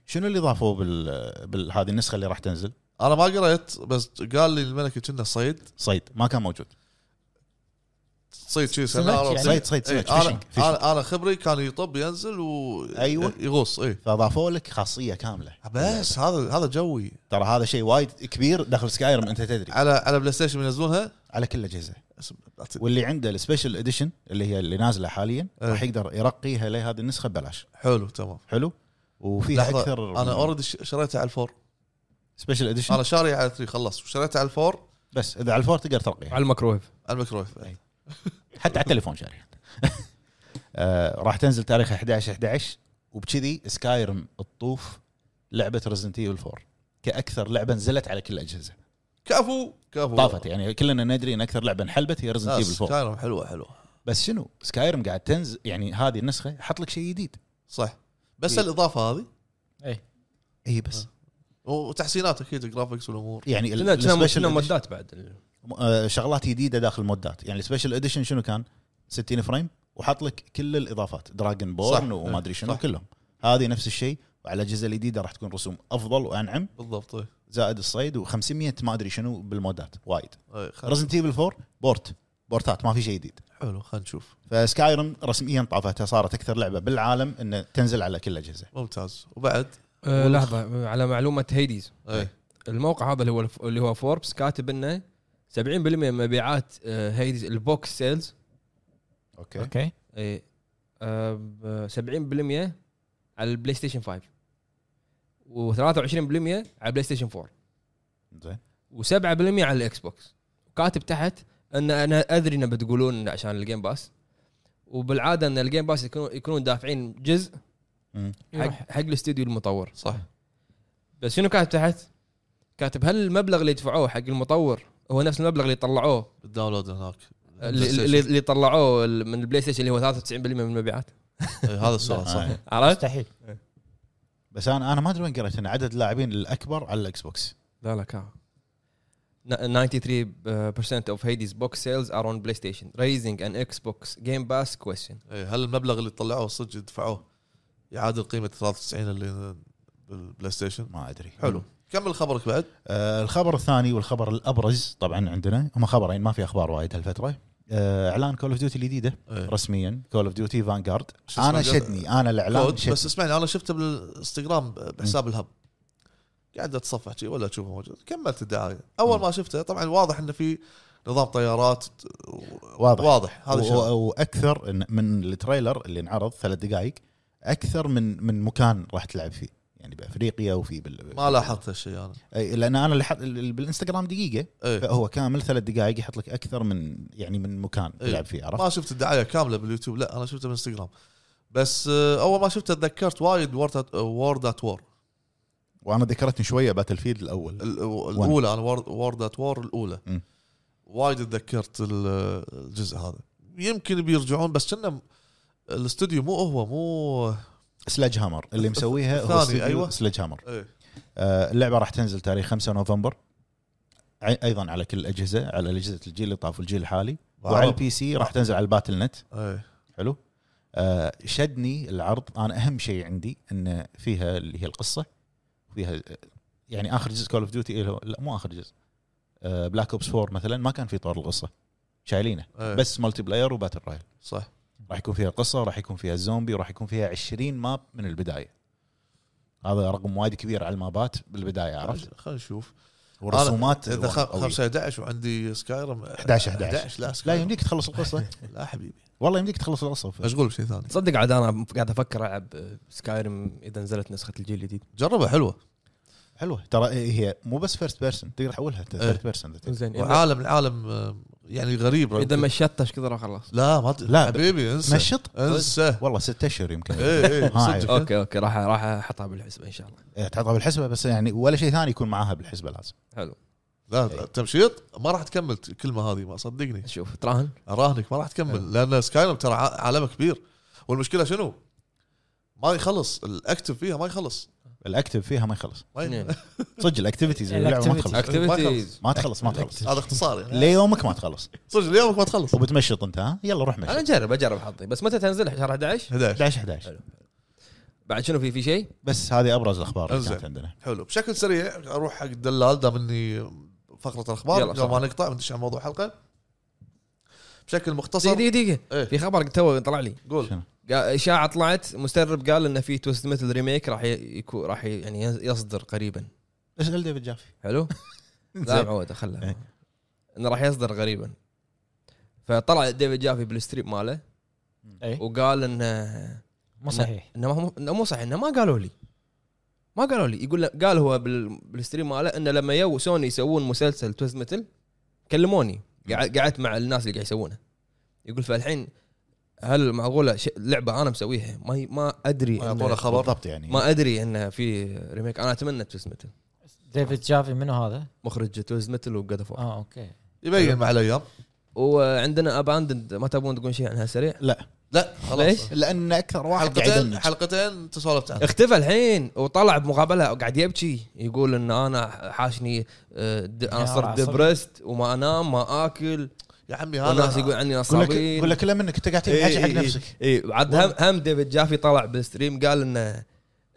Speaker 5: شنو اللي ضافوه بال بهذه النسخه اللي راح تنزل؟
Speaker 3: انا ما قريت بس قال لي الملك كنا صيد
Speaker 5: صيد ما كان موجود
Speaker 3: صيد شيء
Speaker 2: سمك
Speaker 3: سنارة
Speaker 2: يعني.
Speaker 5: صيد صيد
Speaker 3: إيه،
Speaker 5: سمك
Speaker 3: انا
Speaker 5: فيشنج فيشنج.
Speaker 3: انا انا خبري كان يطب ينزل و
Speaker 5: أيوة.
Speaker 3: يغوص إيه. اي
Speaker 5: فاضافوا لك خاصيه كامله
Speaker 3: بس هذا هذا جوي
Speaker 5: ترى هذا شيء وايد كبير داخل سكايرم انت تدري
Speaker 3: على على بلاي ستيشن ينزلونها
Speaker 5: على كل الاجهزه
Speaker 3: اسم-
Speaker 5: واللي عنده السبيشل اديشن اللي هي اللي نازله حاليا
Speaker 3: إيه.
Speaker 5: راح يقدر يرقيها لهذه النسخه ببلاش
Speaker 3: حلو تمام
Speaker 5: حلو وفيها
Speaker 3: لحظة
Speaker 5: اكثر
Speaker 3: انا اوريدي ش- شريتها على الفور
Speaker 5: سبيشل اديشن
Speaker 3: انا شاري على 3 خلص وشريتها على الفور
Speaker 5: بس اذا على الفور تقدر ترقيها
Speaker 1: على الميكرويف
Speaker 3: على الميكرويف
Speaker 5: إيه. حتى على التليفون شاري آه، راح تنزل تاريخ 11 11 وبكذي سكايرم تطوف لعبه ريزنت ايفل 4 كاكثر لعبه نزلت على كل الاجهزه
Speaker 3: كفو كفو
Speaker 5: طافت يعني كلنا ندري ان اكثر لعبه انحلبت هي ريزنت ايفل 4
Speaker 3: كانوا حلوه حلوه
Speaker 5: بس شنو سكايرم قاعد تنزل يعني هذه النسخه حط لك شيء جديد
Speaker 3: صح بس
Speaker 5: إيه.
Speaker 3: الاضافه هذه
Speaker 5: اي إيه بس
Speaker 3: وتحسينات اكيد الجرافكس والامور
Speaker 5: يعني ال-
Speaker 1: لا كنا
Speaker 5: السبيشل
Speaker 1: كنا
Speaker 5: إديشن-
Speaker 1: مودات بعد
Speaker 5: م- آه، شغلات جديده داخل المودات يعني السبيشل اديشن شنو كان 60 فريم وحط لك كل الاضافات دراجون بورن
Speaker 3: صح.
Speaker 5: وما ادري شنو
Speaker 3: صح.
Speaker 5: كلهم هذه نفس الشيء وعلى الاجهزه الجديده راح تكون رسوم افضل وانعم
Speaker 3: بالضبط إيه.
Speaker 5: زائد الصيد و500 ما ادري شنو بالمودات وايد
Speaker 3: إيه، خل-
Speaker 5: ريزنت ايفل 4 بورت بورتات ما في شيء جديد
Speaker 3: حلو خلينا نشوف
Speaker 5: فسكايرم رسميا طافتها صارت اكثر لعبه بالعالم انه تنزل على كل الاجهزه
Speaker 3: ممتاز وبعد إيه،
Speaker 1: لحظه آه، على معلومه هيديز
Speaker 3: اي
Speaker 1: الموقع هذا اللي هو اللي هو فوربس كاتب انه 70% من مبيعات آه، هيديز البوكس سيلز
Speaker 5: اوكي
Speaker 2: اوكي
Speaker 1: اي آه، ب- 70% على البلاي ستيشن 5 و23% على البلاي ستيشن 4
Speaker 5: زين
Speaker 1: و7% على الاكس بوكس وكاتب تحت ان انا ادري ان بتقولون إن عشان الجيم باس وبالعاده ان الجيم باس يكونون يكونون دافعين جزء
Speaker 3: آه،
Speaker 5: مم.
Speaker 1: حق, حق الاستوديو المطور
Speaker 3: صح
Speaker 1: بس شنو كاتب تحت؟ كاتب هل المبلغ اللي دفعوه حق المطور هو نفس المبلغ اللي طلعوه
Speaker 3: الداونلود هناك
Speaker 1: اللي, اللي- اللي طلعوه ال- من البلاي ستيشن اللي هو 93% من المبيعات
Speaker 3: إيه، هذا السؤال صح
Speaker 5: آه.
Speaker 1: عرفت؟
Speaker 2: مستحيل
Speaker 5: بس انا انا ما ادري وين قريت ان عدد اللاعبين الاكبر على الاكس بوكس
Speaker 1: لا لا كان 93% of Hades box sales are on PlayStation, raising an Xbox Game Pass question.
Speaker 3: إيه، هل المبلغ اللي طلعوه صدق دفعوه يعادل قيمه 93 اللي بالبلاي ستيشن
Speaker 5: ما ادري
Speaker 3: حلو كمل خبرك بعد
Speaker 5: آه، الخبر الثاني والخبر الابرز طبعا عندنا هم خبرين ما في اخبار وايد هالفتره آه، اعلان كول اوف ديوتي الجديده
Speaker 3: إيه.
Speaker 5: رسميا كول اوف ديوتي فانجارد
Speaker 3: شو اسمه
Speaker 5: انا
Speaker 3: الجزء؟
Speaker 5: شدني انا الاعلان
Speaker 3: كود إيه. بس
Speaker 5: شدني
Speaker 3: اسمعني انا شفته بالانستغرام بحساب الهب قاعد اتصفح شيء ولا اشوفه موجود كملت الدعايه اول ما شفته طبعا واضح انه في نظام طيارات
Speaker 5: واضح.
Speaker 3: واضح هذا
Speaker 5: و-
Speaker 3: الشيء
Speaker 5: واكثر إن- من التريلر اللي انعرض ثلاث دقائق اكثر من من مكان راح تلعب فيه يعني بافريقيا وفي بال...
Speaker 3: ما لاحظت هالشيء انا
Speaker 5: أي، لان انا اللي حط- اللي بالانستغرام دقيقه
Speaker 3: ايه
Speaker 5: فهو كامل ثلاث دقائق يحط لك اكثر من يعني من مكان
Speaker 3: إيه.
Speaker 5: تلعب فيه عرفت
Speaker 3: ما شفت الدعايه كامله باليوتيوب لا انا شفته بالانستغرام بس آه، اول ما شفته تذكرت وايد وورد ات وور
Speaker 5: وانا ذكرتني شويه باتل فيلد الاول
Speaker 3: الاولى انا وورد ات وور الاولى
Speaker 5: مم.
Speaker 3: وايد تذكرت ال- الجزء هذا يمكن بيرجعون بس كنا الاستوديو مو هو مو
Speaker 5: سلاج هامر اللي مسويها
Speaker 3: الثاني،
Speaker 5: هو استوديو
Speaker 3: أيوة.
Speaker 5: سلاج هامر
Speaker 3: ايه
Speaker 5: آه، اللعبه راح تنزل تاريخ 5 نوفمبر أي- ايضا على كل الاجهزه على اجهزه الجيل اللي طاف والجيل الحالي وعلى البي سي راح تنزل على الباتل نت
Speaker 3: ايه
Speaker 5: حلو آه، شدني العرض انا اهم شيء عندي ان فيها اللي هي القصه فيها يعني اخر جزء كول اوف ديوتي لا مو اخر جزء آه، بلاك اوبس 4 مثلا ما كان في طور القصه شايلينه
Speaker 3: إيه.
Speaker 5: بس مالتي بلاير وباتل رايل
Speaker 3: صح
Speaker 5: راح يكون فيها قصه راح يكون فيها زومبي وراح يكون فيها 20 ماب من البدايه هذا رقم وايد كبير على المابات بالبدايه عرفت
Speaker 3: خلينا نشوف
Speaker 5: والرسومات
Speaker 3: اذا خ-
Speaker 5: قوية.
Speaker 3: 5 11 وعندي سكايرم
Speaker 5: 11 11
Speaker 3: لا
Speaker 5: لا
Speaker 3: سكايرم.
Speaker 5: يمديك طيب. تخلص القصه
Speaker 3: لا حبيبي
Speaker 5: والله يمديك تخلص القصه
Speaker 3: مشغول بشيء ثاني
Speaker 1: تصدق عاد انا قاعد افكر العب سكايرم اذا نزلت نسخه الجيل الجديد
Speaker 3: جربها حلوه
Speaker 5: حلوه ترى إيه، هي مو بس فيرست بيرسون تقدر تحولها
Speaker 3: إيه.
Speaker 5: ثيرد بيرسون
Speaker 1: زين اذا,
Speaker 3: وعالم العالم آه، يعني غريب
Speaker 1: إذا مشطش كذا راح اخلص
Speaker 3: لا ما ت-
Speaker 5: لا، طيب.
Speaker 3: حبيبي انسى
Speaker 5: مشط
Speaker 3: انسى
Speaker 5: والله ستة اشهر يمكن
Speaker 3: ايه ايه
Speaker 5: ما أعرف.
Speaker 3: صدق
Speaker 1: اوكي اوكي راح راح احطها بالحسبه ان شاء الله
Speaker 5: إيه، تحطها بالحسبه بس يعني ولا شيء ثاني يكون معاها بالحسبه لازم
Speaker 1: حلو إيه.
Speaker 3: لا تمشيط ما راح تكمل الكلمه هذه ما صدقني
Speaker 1: شوف تراهن
Speaker 3: اراهنك ما راح تكمل
Speaker 1: إيه.
Speaker 3: لان سكايرم ترى ع- عالمه كبير والمشكله شنو؟ ما يخلص الاكتف فيها ما يخلص
Speaker 5: الاكتف فيها ما يخلص
Speaker 3: ما ي-
Speaker 1: اثنين.
Speaker 5: صدق الاكتيفيتيز اللي باللعبة ما
Speaker 2: Activities.
Speaker 5: تخلص
Speaker 1: اكتيفيتيز
Speaker 5: ما تخلص ما تخلص
Speaker 3: هذا اختصار يعني
Speaker 5: ليومك ما تخلص
Speaker 3: صدق اليومك ما تخلص
Speaker 5: وبتمشط انت ها يلا روح
Speaker 1: انا
Speaker 5: مشي
Speaker 1: اجرب اجرب حظي بس متى تنزل شهر 11
Speaker 3: 11
Speaker 5: 11 11
Speaker 1: بعد شنو في في شيء؟
Speaker 5: بس هذه ابرز الاخبار اللي
Speaker 3: إنزين.
Speaker 5: كانت عندنا
Speaker 3: حلو بشكل سريع اروح حق الدلال دام اني فقره الاخبار
Speaker 1: يلا،
Speaker 3: قبل ما
Speaker 1: صح.
Speaker 3: نقطع وندش على موضوع الحلقه بشكل مختصر
Speaker 1: دقيقه دقيقه
Speaker 3: إيه.
Speaker 1: في خبر تو طلع لي
Speaker 3: قول
Speaker 5: شنو؟
Speaker 1: قا- اشاعه طلعت مسترب قال انه في توست متل ريميك راح ي- يكو راح ي- يعني يز- يصدر قريبا
Speaker 5: اسال ديفيد جافي
Speaker 1: حلو؟ لا
Speaker 5: زين.
Speaker 1: معود خله
Speaker 5: إيه.
Speaker 1: انه راح يصدر قريبا فطلع ديفيد جافي بالستريم ماله
Speaker 2: اي
Speaker 1: وقال انه
Speaker 2: مو صحيح
Speaker 1: انه ما- إنه مو صحيح انه ما قالوا لي ما قالوا لي يقول له- قال هو بال- بالستريم ماله انه لما يو سوني يسوون مسلسل تويست متل كلموني قعد- قعدت مع الناس اللي قاعد يسوونه يقول فالحين هل معقوله ش- لعبه انا مسويها ما ي- ما ادري
Speaker 3: ما
Speaker 1: إنه-
Speaker 3: يعطونا خبر
Speaker 5: بالضبط يعني
Speaker 1: ما ادري انه في ريميك انا اتمنى تويست متل
Speaker 2: ديفيد جافي منو هذا؟
Speaker 1: مخرج تويست متل وجاد اوف
Speaker 2: اه اوكي
Speaker 1: أه؟
Speaker 3: يبين مع الايام
Speaker 1: وعندنا اباندند ما تبون تقول شيء عنها سريع
Speaker 3: لا خلاص
Speaker 1: ليش؟
Speaker 5: لان اكثر واحد قاعد
Speaker 3: حلقتين
Speaker 5: يدنج.
Speaker 3: حلقتين انت سولفت عنها
Speaker 1: اختفى الحين وطلع بمقابله وقاعد يبكي يقول ان انا حاشني آه، د- انا
Speaker 2: يا
Speaker 1: صرت
Speaker 2: عصبي.
Speaker 1: دبرست وما انام ما اكل
Speaker 3: يا عمي
Speaker 1: والناس
Speaker 3: هذا
Speaker 1: يقول عني إيه،
Speaker 5: قول لك
Speaker 1: نصابين
Speaker 5: قول لك كله منك انت قاعد تحكي
Speaker 1: إي-
Speaker 5: حق
Speaker 1: إي- إي.
Speaker 5: نفسك
Speaker 1: اي بعد هم, هم ديفيد جافي طلع بالستريم قال انه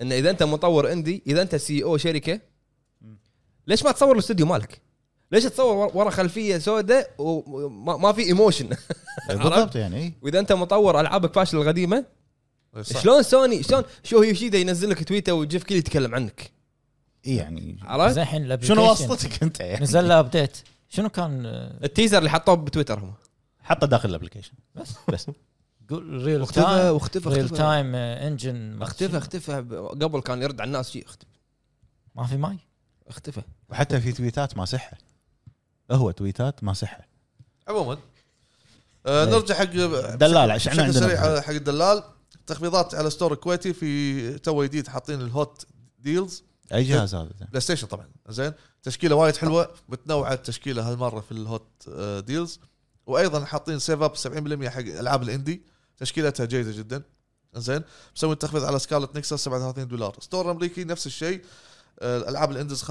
Speaker 1: انه اذا انت مطور اندي اذا انت سي او شركه E ليش ما تصور الاستوديو مالك؟ ليش تصور ور- ورا خلفيه سوداء وما ما في ايموشن
Speaker 5: بالضبط يعني إي.
Speaker 1: واذا انت مطور العابك فاشله القديمه
Speaker 3: صح.
Speaker 1: شلون سوني شلون شو هي شيدا ينزل لك تويتر وجيف كيلي يتكلم عنك
Speaker 5: اي يعني
Speaker 1: عرفت؟
Speaker 2: زين الحين الابلكيشن
Speaker 5: شنو واسطتك انت يعني
Speaker 2: نزل له ابديت شنو كان آه،
Speaker 1: التيزر اللي حطوه بتويتر هم
Speaker 5: حطه داخل الابلكيشن
Speaker 2: بس
Speaker 5: بس
Speaker 2: قول ريل
Speaker 1: واختفى
Speaker 2: تايم
Speaker 1: واختفى
Speaker 2: ريل
Speaker 1: اختفى
Speaker 2: تايم آه، انجن
Speaker 1: اختفى اختفى ب- قبل كان يرد على الناس شيء اختفى
Speaker 2: ما في ماي
Speaker 1: اختفى
Speaker 5: وحتى في تويتات ما صحه هو تويتات ما صحه
Speaker 3: عموما آه
Speaker 5: إيه.
Speaker 3: نرجع حق
Speaker 5: دلال ايش احنا
Speaker 3: بشكل
Speaker 5: عندنا
Speaker 3: سريع حق الدلال تخفيضات على ستور الكويتي في تو جديد حاطين الهوت ديلز
Speaker 5: اي جهاز هذا
Speaker 3: بلاي ستيشن طبعا زين تشكيله وايد حلوه متنوعه التشكيله هالمره في الهوت آه، ديلز وايضا حاطين سيف اب 70% حق العاب الاندي تشكيلتها جيده جدا زين مسوي تخفيض على سكارلت نكسس 37 دولار ستور امريكي نفس الشيء آه، الالعاب الاندز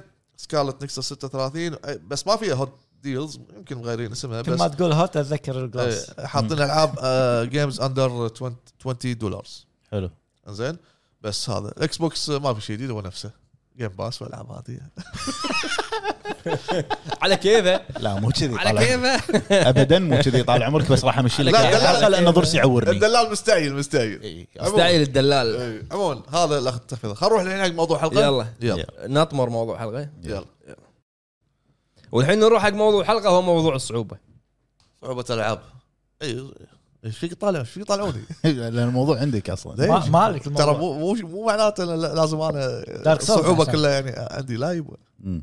Speaker 3: 75% سكارلت نكسس 36 آه، بس ما فيها هوت ديلز يمكن مغيرين اسمها
Speaker 2: كل
Speaker 3: بس
Speaker 2: ما تقول هوت اتذكر الجلاس
Speaker 3: إيه، حاطين آه، العاب جيمز اندر 20 دولار
Speaker 5: حلو
Speaker 3: زين بس هذا الاكس بوكس آه، ما في شيء جديد هو نفسه جيم باس والعاب هذه
Speaker 1: على كيفه
Speaker 5: لا مو كذي
Speaker 1: على
Speaker 5: طال عمرك.
Speaker 1: كيفه
Speaker 5: ابدا مو كذي طال عمرك بس راح امشي لك
Speaker 1: لا،
Speaker 5: يعني
Speaker 3: لا، لا،
Speaker 5: الحلقه لان ضرسي يعورني
Speaker 3: الدلال مستعجل مستعجل
Speaker 5: إي.
Speaker 1: إيه، مستعجل الدلال
Speaker 3: إيه، عموما هذا الاخ التخفيض خلينا نروح الحين حق موضوع الحلقه
Speaker 1: يلا
Speaker 3: يلا
Speaker 1: نطمر موضوع حلقه
Speaker 3: يلا
Speaker 1: والحين نروح حق موضوع حلقه هو موضوع الصعوبه
Speaker 3: صعوبه العاب اي ايش إيه، فيك طالع ايش فيك طالعوني
Speaker 5: لان الموضوع عندك
Speaker 1: إيه.
Speaker 5: اصلا
Speaker 2: ما- مالك
Speaker 3: ترى
Speaker 2: الموضوع
Speaker 3: مو مو مو معناته أنا لا- لازم انا
Speaker 2: Dark Souls
Speaker 3: الصعوبه
Speaker 2: أحسن.
Speaker 3: كلها يعني عندي لا يبا
Speaker 5: مم.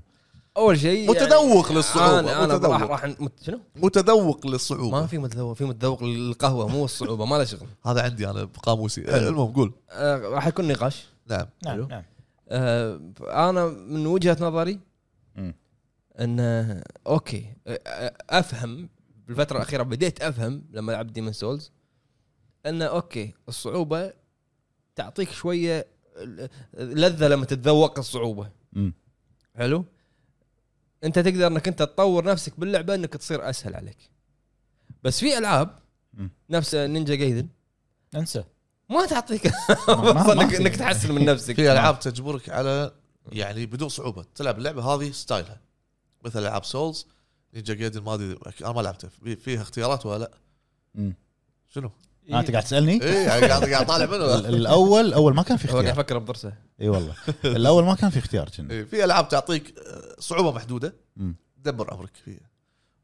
Speaker 1: اول شيء يعني
Speaker 3: متذوق للصعوبة،
Speaker 1: انا انا
Speaker 3: متذوق.
Speaker 1: راح راح مت- شنو؟
Speaker 3: متذوق
Speaker 1: ما
Speaker 3: للصعوبه
Speaker 1: في متذوق في متذوق للقهوه مو الصعوبه ما له شغل
Speaker 3: هذا عندي انا بقاموسي آه، المهم قول
Speaker 1: آه، راح يكون نقاش
Speaker 3: نعم
Speaker 1: حلو.
Speaker 2: نعم نعم
Speaker 1: آه، انا من وجهه نظري
Speaker 5: مم.
Speaker 1: ان آه، اوكي آه، آه، افهم بالفتره الاخيره بديت افهم لما لعبت ديمن سولز ان اوكي الصعوبه تعطيك شويه ال- لذه لما تتذوق الصعوبه
Speaker 5: مم.
Speaker 1: حلو انت تقدر انك انت تطور نفسك باللعبه انك تصير اسهل عليك بس في العاب
Speaker 5: مم.
Speaker 1: نفس آه، نينجا جايدن
Speaker 2: انسى
Speaker 1: ما تعطيك
Speaker 5: ما- ما
Speaker 1: فرصة انك
Speaker 5: في.
Speaker 1: انك تحسن من نفسك
Speaker 3: في العاب تجبرك على يعني بدون صعوبه تلعب اللعبه هذه ستايلها مثل العاب سولز نينجا جايدن ما ادري انا ما لعبته في- فيها اختيارات ولا لا
Speaker 5: مم.
Speaker 3: شنو؟
Speaker 1: إيه.
Speaker 5: آه، انت قاعد تسالني
Speaker 3: اي قاعد قاعد طالع
Speaker 5: ال-
Speaker 3: منه
Speaker 5: الاول اول ما كان في
Speaker 1: هو قاعد
Speaker 5: اختيار
Speaker 1: يفكر بضرسه
Speaker 5: اي والله الاول ما كان في اختيار كنا
Speaker 3: إيه، في العاب تعطيك آه، صعوبه محدوده
Speaker 5: مم.
Speaker 3: تدبر عمرك فيها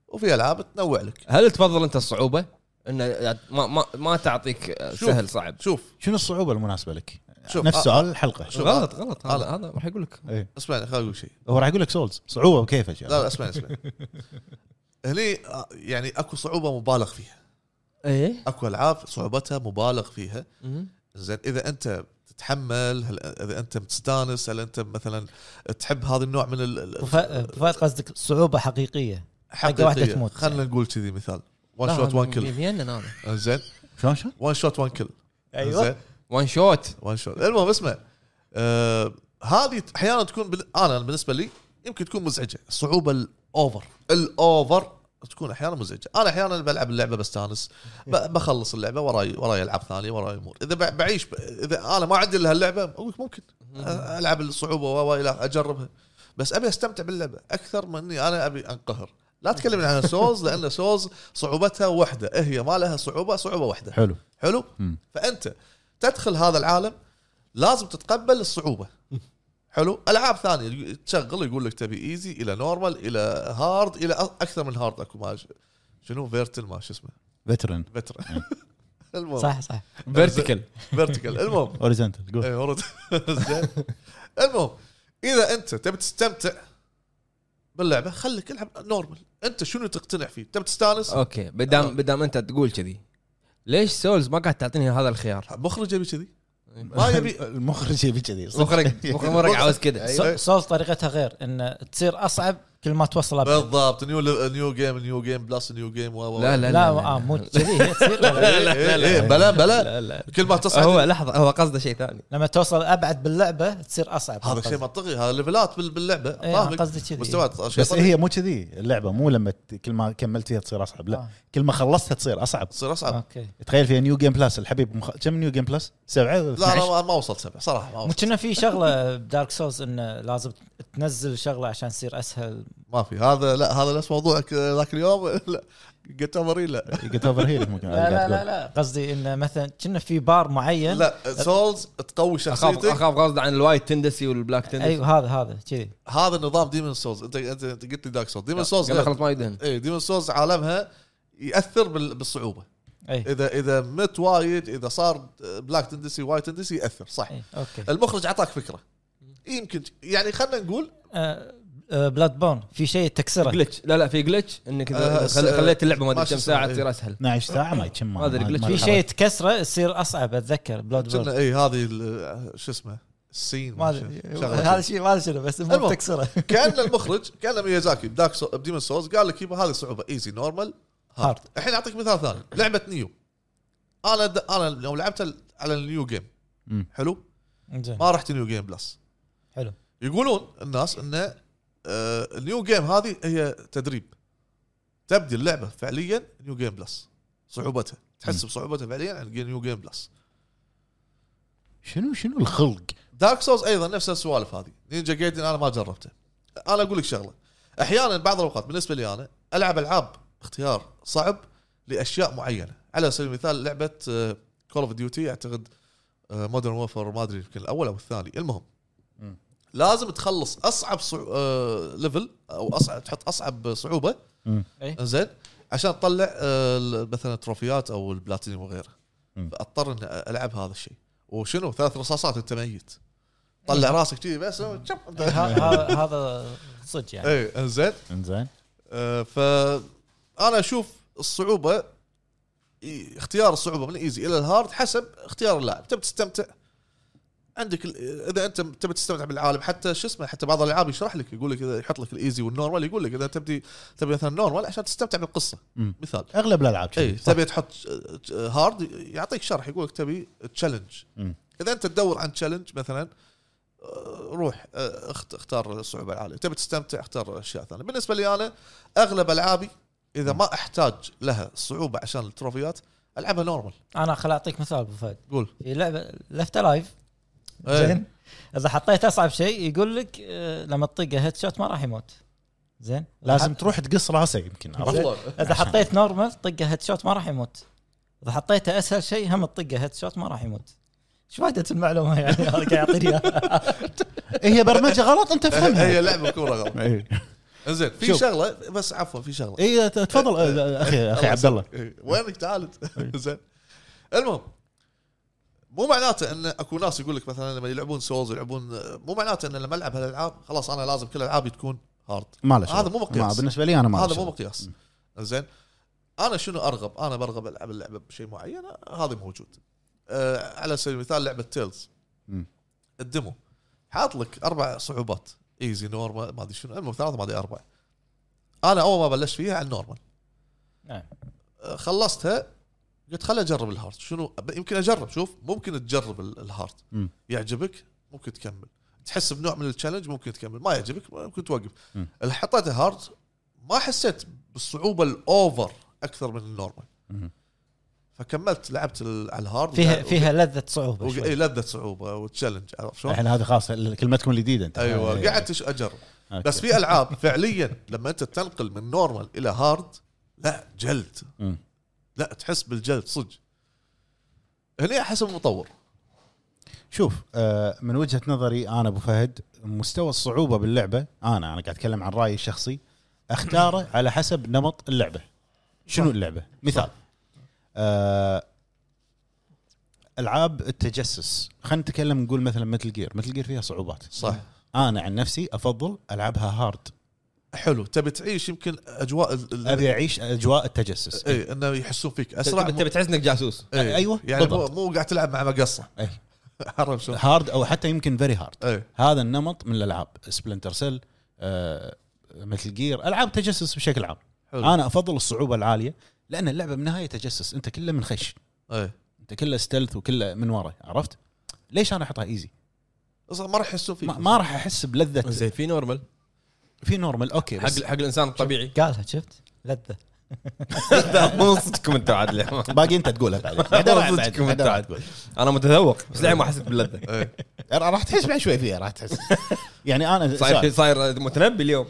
Speaker 3: وفي العاب تنوع لك
Speaker 1: هل تفضل انت الصعوبه؟ انه يعني ما ما ما تعطيك
Speaker 3: شوف.
Speaker 1: سهل صعب
Speaker 3: شوف
Speaker 5: شنو الصعوبه المناسبه لك؟
Speaker 3: شوف،
Speaker 5: نفس
Speaker 3: آه.
Speaker 5: سؤال الحلقه
Speaker 3: شوف،
Speaker 1: غلط غلط
Speaker 3: هذا-
Speaker 1: هذا هذا راح اقول لك
Speaker 5: إيه.
Speaker 3: اسمعني خليني اقول شيء
Speaker 5: هو راح يقول لك سولز صعوبه وكيفك
Speaker 3: لا لا
Speaker 5: يعني
Speaker 3: اسمعني اسمعني هني آه، يعني اكو صعوبه مبالغ فيها
Speaker 1: ايه
Speaker 3: اكو العاب صعوبتها مبالغ فيها زين اذا انت تتحمل هل اذا انت مستانس هل انت مثلا تحب هذا النوع من ال- ال-
Speaker 2: فهد قصدك صعوبه حقيقيه
Speaker 3: حقيقية.
Speaker 2: حق واحدة تموت.
Speaker 3: خلينا نقول كذي مثال وان شوت وان كل
Speaker 1: يمين انا
Speaker 3: زين
Speaker 5: شلون شلون؟
Speaker 3: وان شوت وان كل
Speaker 2: أيوة.
Speaker 5: أيوة.
Speaker 3: زين
Speaker 1: وان شوت
Speaker 3: وان شوت المهم اسمع آه، هذه احيانا تكون بال... انا بالنسبه لي يمكن تكون مزعجه الصعوبه الاوفر الاوفر تكون احيانا مزعجه انا احيانا بلعب اللعبه بستانس ب- بخلص اللعبه وراي وراي العاب ثانيه وراي امور اذا ب- بعيش ب- اذا انا ما عندي الا هاللعبه اقول لك ممكن أ- العب الصعوبه و- و الى اجربها بس ابي استمتع باللعبه اكثر من اني انا ابي انقهر لا تكلمني عن سولز لان سولز صعوبتها واحده هي ما لها صعوبه صعوبه واحده
Speaker 5: حلو
Speaker 3: حلو
Speaker 5: مم.
Speaker 3: فانت تدخل هذا العالم لازم تتقبل الصعوبه حلو العاب ثانيه تشغل يقول لك تبي ايزي الى نورمال الى هارد الى أ- اكثر من هارد اكو ما ش- شنو فيرتل ما شو اسمه
Speaker 5: فيترن
Speaker 3: فترة المهم
Speaker 2: صح صح
Speaker 1: فيرتيكال
Speaker 3: فيرتيكال المهم
Speaker 5: اوريزنتال قول
Speaker 3: إيه، ورد. زين. المهم اذا انت تبي تستمتع باللعبه خليك العب نورمال انت شنو تقتنع فيه تبي تستانس
Speaker 1: اوكي
Speaker 3: آه.
Speaker 1: بدام بدام انت تقول كذي ليش سولز ما قاعد تعطيني هذا الخيار؟
Speaker 3: مخرج يبي كذي ما يبي
Speaker 5: المخرج يبي كذي صدق.
Speaker 1: مخرج مخرج عاوز كذا
Speaker 3: أيوة.
Speaker 2: سو- سولز طريقتها غير ان تصير اصعب كل ما توصل أبعد.
Speaker 3: بالضبط نيو نيو جيم نيو جيم بلس نيو جيم و و-
Speaker 1: لا لا
Speaker 2: لا
Speaker 1: لا
Speaker 2: آه، مو كذي هي تصير
Speaker 3: إيه، إيه، إيه، بلا بلا
Speaker 1: لا لا
Speaker 3: كل ما تصعد
Speaker 1: هو لحظه هو قصده شيء ثاني
Speaker 2: لما توصل ابعد باللعبه تصير اصعب
Speaker 3: هذا شيء منطقي هذا ليفلات بال- باللعبه
Speaker 2: إيه،
Speaker 3: فاهمك.
Speaker 2: قصدي كذي.
Speaker 3: مستويات شيء
Speaker 5: بس
Speaker 3: طبيعي.
Speaker 5: هي مو كذي اللعبه مو لما ت- كل ما كملت فيها تصير اصعب لا
Speaker 2: آه.
Speaker 5: كل ما خلصتها تصير اصعب
Speaker 3: تصير اصعب
Speaker 2: اوكي
Speaker 5: تخيل فيها نيو جيم بلس الحبيب مخ... كم نيو جيم بلس؟ سبعه ولا
Speaker 3: لا
Speaker 5: 12؟
Speaker 3: انا ما وصلت سبع صراحه ما
Speaker 2: مو
Speaker 3: وصلت
Speaker 2: كنا في شغله بدارك سولز انه لازم تنزل شغله عشان تصير اسهل
Speaker 3: ما في هذا لا هذا نفس موضوعك ذاك اليوم لا جت لا
Speaker 5: جيت اوفر هيل ممكن
Speaker 2: لا لا لا, لا. قصدي انه مثلا كنا في بار معين
Speaker 3: لا سولز تقوي
Speaker 1: اخاف
Speaker 3: شخصيتك
Speaker 1: اخاف قصده عن الوايت تندسي والبلاك تندسي
Speaker 2: ايوه هذا هذا كذي
Speaker 3: هذا النظام ديمون سولز انت انت انت قلت لي دارك سولز ديمون سولز
Speaker 1: قبل خلص ما يدهن
Speaker 3: اي ديمون سولز إيه، عالمها ياثر بال- بالصعوبه
Speaker 2: اي
Speaker 3: اذا اذا مت وايد اذا صار بلاك تندسي وايت تندسي ياثر صح
Speaker 2: اي اوكي
Speaker 3: المخرج اعطاك فكره يمكن يعني خلينا نقول
Speaker 2: بلاد بون آه، في شيء تكسره
Speaker 1: جلتش لا لا في جلتش انك
Speaker 3: آه،
Speaker 1: إذا
Speaker 3: س-
Speaker 1: خل- خليت اللعبه ما ادري
Speaker 3: ما شو
Speaker 1: كم ساعه
Speaker 3: اسمه، إيه.
Speaker 1: تصير اسهل
Speaker 5: 12 ساعه ما كم
Speaker 1: ما أدري، glitch.
Speaker 2: في شيء تكسره تصير اصعب اتذكر بلاد
Speaker 3: كنا
Speaker 2: بون
Speaker 3: اي إيه، هذه ال- شو اسمه السين
Speaker 2: ما
Speaker 3: ما
Speaker 2: ادري
Speaker 3: شو-
Speaker 2: هذا
Speaker 3: شغلة.
Speaker 2: شيء ما ادري شنو بس المهم
Speaker 3: المهم.
Speaker 2: تكسره
Speaker 3: كان المخرج كان ميازاكي بداك سو... بديمون سولز قال لك يبا هذه صعوبه ايزي نورمال
Speaker 2: هارد
Speaker 3: الحين اعطيك مثال ثاني لعبه نيو انا د... انا لو لعبت ال- على النيو جيم
Speaker 5: مم.
Speaker 3: حلو
Speaker 2: زين
Speaker 3: ما رحت نيو جيم بلس
Speaker 2: حلو
Speaker 3: يقولون الناس ان آه، النيو جيم هذه هي تدريب تبدي اللعبه فعليا نيو جيم بلس صعوبتها تحس بصعوبتها فعليا عن نيو جيم بلس
Speaker 5: شنو شنو الخلق؟
Speaker 3: دارك سولز ايضا نفس السوالف هذه نينجا جايدن انا ما جربته انا اقول لك شغله احيانا بعض الاوقات بالنسبه لي انا العب العاب اختيار صعب لاشياء معينه على سبيل المثال آه، لعبه كول اوف ديوتي اعتقد مودرن وورفر آه، ما ادري يمكن الاول او الثاني المهم
Speaker 5: مم.
Speaker 3: لازم تخلص اصعب صعو... آه... ليفل او اصعب تحط اصعب صعوبه
Speaker 5: مم.
Speaker 2: أي.
Speaker 3: زين عشان تطلع آه... ال- مثلا التروفيات او البلاتينيوم وغيره
Speaker 5: مم.
Speaker 3: فاضطر اني العب هذا الشيء وشنو ثلاث رصاصات انت ميت طلع راسك كذي بس شب. إيه،
Speaker 2: ه- هذا هذا صدق يعني
Speaker 3: اي انزين
Speaker 5: انزين
Speaker 3: آه، فانا اشوف الصعوبه إي- اختيار الصعوبه من الايزي الى الهارد حسب اختيار اللاعب تبي تستمتع عندك ال- اذا انت تبي تستمتع بالعالم حتى شو اسمه حتى بعض الالعاب يشرح لك يقول لك اذا يحط لك الايزي والنورمال يقول لك اذا تبدي تبي مثلا نورمال عشان تستمتع بالقصه
Speaker 5: مم.
Speaker 3: مثال
Speaker 5: اغلب الالعاب كذي،
Speaker 3: اي
Speaker 5: صح؟
Speaker 3: تبي تحط ج- ج- هارد يعطيك شرح يقول لك تبي تشالنج
Speaker 5: مم.
Speaker 3: اذا انت تدور عن تشالنج مثلا آه، روح آه، اخت- اختار الصعوبه العاليه تبي تستمتع اختار اشياء ثانيه بالنسبه لي انا اغلب العابي اذا ما احتاج لها صعوبه عشان التروفيات العبها نورمال
Speaker 2: انا خل اعطيك مثال ابو فهد
Speaker 3: قول
Speaker 2: في لعبه لفت الايف
Speaker 3: إيه.
Speaker 2: زين اذا حطيت اصعب شيء يقول لك آه، لما تطقه هيد شوت ما راح يموت زين
Speaker 5: لازم تروح تقص راسه يمكن عرفت؟
Speaker 2: اذا حطيت نورمال طقه هيد شوت ما راح يموت اذا حطيته اسهل شيء هم تطقه هيد شوت ما راح يموت شو فائده المعلومه يعني هذا قاعد إيه، يعطيني اياها
Speaker 5: هي برمجه غلط انت
Speaker 3: هي
Speaker 5: فهمها
Speaker 3: لعبه كوره غلط
Speaker 5: إيه.
Speaker 3: زين في
Speaker 5: شوف.
Speaker 3: شغله بس عفوا في شغله
Speaker 5: اي
Speaker 3: أه،
Speaker 5: تفضل آه، اخي اخي عبد الله
Speaker 3: إيه، وينك تعال
Speaker 5: إيه.
Speaker 3: زين المهم مو معناته ان اكو ناس يقول لك مثلا لما يلعبون سولز يلعبون مو معناته ان لما العب هالالعاب خلاص انا لازم كل العابي تكون هارد
Speaker 5: ما له شغل.
Speaker 3: هذا مو مقياس.
Speaker 5: ما- بالنسبه لي انا ما له
Speaker 3: هذا مو
Speaker 5: شغل.
Speaker 3: مقياس زين انا شنو ارغب؟ انا برغب العب اللعبه بشيء معين هذا موجود أه على سبيل المثال لعبه تيلز
Speaker 5: مم.
Speaker 3: الديمو حاط لك اربع صعوبات ايزي نورمال ما ادري شنو المهم ثلاثه ما ادري اربعه انا اول ما بلشت فيها على النورمال
Speaker 2: نعم.
Speaker 3: أه، خلصتها قلت خل اجرب الهارد شنو أب- يمكن اجرب شوف ممكن تجرب ال- الهارد
Speaker 5: مم.
Speaker 3: يعجبك ممكن تكمل تحس بنوع من التشالنج ممكن تكمل ما يعجبك ممكن توقف
Speaker 5: مم.
Speaker 3: اللي حطيته هارد ما حسيت بالصعوبه الاوفر اكثر من النورمال
Speaker 5: مهم.
Speaker 3: فكملت لعبت ال- على الهارد
Speaker 2: فيها
Speaker 3: ولعب-
Speaker 2: فيها لذه صعوبه
Speaker 3: وق-
Speaker 2: شوي.
Speaker 3: اي لذه صعوبه إيه، وتشالنج عرفت شلون؟
Speaker 5: الحين هذا خاص كلمتكم الجديده انت
Speaker 3: ايوه قعدت إيش اجرب
Speaker 5: أوكي.
Speaker 3: بس في العاب فعليا لما انت تنقل من نورمال الى هارد لا جلد
Speaker 5: مم.
Speaker 3: لا تحس بالجلد صدق هنا حسب المطور
Speaker 5: شوف آه، من وجهه نظري انا ابو فهد مستوى الصعوبه باللعبه انا انا قاعد اتكلم عن رايي الشخصي اختاره على حسب نمط اللعبه شنو اللعبه مثال آه، العاب التجسس خلينا نتكلم نقول مثلا مثل جير مثل جير فيها صعوبات
Speaker 3: صح
Speaker 5: انا عن نفسي افضل العبها هارد
Speaker 3: حلو تبي تعيش يمكن اجواء ال- ال-
Speaker 5: ابي اعيش اجواء التجسس
Speaker 3: اي انه يحسون فيك اسرع
Speaker 1: تبي تبي تحس انك جاسوس
Speaker 3: إيه.
Speaker 5: أيوة،
Speaker 3: يعني مو,
Speaker 5: بالضبط.
Speaker 3: مو قاعد تلعب مع مقصه
Speaker 5: إيه.
Speaker 3: عرفت شلون؟ إيه،
Speaker 5: هارد او حتى يمكن فيري هارد
Speaker 3: اي
Speaker 5: هذا النمط من الالعاب سبلنتر سيل آه، مثل جير العاب تجسس بشكل عام
Speaker 3: حلو
Speaker 5: انا افضل الصعوبه العاليه لان اللعبه بالنهايه تجسس انت كله من خش
Speaker 3: اي
Speaker 5: انت كله ستلث وكله من ورا عرفت ليش انا احطها ايزي
Speaker 3: اصلا ما راح يحسون فيك
Speaker 5: ما, ما راح احس بلذه
Speaker 1: زين في نورمال
Speaker 5: في نورمال اوكي بس
Speaker 1: حق حق الانسان الطبيعي
Speaker 2: قالها شفت لذه
Speaker 1: مو من صدقكم انتم عاد اليوم.
Speaker 5: باقي انت تقولها بعدين بعدين راح
Speaker 1: صدقكم
Speaker 5: بعدين-
Speaker 1: انت
Speaker 5: بعدين راح
Speaker 1: عاد.
Speaker 5: تقول
Speaker 1: انا متذوق بس لعب ما حسيت باللذه
Speaker 3: إيه.
Speaker 5: راح تحس بعد شوي فيها راح تحس يعني انا
Speaker 1: صاير
Speaker 5: سؤال.
Speaker 1: صاير متنبي اليوم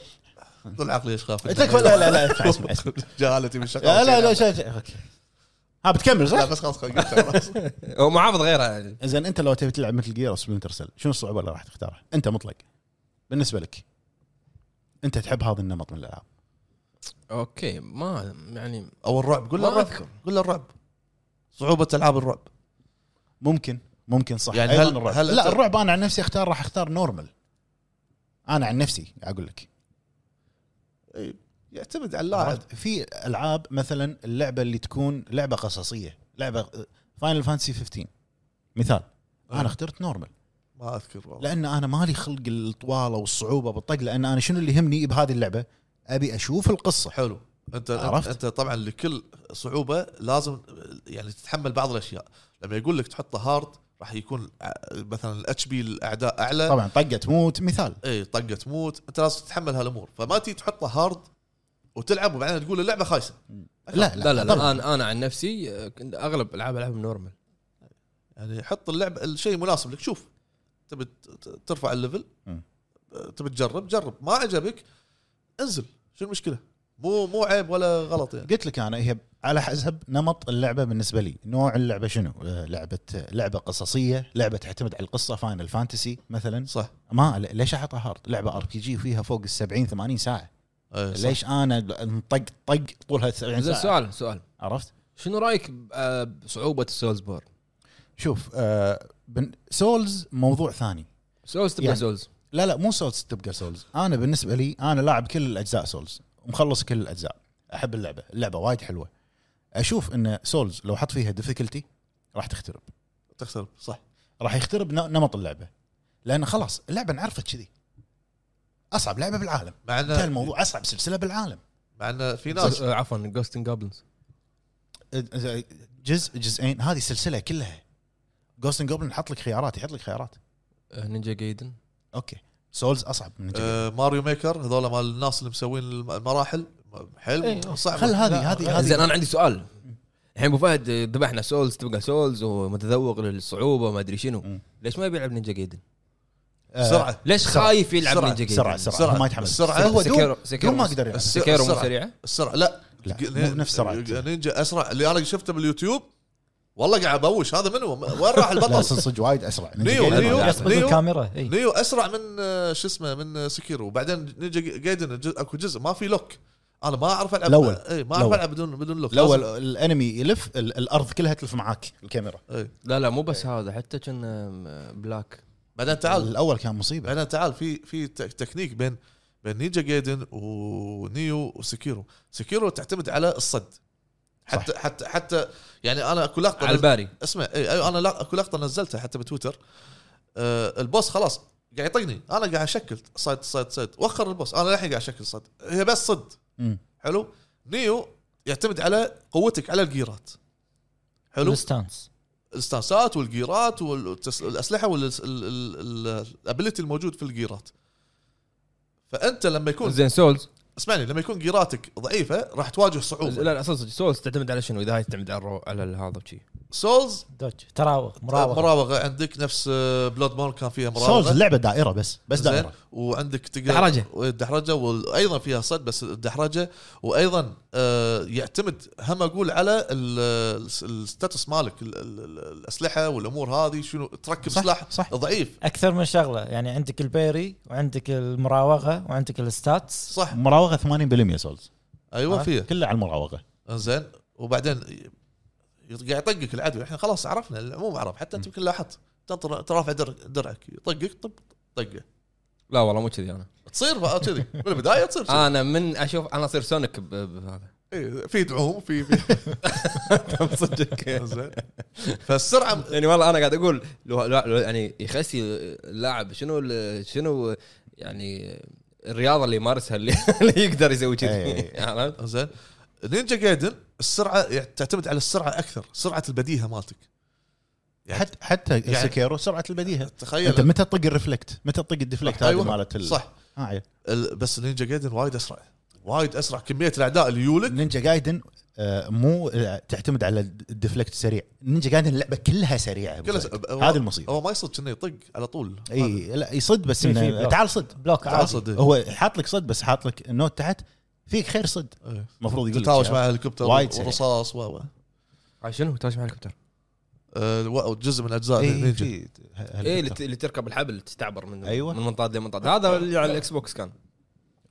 Speaker 3: طول عقلي ايش خاف
Speaker 5: إيه، تكفى لا لا لا اسمع اسمع اسمع.
Speaker 3: جهالتي بالشغل
Speaker 5: لا لا لا شا- شا- اوكي ها بتكمل
Speaker 3: لا
Speaker 5: صح؟
Speaker 3: بس خلاص خلاص قلتها خلاص.
Speaker 1: هو معاض غيرها يعني
Speaker 5: زين انت لو تبي تلعب مثل جير او سبلنتر سيل شنو الصعوبه اللي راح تختارها؟ انت مطلق بالنسبه لك انت تحب هذا النمط من الالعاب
Speaker 1: اوكي ما يعني
Speaker 3: او الرعب قول له
Speaker 1: ما
Speaker 3: الرعب
Speaker 1: اذكر
Speaker 3: قول له الرعب صعوبه العاب الرعب
Speaker 5: ممكن ممكن صح
Speaker 3: يعني
Speaker 5: أيضاً
Speaker 3: هل-
Speaker 5: الرعب.
Speaker 3: هل
Speaker 5: لا
Speaker 3: أنت-
Speaker 5: الرعب انا عن نفسي اختار راح اختار نورمال انا عن نفسي اقول لك
Speaker 3: إيه، يعتمد على اللاعب
Speaker 5: عرفت؟ في العاب مثلا اللعبه اللي تكون لعبه قصصيه لعبه فاينل فانتسي 15 مثال
Speaker 3: آه.
Speaker 5: انا اخترت نورمال
Speaker 3: ما اذكر والله
Speaker 5: لان انا مالي خلق الطواله والصعوبه بالطق لان انا شنو اللي يهمني بهذه اللعبه ابي اشوف القصه
Speaker 3: حلو انت
Speaker 5: عرفت؟
Speaker 3: عرفت؟ انت طبعا لكل صعوبه لازم يعني تتحمل بعض الاشياء لما يقول لك تحطه هارد راح يكون ع- مثلا الاتش بي الاعداء اعلى
Speaker 5: طبعا طقه موت مثال
Speaker 3: اي طقه تموت انت لازم تتحمل هالامور فما تيجي تحطه هارد وتلعب وبعدين تقول اللعبه خايسه
Speaker 5: لا
Speaker 1: لا لا,
Speaker 3: آه،
Speaker 5: طبعاً.
Speaker 1: لا انا انا عن نفسي آه، كنت اغلب العاب العاب نورمال
Speaker 3: يعني حط اللعبه الشيء المناسب لك شوف تبي ت- ت- ترفع الليفل
Speaker 5: مم.
Speaker 3: تبي تجرب جرب ما عجبك انزل شو المشكله مو مو عيب ولا غلط يعني
Speaker 5: قلت لك انا هي على حسب نمط اللعبه بالنسبه لي نوع اللعبه شنو آه، لعبه لعبه قصصيه لعبه تعتمد على القصه فاينل فانتسي مثلا
Speaker 3: صح
Speaker 5: ما ل- ليش احطها هارد لعبه ار بي جي فيها فوق ال 70 80 ساعه
Speaker 3: اي صح.
Speaker 5: ليش انا نطق طق طولها 70
Speaker 1: زين
Speaker 5: ساعه
Speaker 1: يعني سؤال سؤال
Speaker 5: عرفت
Speaker 1: شنو رايك ب- آه، بصعوبه السولز بور؟
Speaker 5: شوف آه بن... سولز موضوع ثاني
Speaker 1: سولز تبقى
Speaker 5: يعني-
Speaker 1: سولز
Speaker 5: لا لا مو سولز تبقى سولز انا بالنسبه لي انا لاعب كل الاجزاء سولز ومخلص كل الاجزاء احب اللعبه اللعبه وايد حلوه اشوف ان سولز لو حط فيها ديفيكولتي راح تخترب
Speaker 3: تخسر صح
Speaker 5: راح يخترب ن- نمط اللعبه لان خلاص اللعبه انعرفت كذي اصعب لعبه بالعالم
Speaker 3: مع
Speaker 5: انتهى
Speaker 3: انه
Speaker 5: الموضوع اصعب سلسله بالعالم
Speaker 3: مع انه في ناس
Speaker 1: آه، عفوا جوستن جوبلنز
Speaker 5: آه، جزء جزئين هذه السلسله كلها جوستن جوبلن حط لك خيارات يحط لك خيارات
Speaker 1: نينجا جايدن
Speaker 5: اوكي سولز اصعب من جديد.
Speaker 3: آه، ماريو ميكر هذول مال الناس اللي مسوين الم- المراحل حلو صعب
Speaker 5: خل هذه هذه
Speaker 1: زين
Speaker 5: هذه
Speaker 1: انا عندي سؤال الحين ابو فهد آه، ذبحنا سولز تبقى سولز ومتذوق للصعوبه وما ادري شنو
Speaker 5: مم.
Speaker 1: ليش ما بيلعب نينجا جايدن؟
Speaker 3: بسرعه
Speaker 1: ليش
Speaker 5: سرعة.
Speaker 1: خايف يلعب
Speaker 3: سرعة.
Speaker 1: نينجا جايدن؟
Speaker 5: سرعه سرعه هو ما يتحمل
Speaker 3: السرعة.
Speaker 5: هو
Speaker 1: سكيرو-
Speaker 5: دوم
Speaker 1: سكيرو
Speaker 5: دوم ما قدر يلعب
Speaker 3: الس-
Speaker 1: سكيرو مو
Speaker 3: السرعة.
Speaker 1: سريعه؟
Speaker 3: السرعه لا
Speaker 5: لا،
Speaker 3: ج-
Speaker 5: مو بنفس سرعة.
Speaker 3: نينجا اسرع اللي انا شفته باليوتيوب والله قاعد ابوش هذا منو وين راح
Speaker 5: لا
Speaker 3: البطل
Speaker 5: صدق وايد اسرع
Speaker 3: نيو، نيو.
Speaker 5: لا،
Speaker 2: يصمد
Speaker 3: ليو؟
Speaker 2: الكاميرا اي
Speaker 3: نيو اسرع من آه، شو اسمه من سكيرو وبعدين نينجا جايدن ج- اكو جزء ما في لوك انا ما اعرف العب
Speaker 5: الأول.
Speaker 3: اي ما اعرف
Speaker 5: الأول.
Speaker 3: العب بدون بدون لوك
Speaker 5: الاول
Speaker 3: لازم-
Speaker 5: الانمي يلف ال- الارض كلها تلف معاك الكاميرا
Speaker 3: إي.
Speaker 1: لا لا مو بس هذا حتى كان آه، بلاك
Speaker 5: طيب،
Speaker 3: بعدين تعال
Speaker 5: الاول كان مصيبه
Speaker 3: بعدين تعال في في ت- تكنيك بين بين نينجا جايدن ونيو وسكيرو سكيرو تعتمد على الصد حتى صح. حتى حتى يعني انا اكو لقطه
Speaker 1: على الباري
Speaker 3: اسمع اي أي، انا لا اكو لقطه نزلتها حتى بتويتر أه البوس خلاص قاعد يطقني انا قاعد اشكل صيد صيد صيد وخر البوس انا الحين قاعد اشكل صيد هي بس صد
Speaker 5: مم.
Speaker 3: حلو نيو يعتمد على قوتك على الجيرات حلو
Speaker 2: الستانس
Speaker 3: الستانسات والجيرات والاسلحه والابيلتي الموجود في الجيرات فانت لما يكون
Speaker 1: زين سولز
Speaker 3: اسمعني لما يكون جيراتك ضعيفه راح تواجه صعوبه
Speaker 1: لا لا صدق سولز تعتمد على شنو اذا هاي تعتمد على الرو... على هذا وشي
Speaker 3: سولز
Speaker 2: دوج تراوغ
Speaker 3: مراوغه,
Speaker 2: مراوغ
Speaker 3: أه، مراوغة عندك نفس بلود بورن كان فيها مراوغه
Speaker 5: سولز لعبه دائره بس بس
Speaker 3: زين؟
Speaker 5: دائره
Speaker 3: وعندك تقدر
Speaker 1: دحرجة.
Speaker 3: الدحرجه وايضا فيها صد بس الدحرجه وايضا آه، يعتمد هم اقول على ال- الستاتس مالك ال- ال- الاسلحه والامور هذه شنو تركب
Speaker 5: صح،
Speaker 3: سلاح
Speaker 5: صح.
Speaker 3: ضعيف
Speaker 2: اكثر من شغله يعني عندك البيري وعندك المراوغه وعندك الستاتس
Speaker 3: صح
Speaker 5: مراوغه 80% سولز آه.
Speaker 3: ايوه فيها
Speaker 5: كلها على المراوغه
Speaker 3: زين وبعدين قاعد يطقك العدو احنا خلاص عرفنا العموم عرف حتى انت يمكن لاحظت تنطر ترافع در- درعك يطقك طب طقه
Speaker 1: لا والله مو كذي انا
Speaker 3: تصير بقى كذي من البدايه تصير كذي.
Speaker 1: انا من اشوف انا اصير سونيك ب- بهذا طيب،
Speaker 3: إيه، في دعوم في في
Speaker 1: صدق
Speaker 3: زين فالسرعه
Speaker 1: يعني والله انا قاعد اقول لو لو- لو- يعني يخسي اللاعب شنو ال- شنو يعني الرياضه اللي يمارسها اللي, اللي يقدر يسوي كذي
Speaker 5: أي.
Speaker 1: عرفت؟
Speaker 3: زين نينجا جايدن السرعه يعني تعتمد على السرعه اكثر سرعه البديهه مالتك يعني
Speaker 5: حتى حتى
Speaker 3: يعني-
Speaker 5: سكيرو سرعه البديهه انت
Speaker 3: تخيل
Speaker 5: متى تطق الريفلكت متى تطق الديفلكت هذه
Speaker 3: أيوة،
Speaker 5: مالت ال-
Speaker 3: صح
Speaker 5: آه،
Speaker 3: ال- بس نينجا جايدن وايد اسرع وايد اسرع كميه الاعداء اللي يولك
Speaker 5: نينجا جايدن آه، مو آه، تعتمد على الديفلكت سريع نينجا جايدن اللعبه كلها سريعه أبو
Speaker 3: كلها
Speaker 5: زيد.
Speaker 3: س- هو-
Speaker 5: هذه المصيبه
Speaker 3: هو ما يصد كأنه يطق على طول هذا.
Speaker 5: اي لا يصد بس
Speaker 2: في- في
Speaker 5: إنه
Speaker 2: بلوك.
Speaker 5: تعال صد
Speaker 2: بلوك
Speaker 3: تعال
Speaker 2: عادي
Speaker 3: صد إيه.
Speaker 5: هو حاط لك صد بس حاط لك النوت تحت فيك خير صد
Speaker 3: إيه.
Speaker 5: المفروض يقول لك
Speaker 3: تتهاوش
Speaker 5: شيء.
Speaker 3: مع الهليكوبتر
Speaker 5: وايد سريع.
Speaker 3: ورصاص و و
Speaker 1: هاي شنو تاج مع الكمبيوتر
Speaker 3: آه، و- جزء من اجزاء
Speaker 5: اي
Speaker 3: نينجا
Speaker 5: في ه-
Speaker 1: اي إيه، اللي,
Speaker 5: هليكوبتر.
Speaker 1: ت- اللي تركب الحبل تستعبر من
Speaker 5: أيوة.
Speaker 1: من منطاد لمنطاد هذا اللي على الاكس بوكس كان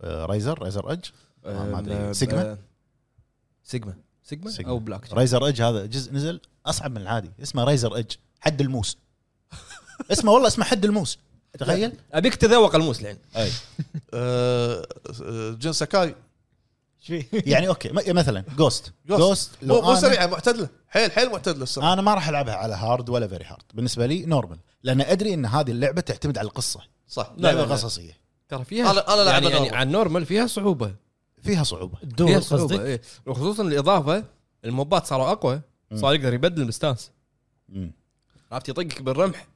Speaker 5: آه، رايزر رايزر اج آه، ما أدري.
Speaker 1: آه،
Speaker 5: سيجما؟
Speaker 1: آه، سيجما سيجما
Speaker 5: سيجما.
Speaker 1: او بلاك
Speaker 5: رايزر اج هذا جزء نزل اصعب من العادي اسمه رايزر اج حد الموس اسمه والله اسمه حد الموس تخيل
Speaker 1: ابيك تذوق الموس الحين
Speaker 5: اي
Speaker 3: آه، آه، جين ساكاي
Speaker 5: يعني اوكي م- مثلا جوست
Speaker 3: Ghost.
Speaker 5: جوست
Speaker 3: مو
Speaker 5: لو آه.
Speaker 3: مو
Speaker 5: انا
Speaker 3: سريعه معتدله حيل حيل معتدله السرعه
Speaker 5: انا ما راح العبها على هارد ولا فيري هارد بالنسبه لي نورمال لان ادري ان هذه اللعبه تعتمد على القصه
Speaker 3: صح
Speaker 5: لعبه قصصيه
Speaker 1: ترى فيها
Speaker 3: أنا- أنا لعبة
Speaker 1: يعني, يعني
Speaker 3: نورمال.
Speaker 1: على النورمال فيها صعوبه
Speaker 5: فيها صعوبه
Speaker 1: فيها
Speaker 2: الدول
Speaker 1: صعوبه
Speaker 2: قصدك
Speaker 1: إيه. وخصوصا الاضافه الموبات صاروا اقوى صار يقدر يبدل الستانس
Speaker 5: مم.
Speaker 1: عرفت يطقك بالرمح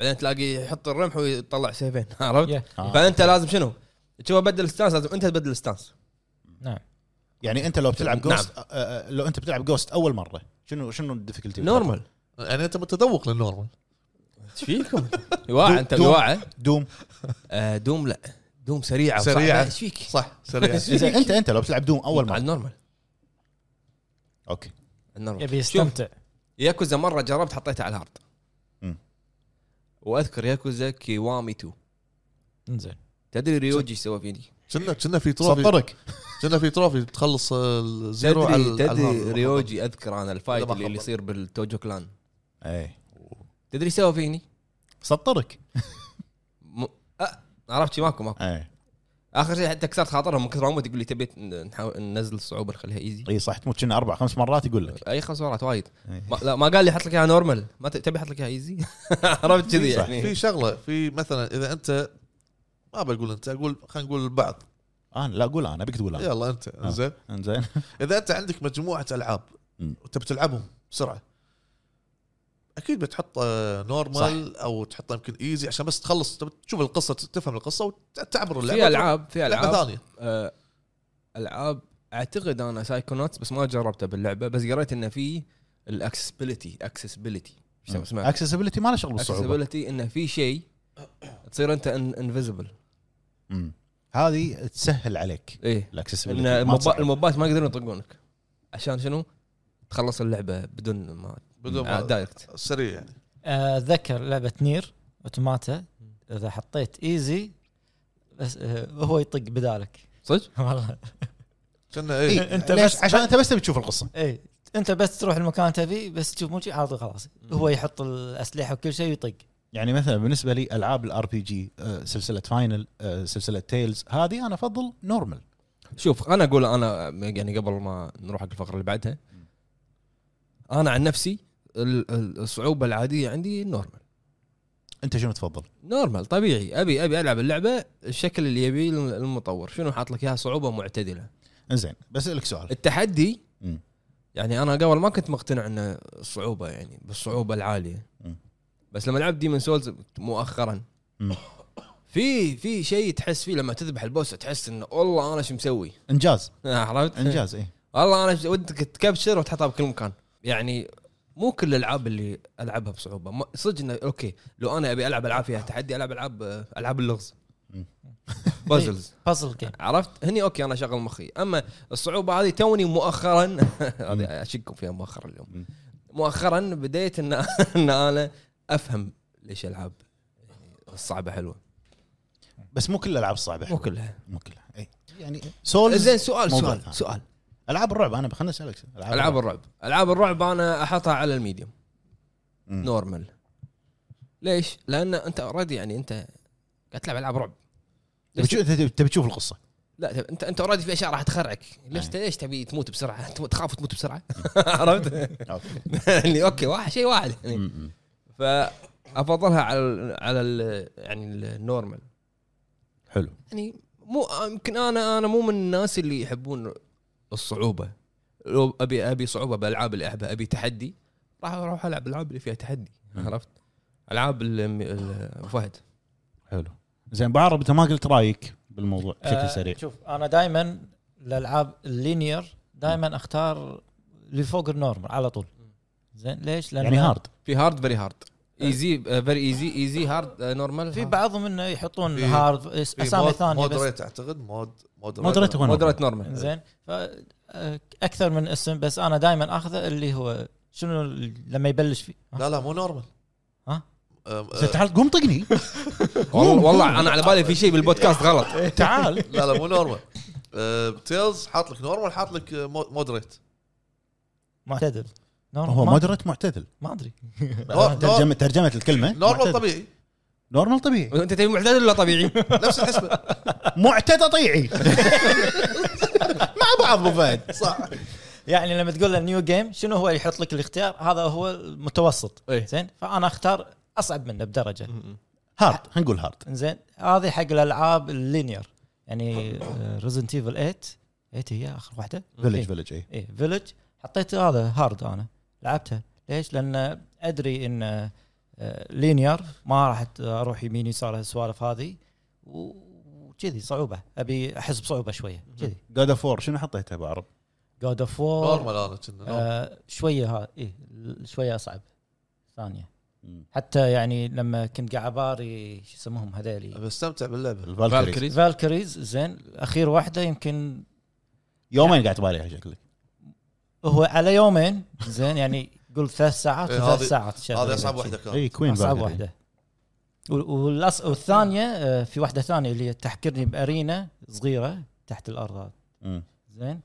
Speaker 1: بعدين تلاقي يحط الرمح ويطلع سيفين عرفت؟
Speaker 3: إيه.
Speaker 2: Yeah.
Speaker 5: آه.
Speaker 1: فانت لازم شنو؟ تشوفه بدل ستانس لازم انت تبدل ستانس
Speaker 2: نعم
Speaker 5: يعني انت لو بتلعب
Speaker 1: نعم.
Speaker 5: جوست لو انت بتلعب جوست اول مره شنو شنو الديفيكولتي
Speaker 1: نورمال
Speaker 3: يعني انت متذوق للنورمال
Speaker 1: ايش فيكم؟ يواعه انت
Speaker 5: دوم.
Speaker 1: يواعه
Speaker 5: دوم
Speaker 1: آه، دوم لا دوم سريعه
Speaker 3: سريعة.
Speaker 1: وصعبة. ايش فيك؟
Speaker 3: صح سريع
Speaker 5: اذا انت انت لو بتلعب دوم اول
Speaker 1: على
Speaker 5: مره
Speaker 1: النورمال
Speaker 5: اوكي
Speaker 1: على النورمال
Speaker 2: يبي
Speaker 1: شوف
Speaker 2: يستمتع
Speaker 1: ياكوزا مره جربت حطيتها على الهارد
Speaker 5: مم.
Speaker 1: واذكر ياكوزا كيوامي 2
Speaker 2: انزين
Speaker 1: تدري ريوجي ايش سوى فيني؟
Speaker 3: كنا كنا في تروفي
Speaker 5: سطرك
Speaker 3: كنا في تروفي تخلص آه، الزيرو على
Speaker 1: تدري
Speaker 3: ال- على
Speaker 1: تدري
Speaker 3: المحطة.
Speaker 1: ريوجي اذكر انا الفايت
Speaker 3: لما
Speaker 1: اللي, اللي
Speaker 3: خبط.
Speaker 1: يصير بالتوجو كلان
Speaker 5: اي
Speaker 1: تدري ايش سوى فيني؟
Speaker 5: إيه. سطرك
Speaker 1: م... أه. عرفت شي ماكو ماكو
Speaker 5: اي
Speaker 1: اخر شيء حتى كسرت خاطرهم من كثر ما أموت يقول لي تبي نحاول ننزل الصعوبه نخليها ايزي
Speaker 5: اي صح تموت كنا اربع خمس مرات يقول لك
Speaker 1: اي خمس مرات وايد
Speaker 5: إيه.
Speaker 1: ما لا ما قال لي حط لك اياها نورمال ما ت- تبي احط لك اياها ايزي عرفت كذي
Speaker 3: صح. في
Speaker 1: يعني
Speaker 3: شغله في مثلا اذا انت ما بقول انت اقول خلينا نقول البعض
Speaker 5: انا لا اقول انا ابيك تقول انا
Speaker 3: يلا انت
Speaker 5: آه.
Speaker 3: زين
Speaker 5: انزين
Speaker 3: اذا انت عندك مجموعه العاب
Speaker 5: مم.
Speaker 3: وتبي تلعبهم بسرعه اكيد بتحط آه، نورمال او تحط يمكن ايزي عشان بس تخلص تبي تشوف القصه تفهم القصه وتعبر اللعبه
Speaker 1: في العاب في
Speaker 3: لعبه
Speaker 1: العاب
Speaker 3: ثانيه
Speaker 1: آه، العاب اعتقد انا سايكونوتس بس ما جربتها باللعبه بس قريت انه في الاكسسبيلتي اكسسبيلتي اسمها
Speaker 5: اكسسبيلتي ما له شغل بالصعوبه
Speaker 1: اكسسبيلتي انه في شيء تصير انت انفيزبل
Speaker 5: مم. هذه تسهل عليك
Speaker 1: ايه ان
Speaker 5: الاكسسبيلتي ما
Speaker 1: الموبا-
Speaker 5: تصعب.
Speaker 1: الموبايلات ما يقدرون يطقونك عشان شنو؟ تخلص اللعبه بدون ما
Speaker 3: بدون
Speaker 1: آه،
Speaker 3: ما-
Speaker 1: دايركت
Speaker 3: سريع يعني
Speaker 2: آه، اتذكر لعبه نير اوتوماتا اذا حطيت ايزي بس آه، هو يطق بدالك
Speaker 1: صدق؟
Speaker 2: والله
Speaker 3: كنا
Speaker 5: إي،
Speaker 3: ايه
Speaker 2: أنت
Speaker 5: ليش؟
Speaker 2: بس-
Speaker 5: عشان انت إيه، بس تبي تشوف القصه
Speaker 2: اي انت إيه، بس تروح المكان تبي بس تشوف موجي عاطي خلاص هو يحط الاسلحه وكل شيء ويطق
Speaker 5: يعني مثلا بالنسبه لي العاب الار بي جي سلسله فاينل آه، سلسله تيلز هذه انا افضل نورمال
Speaker 1: شوف انا اقول انا يعني قبل ما نروح حق الفقره اللي بعدها انا عن نفسي ال- ال- الصعوبه العاديه عندي نورمال
Speaker 5: انت شنو تفضل؟
Speaker 1: نورمال طبيعي ابي ابي العب اللعبه الشكل اللي يبيه الم- المطور شنو حاط لك اياها صعوبه معتدله
Speaker 5: انزين بسالك سؤال
Speaker 1: التحدي
Speaker 5: مم.
Speaker 1: يعني انا قبل ما كنت مقتنع ان الصعوبه يعني بالصعوبه العاليه
Speaker 5: مم.
Speaker 1: بس لما لعبت ديمن سولز مؤخرا
Speaker 5: مم.
Speaker 1: في في شيء تحس فيه لما تذبح البوس تحس انه والله انا شو مسوي
Speaker 5: انجاز
Speaker 1: عرفت؟
Speaker 5: انجاز اي
Speaker 1: والله انا ش- ودك تكبشر وتحطها بكل مكان يعني مو كل الالعاب اللي العبها بصعوبه ما- صدق انه اوكي لو انا ابي العب العاب فيها تحدي العب العاب العاب اللغز
Speaker 5: مم.
Speaker 1: بازلز
Speaker 2: بازل جيم
Speaker 1: عرفت هني اوكي انا شغل مخي اما الصعوبه هذه توني مؤخرا هذه اشككم فيها مؤخرا اليوم
Speaker 5: مم.
Speaker 1: مؤخرا بديت ان ان انا افهم ليش يعني العاب الصعبه حلوه
Speaker 5: بس مو كل الالعاب صعبه
Speaker 1: مو كلها
Speaker 5: مو كلها اي يعني سولز
Speaker 1: زين سؤال
Speaker 5: موضوع
Speaker 1: سؤال
Speaker 5: ثاني.
Speaker 1: سؤال
Speaker 5: العاب الرعب انا خلنا اسالك
Speaker 1: العاب الرعب العاب الرعب انا احطها على الميديوم
Speaker 5: مم.
Speaker 1: نورمال ليش؟ لان انت اوريدي يعني انت قاعد تلعب العاب رعب
Speaker 5: تبي تشوف- تبي تبي تشوف القصه
Speaker 1: لا تب- انت انت اوريدي في اشياء راح تخرعك ليش
Speaker 5: أي.
Speaker 1: ليش تبي تموت بسرعه تموت- تخاف تموت بسرعه عرفت؟
Speaker 5: اوكي
Speaker 1: يعني اوكي واحد شيء واحد يعني
Speaker 5: م-م.
Speaker 1: فافضلها على ال على ال يعني النورمال
Speaker 5: حلو
Speaker 1: يعني مو يمكن انا انا مو من الناس اللي يحبون الصعوبه لو ابي ابي صعوبه بالالعاب اللي احبها ابي تحدي راح اروح العب الالعاب اللي فيها تحدي عرفت؟ العاب ال- ال- فهد
Speaker 5: حلو زين ابو عرب انت ما قلت رايك بالموضوع
Speaker 2: آه،
Speaker 5: بشكل سريع
Speaker 2: شوف انا دائما الالعاب اللينير دائما اختار اللي فوق النورمال على طول زين ليش؟ لان
Speaker 5: يعني هارد
Speaker 1: في هارد فيري هارد ايزي فيري ايزي ايزي هارد نورمال
Speaker 2: في بعضهم انه يحطون
Speaker 3: في-
Speaker 2: هارد
Speaker 3: في
Speaker 2: اسامي
Speaker 3: مود-
Speaker 2: ثانيه بس
Speaker 3: مودريت اعتقد مود
Speaker 5: مودريت وين
Speaker 1: مودريت نورمال
Speaker 2: زين ف آه، اكثر من اسم بس انا دائما اخذ اللي هو شنو ال- لما يبلش فيه ها؟
Speaker 3: لا لا مو نورمال
Speaker 2: ها؟
Speaker 3: أم- أه،
Speaker 5: زين تعال قوم طقني
Speaker 1: والله, والله انا على بالي في شيء بالبودكاست غلط
Speaker 5: تعال
Speaker 3: لا لا مو نورمال أه، تيلز حاط لك نورمال حاط لك أه، مو- مودريت
Speaker 2: معتدل نورمال؟
Speaker 5: هو
Speaker 2: ما-
Speaker 5: مودريت معتدل
Speaker 2: ما ادري
Speaker 3: نور-
Speaker 5: ترجمه ترجمه الكلمه
Speaker 3: نورمال
Speaker 5: معتدل.
Speaker 3: طبيعي
Speaker 5: نورمال طبيعي
Speaker 1: انت تبي معتدل ولا طبيعي؟
Speaker 3: نفس الحسبه
Speaker 5: معتدى طيعي مع بعض ابو فهد
Speaker 3: صح
Speaker 2: يعني لما تقول له نيو جيم شنو هو يحط لك الاختيار هذا هو المتوسط
Speaker 1: إيه.
Speaker 2: زين فانا اختار اصعب منه بدرجه
Speaker 5: هارد خلينا نقول هارد
Speaker 2: زين هذه حق الالعاب اللينير يعني ريزنت ايفل 8 8 هي اخر واحده
Speaker 5: فيلج فيلج اي
Speaker 2: اي فيلج حطيت هذا هارد انا لعبتها ليش؟ لان ادري ان لينير آه، ما راح ت- اروح يمين يسار السوالف هذه وكذي صعوبه ابي احس بصعوبه شويه كذي
Speaker 5: جاد اوف وور شنو حطيتها ابو عرب؟
Speaker 2: جود اوف وور
Speaker 3: نورمال انا كنا نورمال.
Speaker 2: آه، شويه ها إيه ل- شويه اصعب ثانيه حتى يعني لما كنت قاعد اباري شو يسموهم هذيلي
Speaker 3: ابي استمتع باللعبه
Speaker 5: الفالكري
Speaker 1: فالكريز
Speaker 2: فالكريز زين الاخير واحده يمكن
Speaker 5: يومين قاعد تباريها شكلك
Speaker 2: هو على يومين زين يعني قول ثلاث ساعات
Speaker 3: إيه،
Speaker 2: ثلاث
Speaker 3: هذه-
Speaker 2: ساعات يعني
Speaker 3: هذه اصعب واحده كانت
Speaker 5: اي إيه، كوين
Speaker 2: اصعب
Speaker 5: فالكري
Speaker 2: واحده وال- والأص- والثانيه آه، في واحده ثانيه اللي هي تحكرني بارينا صغيره تحت الارض
Speaker 5: مم.
Speaker 2: زين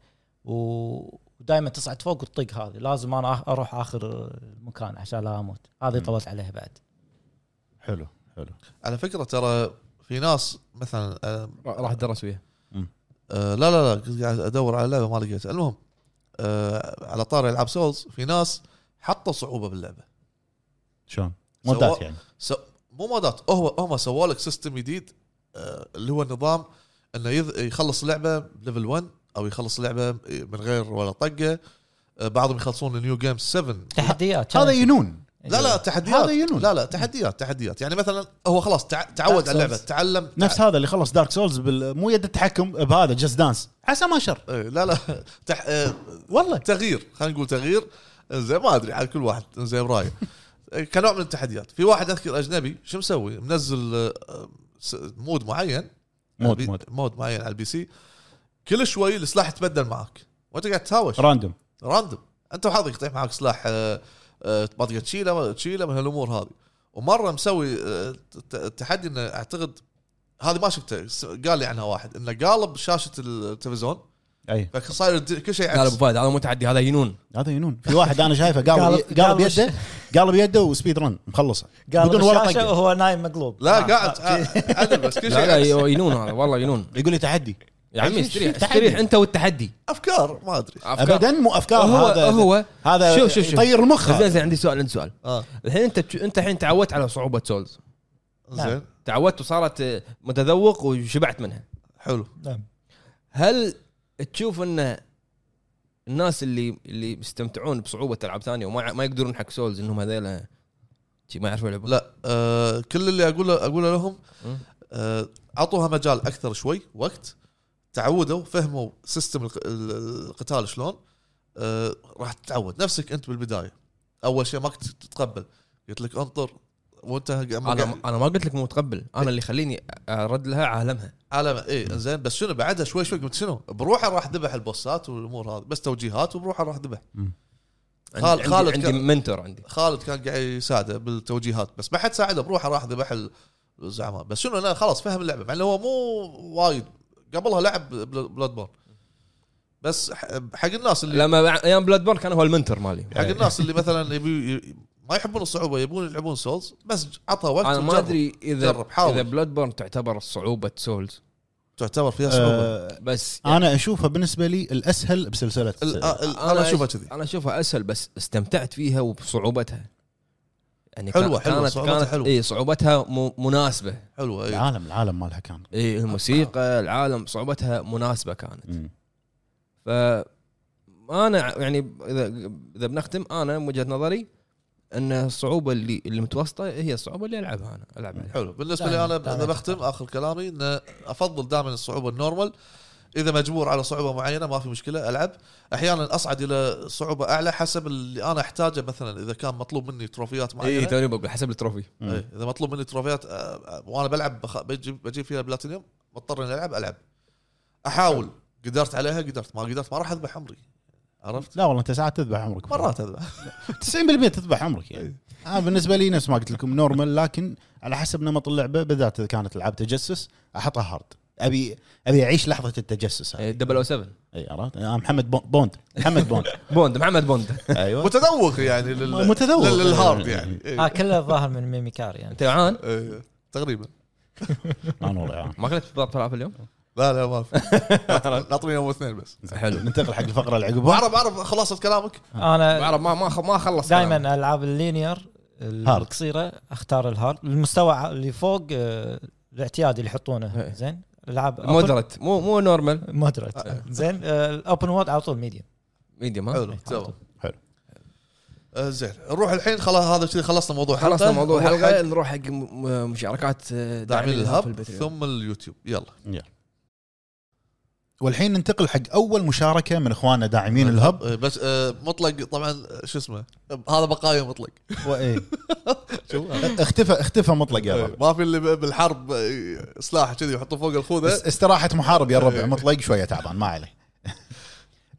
Speaker 2: و- ودائما تصعد فوق وتطق هذه لازم انا آخ- اروح اخر مكان عشان لا اموت هذه
Speaker 5: مم.
Speaker 2: طولت عليها بعد
Speaker 5: حلو حلو
Speaker 3: على فكره ترى في ناس مثلا أه،
Speaker 1: راح اتدرس وياه
Speaker 3: أه، لا لا لا كنت قاعد ادور على لعبه ما لقيتها المهم أه، على طاري العاب سولز في ناس حطوا صعوبه باللعبه
Speaker 5: شلون؟
Speaker 3: سوا-
Speaker 5: مودات يعني
Speaker 3: س- مو مودات هو هم سووا لك سيستم جديد آه، اللي هو النظام انه يذ- يخلص اللعبه بليفل 1 او يخلص اللعبه من غير ولا طقه آه، بعضهم يخلصون النيو جيم 7
Speaker 2: تحديات
Speaker 5: هذا
Speaker 2: challenge.
Speaker 5: ينون
Speaker 3: لا لا تحديات
Speaker 5: هذا ينون.
Speaker 3: لا لا تحديات تحديات يعني مثلا هو خلاص تع- تعود
Speaker 2: Dark
Speaker 3: على اللعبه
Speaker 2: Souls.
Speaker 3: تعلم
Speaker 5: نفس هذا اللي خلص دارك سولز بال... مو يد التحكم بهذا جاست دانس عسى ما شر
Speaker 3: آه، لا لا تح... آه،
Speaker 5: والله
Speaker 3: تغيير خلينا نقول تغيير زي ما ادري على كل واحد زي برايه كنوع من التحديات في واحد اذكر اجنبي شو مسوي منزل آه، آه، س- مود معين
Speaker 5: مود-
Speaker 3: بي-
Speaker 5: مود.
Speaker 3: مود معين على البي سي كل شوي السلاح يتبدل معك وانت قاعد تهاوش
Speaker 5: راندوم
Speaker 3: راندوم انت وحظك يطيح معك سلاح آه، آه، ما تقدر تشيله ما تشيله من هالامور هذه ومره مسوي آه، ت- ت- تحدي انه اعتقد هذه ما شفته س- قال لي عنها واحد انه قالب شاشه التلفزيون
Speaker 5: اي
Speaker 3: فصاير الد- كل شيء
Speaker 1: لا لا
Speaker 3: عكس
Speaker 1: ابو فهد هذا مو تحدي هذا ينون
Speaker 5: هذا ينون في واحد انا شايفه قال
Speaker 2: قالب-
Speaker 5: قال
Speaker 2: قالب
Speaker 5: بيده قال بيده وسبيد رن مخلصه
Speaker 2: قال
Speaker 5: بدون ولا
Speaker 2: الشاشة
Speaker 5: طقه
Speaker 2: وهو نايم مقلوب
Speaker 3: لا قاعد آه، عدل بس كل
Speaker 1: لا أيوه. لا
Speaker 3: شيء عكس.
Speaker 1: ينون هذا والله ينون
Speaker 5: يقول لي تحدي
Speaker 1: يا عمي
Speaker 5: شو- شو
Speaker 1: استريح
Speaker 5: التحدي؟
Speaker 1: استريح انت والتحدي
Speaker 3: افكار ما ادري
Speaker 1: أفكار.
Speaker 5: ابدا مو افكار
Speaker 1: هو
Speaker 5: هذا
Speaker 1: هو
Speaker 5: هذا
Speaker 1: شوف- شوف- شوف.
Speaker 5: يطير المخ
Speaker 1: زين
Speaker 5: هذا.
Speaker 1: زين عندي سؤال عندي سؤال
Speaker 3: اه
Speaker 1: الحين انت بتش- انت الحين تعودت على صعوبه سولز
Speaker 3: زين
Speaker 1: تعودت وصارت آه، متذوق وشبعت منها
Speaker 3: حلو
Speaker 2: نعم
Speaker 1: هل تشوف ان الناس اللي اللي يستمتعون بصعوبه العاب ثانيه وما ما يقدرون حق سولز انهم هذيلا شي ما يعرفون يلعبون
Speaker 3: لا آه كل اللي اقوله اقوله لهم
Speaker 1: مم.
Speaker 3: آه، اعطوها مجال اكثر شوي وقت تعودوا فهموا سيستم الق- ال- القتال شلون آه، راح تتعود نفسك انت بالبدايه اول شيء ما كنت تتقبل قلت لك انطر وانت
Speaker 1: انا انا ما قلت لك مو متقبل انا اللي خليني ارد لها عالمها
Speaker 3: على اي زين إيه، بس شنو بعدها شوي شوي قلت شنو بروحه راح ذبح البوسات والامور هذه بس توجيهات وبروحه راح ذبح
Speaker 1: عندي
Speaker 3: خال-
Speaker 1: عندي,
Speaker 3: خالد
Speaker 1: عندي
Speaker 3: كان-
Speaker 1: منتور عندي
Speaker 3: خالد كان قاعد يساعده بالتوجيهات بس ما حد ساعده بروحه راح ذبح ال- الزعماء بس شنو انا خلاص فهم اللعبه مع انه هو مو وايد قبلها لعب بل- بلاد بورن بس ح- حق الناس اللي
Speaker 1: لما بع- ايام بلاد بورن كان هو المنتور مالي
Speaker 3: حق الناس اللي مثلا يبي ي- ما يحبون الصعوبه يبون يلعبون سولز بس عطها وقت
Speaker 1: انا ما
Speaker 3: وجرب.
Speaker 1: ادري اذا
Speaker 3: جرب، حاول.
Speaker 1: اذا بلاد بورن تعتبر صعوبه سولز
Speaker 3: تعتبر فيها صعوبه
Speaker 5: آه
Speaker 1: بس
Speaker 5: انا اشوفها بالنسبه لي الاسهل بسلسله
Speaker 3: ال- آه، ال-
Speaker 1: أنا-
Speaker 3: انا اشوفها كذي
Speaker 1: انا اشوفها اسهل بس استمتعت فيها وبصعوبتها يعني
Speaker 3: حلوة- حلوة، صعوبتها حلوة.
Speaker 1: اي إيه، صعوبتها م- مناسبه
Speaker 3: حلوه أي.
Speaker 5: العالم العالم مالها كان
Speaker 1: اي الموسيقى إيه، العالم صعوبتها مناسبه كانت
Speaker 5: مم.
Speaker 1: ف انا يعني اذا اذا بنختم انا من وجهه نظري ان الصعوبه اللي اللي متوسطه هي الصعوبه اللي العبها انا العب عليها
Speaker 3: حلو بالنسبه
Speaker 2: دائماً-
Speaker 3: لي انا
Speaker 2: دائماً
Speaker 3: اذا بختم اخر كلامي ان افضل دائما الصعوبه النورمال اذا مجبور على صعوبه معينه ما في مشكله العب احيانا اصعد الى صعوبه اعلى حسب اللي انا احتاجه مثلا اذا كان مطلوب مني تروفيات معينه
Speaker 1: اي إيه، توني بقول حسب التروفي
Speaker 3: إيه، اذا مطلوب مني تروفيات آه، آه، وانا بلعب بخ... بجيب, بجيب فيها بلاتينيوم مضطر اني العب العب احاول قدرت عليها قدرت ما قدرت ما راح اذبح عمري عرفت
Speaker 5: لا والله انت ساعات تذبح عمرك
Speaker 3: مرات اذبح
Speaker 5: 90% تذبح عمرك يعني انا بالنسبه لي نفس ما قلت لكم نورمال لكن على حسب نمط اللعبه بالذات اذا كانت العاب تجسس احطها هارد ابي ابي اعيش لحظه التجسس
Speaker 1: إيه،
Speaker 5: هذه
Speaker 1: 007
Speaker 5: اي عرفت انا محمد بون- بوند محمد بوند
Speaker 1: بوند محمد بوند
Speaker 5: ايوه
Speaker 3: متذوق يعني لل...
Speaker 5: متذوق.
Speaker 3: لل- للهارد يعني
Speaker 2: ها
Speaker 3: إيه.
Speaker 2: آه، كله ظاهر من ميميكار يعني
Speaker 1: انت جوعان
Speaker 3: إيه، تقريبا
Speaker 5: انا والله يعني.
Speaker 1: ما اكلت بيض فلافل اليوم؟
Speaker 3: لا لا ما في ناطرين يوم اثنين بس
Speaker 1: حلو
Speaker 5: ننتقل حق الفقره اللي عقبها
Speaker 3: بعرف بعرف خلاصه كلامك
Speaker 5: آه.
Speaker 2: انا
Speaker 1: بعرف ما ما خ- ما خلص كلامي.
Speaker 2: دائما العاب اللينير
Speaker 5: هارد.
Speaker 2: القصيره اختار الهارد المستوى اللي فوق آه، الاعتيادي اللي يحطونه
Speaker 1: إيه.
Speaker 2: زين العاب open-
Speaker 1: مودرت مو مو نورمال
Speaker 5: آه.
Speaker 2: مودريت زين الاوبن وورد على طول ميديوم
Speaker 1: ميديوم ها
Speaker 3: حلو
Speaker 2: حلو.
Speaker 3: تمام
Speaker 5: حلو.
Speaker 3: آه، زين نروح الحين خلاص هذا كذي خلصنا موضوع
Speaker 1: خلصنا
Speaker 3: الحلقة.
Speaker 1: موضوع
Speaker 3: نروح
Speaker 1: الحلقه
Speaker 3: حق
Speaker 1: نروح حق م- م- مشاركات آه،
Speaker 3: داعمين
Speaker 1: في
Speaker 3: الهب
Speaker 1: البتريون.
Speaker 3: ثم اليوتيوب يلا
Speaker 5: والحين ننتقل حق اول مشاركه من اخواننا داعمين الهب
Speaker 3: آه، بس آه، مطلق طبعا آه، شو اسمه آه، هذا بقايا مطلق
Speaker 5: وإيه.
Speaker 3: شو
Speaker 5: إيه. اختفى اختفى مطلق يا
Speaker 3: آه،
Speaker 5: ربع
Speaker 3: ما في اللي ب- بالحرب آه، سلاح كذي يحطه فوق الخوذه
Speaker 5: است- استراحه محارب يا
Speaker 3: إيه.
Speaker 5: الربع مطلق شويه تعبان ما عليه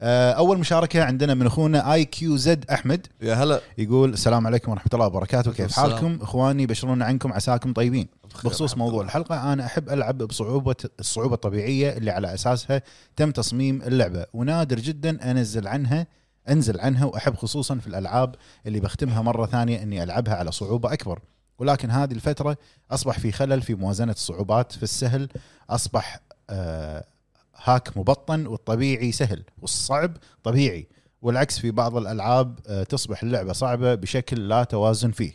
Speaker 5: آه، اول مشاركه عندنا من اخونا اي كيو زد احمد
Speaker 3: يا هلا
Speaker 5: يقول السلام عليكم ورحمه الله وبركاته كيف
Speaker 3: وعليكم السلام.
Speaker 5: حالكم اخواني بشرونا عنكم عساكم طيبين بخصوص
Speaker 3: الحمد
Speaker 5: موضوع الحلقه انا احب العب بصعوبه الصعوبه الطبيعيه اللي على اساسها تم تصميم اللعبه ونادر جدا انزل عنها انزل عنها واحب خصوصا في الالعاب اللي بختمها مره ثانيه اني العبها على صعوبه اكبر ولكن هذه الفتره اصبح في خلل في موازنه الصعوبات في السهل اصبح آه هاك مبطن والطبيعي سهل والصعب طبيعي والعكس في بعض الالعاب آه، تصبح اللعبه صعبه بشكل لا توازن فيه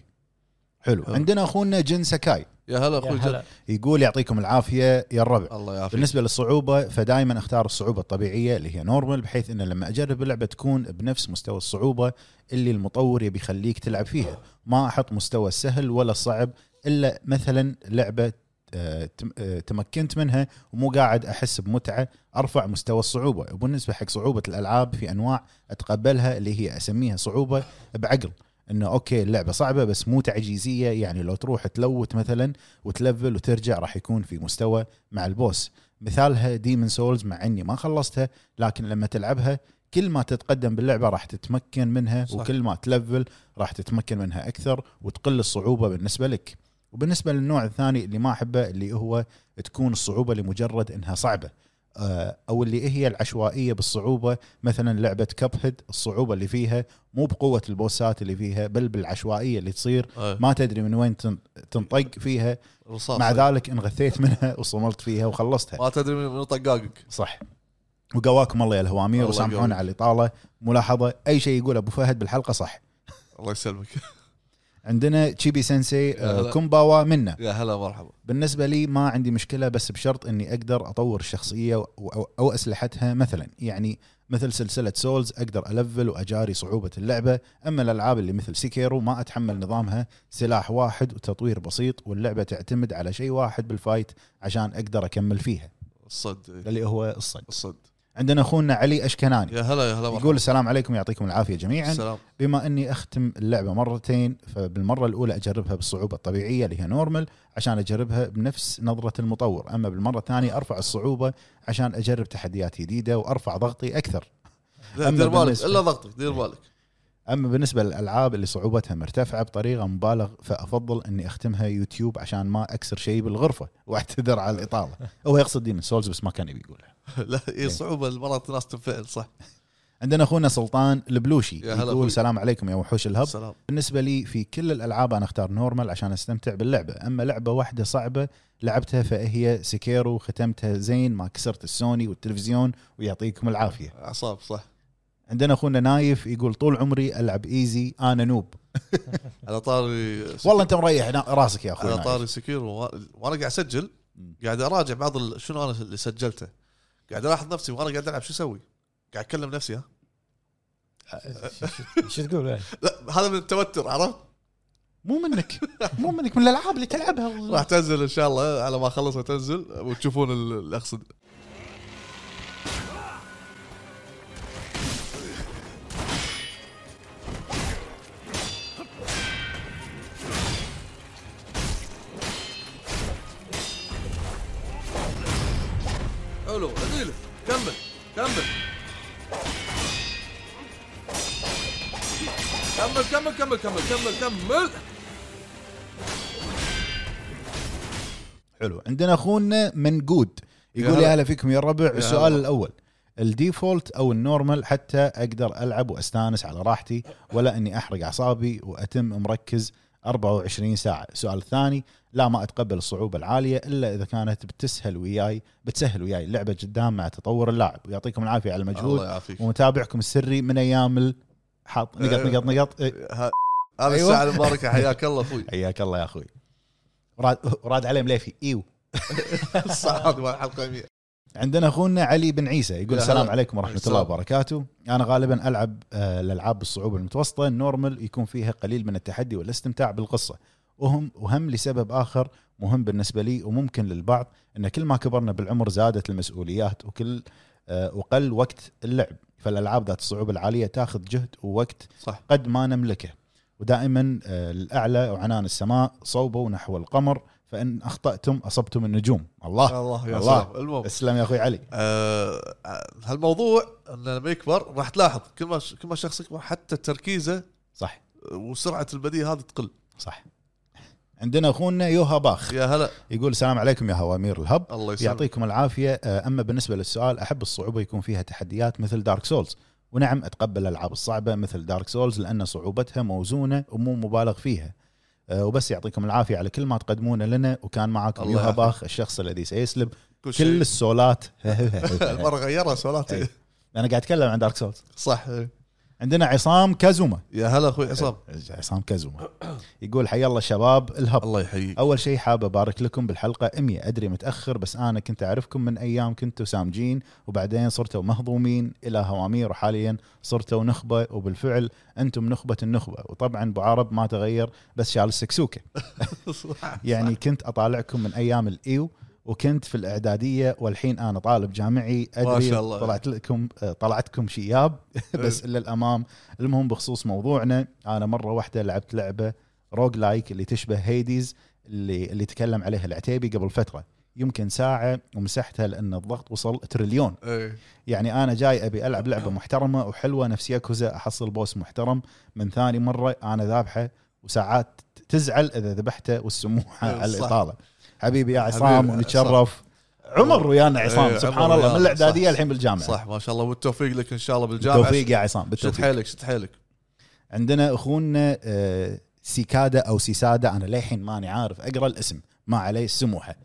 Speaker 5: حلو
Speaker 3: حلو.
Speaker 5: عندنا اخونا جن سكاي
Speaker 3: يا هلا
Speaker 2: يا
Speaker 3: اخوي جد.
Speaker 2: يعني هلا
Speaker 5: يقول يعطيكم العافيه يا الربع
Speaker 3: الله يعافيك
Speaker 5: بالنسبه للصعوبه فدائما اختار الصعوبه الطبيعيه اللي هي نورمال بحيث ان لما اجرب اللعبه تكون بنفس مستوى الصعوبه اللي المطور يبي يخليك تلعب فيها ما احط مستوى السهل ولا الصعب الا مثلا لعبه آه، تم- آه، تمكنت منها ومو قاعد احس بمتعه ارفع مستوى الصعوبه وبالنسبه حق صعوبه الالعاب في انواع اتقبلها اللي هي اسميها صعوبه بعقل انه اوكي اللعبه صعبه بس مو تعجيزيه يعني لو تروح تلوت مثلا وتلفل وترجع راح يكون في مستوى مع البوس مثالها ديمن سولز مع اني ما خلصتها لكن لما تلعبها كل ما تتقدم باللعبه راح تتمكن منها
Speaker 3: صح.
Speaker 5: صح. وكل ما تلفل راح تتمكن منها اكثر وتقل الصعوبه بالنسبه لك وبالنسبه للنوع الثاني اللي ما احبه اللي هو تكون الصعوبه لمجرد انها صعبه آه، او اللي هي العشوائيه بالصعوبه مثلا لعبه كب هيد الصعوبه اللي فيها مو بقوه البوسات اللي فيها بل بالعشوائيه اللي تصير
Speaker 3: آه،
Speaker 5: ما تدري من وين تن- تنطق فيها
Speaker 3: رصاص
Speaker 5: مع ذلك انغثيت منها وصملت فيها وخلصتها
Speaker 3: ما تدري من من طقاقك
Speaker 5: صح وقواكم الله يا الهوامير
Speaker 3: الله
Speaker 5: وسامحونا
Speaker 3: يقويك.
Speaker 5: على الاطاله ملاحظه اي شيء يقول ابو فهد بالحلقه صح
Speaker 3: الله يسلمك
Speaker 5: عندنا تشيبي سensei
Speaker 3: يا هلا.
Speaker 5: آه، كومباوا منا
Speaker 3: يا هلا مرحبا
Speaker 5: بالنسبه لي ما عندي مشكله بس بشرط اني اقدر اطور الشخصيه و- او, أو اسلحتها مثلا يعني مثل سلسله سولز اقدر الفل واجاري صعوبه اللعبه اما الالعاب اللي مثل سيكيرو ما اتحمل نظامها سلاح واحد وتطوير بسيط واللعبه تعتمد على شيء واحد بالفايت عشان اقدر اكمل فيها
Speaker 3: الصد
Speaker 5: اللي هو الصد
Speaker 3: الصد
Speaker 5: عندنا اخونا علي اشكناني
Speaker 3: يا هلا يا هلا مرحبا
Speaker 5: يقول السلام عليكم يعطيكم العافيه جميعا
Speaker 3: السلام
Speaker 5: بما اني اختم اللعبه مرتين فبالمره الاولى اجربها بالصعوبه الطبيعيه اللي هي نورمال عشان اجربها بنفس نظره المطور اما بالمره الثانيه ارفع الصعوبه عشان اجرب تحديات جديده وارفع ضغطي اكثر
Speaker 3: لا،
Speaker 5: أما
Speaker 3: دير بالك
Speaker 5: بالنسبة- إيه.
Speaker 3: الا ضغطي دير بالك
Speaker 5: اما بالنسبه للالعاب اللي صعوبتها مرتفعه بطريقه مبالغ فافضل اني اختمها يوتيوب عشان ما اكسر شيء بالغرفه واعتذر على الاطاله هو يقصد ديمن سولز بس ما كان يبي يقولها
Speaker 3: لا
Speaker 5: إيه.
Speaker 3: هي صعوبه مرات الناس تنفعل صح
Speaker 5: عندنا اخونا سلطان البلوشي
Speaker 3: يا هلا
Speaker 5: يقول
Speaker 3: أخوي.
Speaker 5: السلام عليكم يا وحوش الهب
Speaker 3: السلام
Speaker 5: بالنسبة لي في كل الألعاب أنا أختار نورمال عشان أستمتع باللعبة أما لعبة واحدة صعبة لعبتها فهي سكيرو ختمتها زين ما كسرت السوني والتلفزيون ويعطيكم العافية
Speaker 3: اعصاب صح
Speaker 5: عندنا أخونا نايف يقول طول عمري ألعب إيزي أنا نوب
Speaker 3: على طاري
Speaker 5: والله أنت مريح نا- راسك يا أخوي
Speaker 3: على
Speaker 5: نايف.
Speaker 3: طاري سكير وانا قاعد اسجل
Speaker 5: مم.
Speaker 3: قاعد اراجع بعض ال- شنو انا اللي سجلته قاعد الاحظ نفسي وانا قاعد العب شو اسوي؟ قاعد اكلم نفسي ها
Speaker 2: آه، شو تقول بعد؟
Speaker 3: لا هذا من التوتر عرفت؟
Speaker 5: مو منك مو منك من الألعاب اللي
Speaker 3: راح
Speaker 5: تلعبها
Speaker 3: تنزل ان شاء الله على ما اخلصها تنزل وتشوفون ال- اللي اقصد حلو اديله كمل كمل كمل كمل كمل كمل كمل كمل
Speaker 5: حلو عندنا أخونا منقود
Speaker 3: يا
Speaker 5: يقول
Speaker 3: هلا.
Speaker 5: يا هلا فيكم يا الربع السؤال
Speaker 3: هلا.
Speaker 5: الأول الديفولت او النورمال حتى اقدر العب واستانس على راحتي ولا اني احرق اعصابي واتم مركز 24 ساعه، السؤال الثاني لا ما اتقبل الصعوبه العاليه الا اذا كانت بتسهل وياي بتسهل وياي اللعبه قدام مع تطور اللاعب ويعطيكم العافيه على
Speaker 3: الله
Speaker 5: المجهود
Speaker 3: يعافيك
Speaker 5: ومتابعكم السري من ايام ال- حاط
Speaker 3: أه.
Speaker 5: نقط نقط نقط إيه،
Speaker 3: ه- هذا
Speaker 5: أيوة.
Speaker 3: الساعه المباركه حياك الله اخوي
Speaker 5: حياك الله يا اخوي راد راد إيوه. عليه مليفي ايو
Speaker 3: الساعه مع الحلقه 100
Speaker 5: عندنا اخونا علي بن عيسى
Speaker 3: يا
Speaker 5: يقول السلام
Speaker 3: هلا.
Speaker 5: عليكم ورحمه
Speaker 3: السلام.
Speaker 5: الله وبركاته انا غالبا العب آه، الالعاب بالصعوبه المتوسطه النورمال يكون فيها قليل من التحدي والاستمتاع بالقصه وهم وهم لسبب اخر مهم بالنسبه لي وممكن للبعض ان كل ما كبرنا بالعمر زادت المسؤوليات وكل آه، وقل وقت اللعب فالالعاب ذات الصعوبه العاليه تاخذ جهد ووقت
Speaker 3: صح
Speaker 5: قد ما نملكه ودائما آه، الاعلى وعنان السماء صوبوا نحو القمر فان اخطاتم اصبتم النجوم الله
Speaker 3: الله يا
Speaker 5: الله.
Speaker 3: سلام المهم
Speaker 5: اسلم يا اخوي علي
Speaker 3: آه هالموضوع انه لما يكبر راح تلاحظ كل ما كل ما الشخص يكبر حتى تركيزه
Speaker 5: صح
Speaker 3: وسرعه البديهه هذه تقل
Speaker 5: صح عندنا اخونا يوها باخ
Speaker 3: يا هلا
Speaker 5: يقول السلام عليكم يا هوامير الهب
Speaker 3: الله يسلمك
Speaker 5: يعطيكم العافيه آه، اما بالنسبه للسؤال احب الصعوبه يكون فيها تحديات مثل دارك سولز ونعم اتقبل الالعاب الصعبه مثل دارك سولز لان صعوبتها موزونه ومو مبالغ فيها آه، وبس يعطيكم العافيه على كل ما تقدمونه لنا وكان معاكم
Speaker 3: الله
Speaker 5: يوها
Speaker 3: يعافيك.
Speaker 5: باخ الشخص الذي سيسلب
Speaker 3: كل شيء
Speaker 5: كل السولات
Speaker 3: المره غيرها سؤالاتي
Speaker 5: أي. انا قاعد اتكلم عن دارك سولز
Speaker 3: صح إيه.
Speaker 5: عندنا عصام كازوما
Speaker 3: يا هلا
Speaker 5: إيه.
Speaker 3: اخوي عصام
Speaker 5: عصام كازوما يقول حيا الله شباب الهب
Speaker 3: الله يحييك
Speaker 5: اول شيء حاب ابارك لكم بالحلقه 100 ادري متاخر بس انا كنت اعرفكم من ايام كنتوا سامجين وبعدين صرتوا مهضومين الى هوامير وحاليا صرتوا نخبه وبالفعل انتم نخبه النخبه وطبعا ابو عرب ما تغير بس شال السكسوكه يعني كنت اطالعكم من ايام الايو وكنت في الاعداديه والحين انا طالب جامعي ادري
Speaker 3: ما شاء الله.
Speaker 5: طلعت لكم آه، طلعتكم شياب
Speaker 3: إيه.
Speaker 5: بس الا الامام المهم بخصوص موضوعنا انا مره واحده لعبت لعبه روج لايك اللي تشبه هيديز اللي اللي تكلم عليها العتيبي قبل فتره يمكن ساعه ومسحتها لان الضغط وصل تريليون
Speaker 3: إيه.
Speaker 5: يعني انا جاي ابي العب لعبه محترمه وحلوه نفس ياكوزا احصل بوس محترم من ثاني مره انا ذابحه وساعات تزعل اذا ذبحته والسموحه
Speaker 3: إيه،
Speaker 5: على
Speaker 3: صح.
Speaker 5: الاطاله حبيبي يا عصام
Speaker 3: حبيبي،
Speaker 5: ونتشرف عمر ويانا
Speaker 3: إيه،
Speaker 5: عصام سبحان
Speaker 3: عمر
Speaker 5: الله
Speaker 3: ويانا،
Speaker 5: من الاعداديه
Speaker 3: صح.
Speaker 5: الحين بالجامعه
Speaker 3: صح ما شاء الله والتوفيق لك ان شاء الله بالجامعه
Speaker 5: بالتوفيق يا عصام
Speaker 3: شد
Speaker 5: بالتوفيق
Speaker 3: حيلك شد حيلك
Speaker 5: عندنا اخونا آه، سيكادا او سيسادا انا للحين ماني عارف اقرا الاسم ما عليه السموحه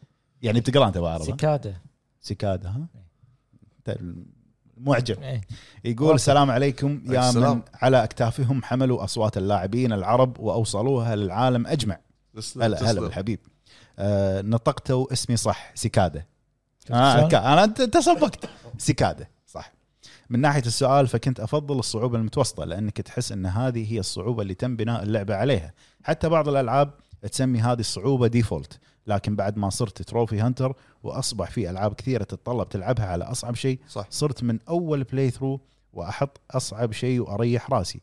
Speaker 5: يعني بتقرا انت أبو عرب ها؟
Speaker 3: إيه.
Speaker 2: سكاده
Speaker 5: سيكادا ها؟ أنت معجب
Speaker 2: إيه.
Speaker 5: يقول السلام عليكم يا
Speaker 3: السلام.
Speaker 5: من على اكتافهم حملوا اصوات اللاعبين العرب واوصلوها للعالم اجمع
Speaker 3: تسلم،
Speaker 5: هلا هلا
Speaker 3: تسلم.
Speaker 5: بالحبيب آه نطقتوا اسمي صح سكاده آه
Speaker 2: شلون؟
Speaker 5: ك- انا انت أنت سبقت سكاده صح من ناحيه السؤال فكنت افضل الصعوبه المتوسطه لانك تحس ان هذه هي الصعوبه اللي تم بناء اللعبه عليها حتى بعض الالعاب تسمي هذه الصعوبه ديفولت لكن بعد ما صرت تروفي هانتر واصبح في العاب كثيره تتطلب تلعبها على اصعب شيء
Speaker 3: صح
Speaker 5: صرت من اول بلاي ثرو واحط اصعب شيء واريح راسي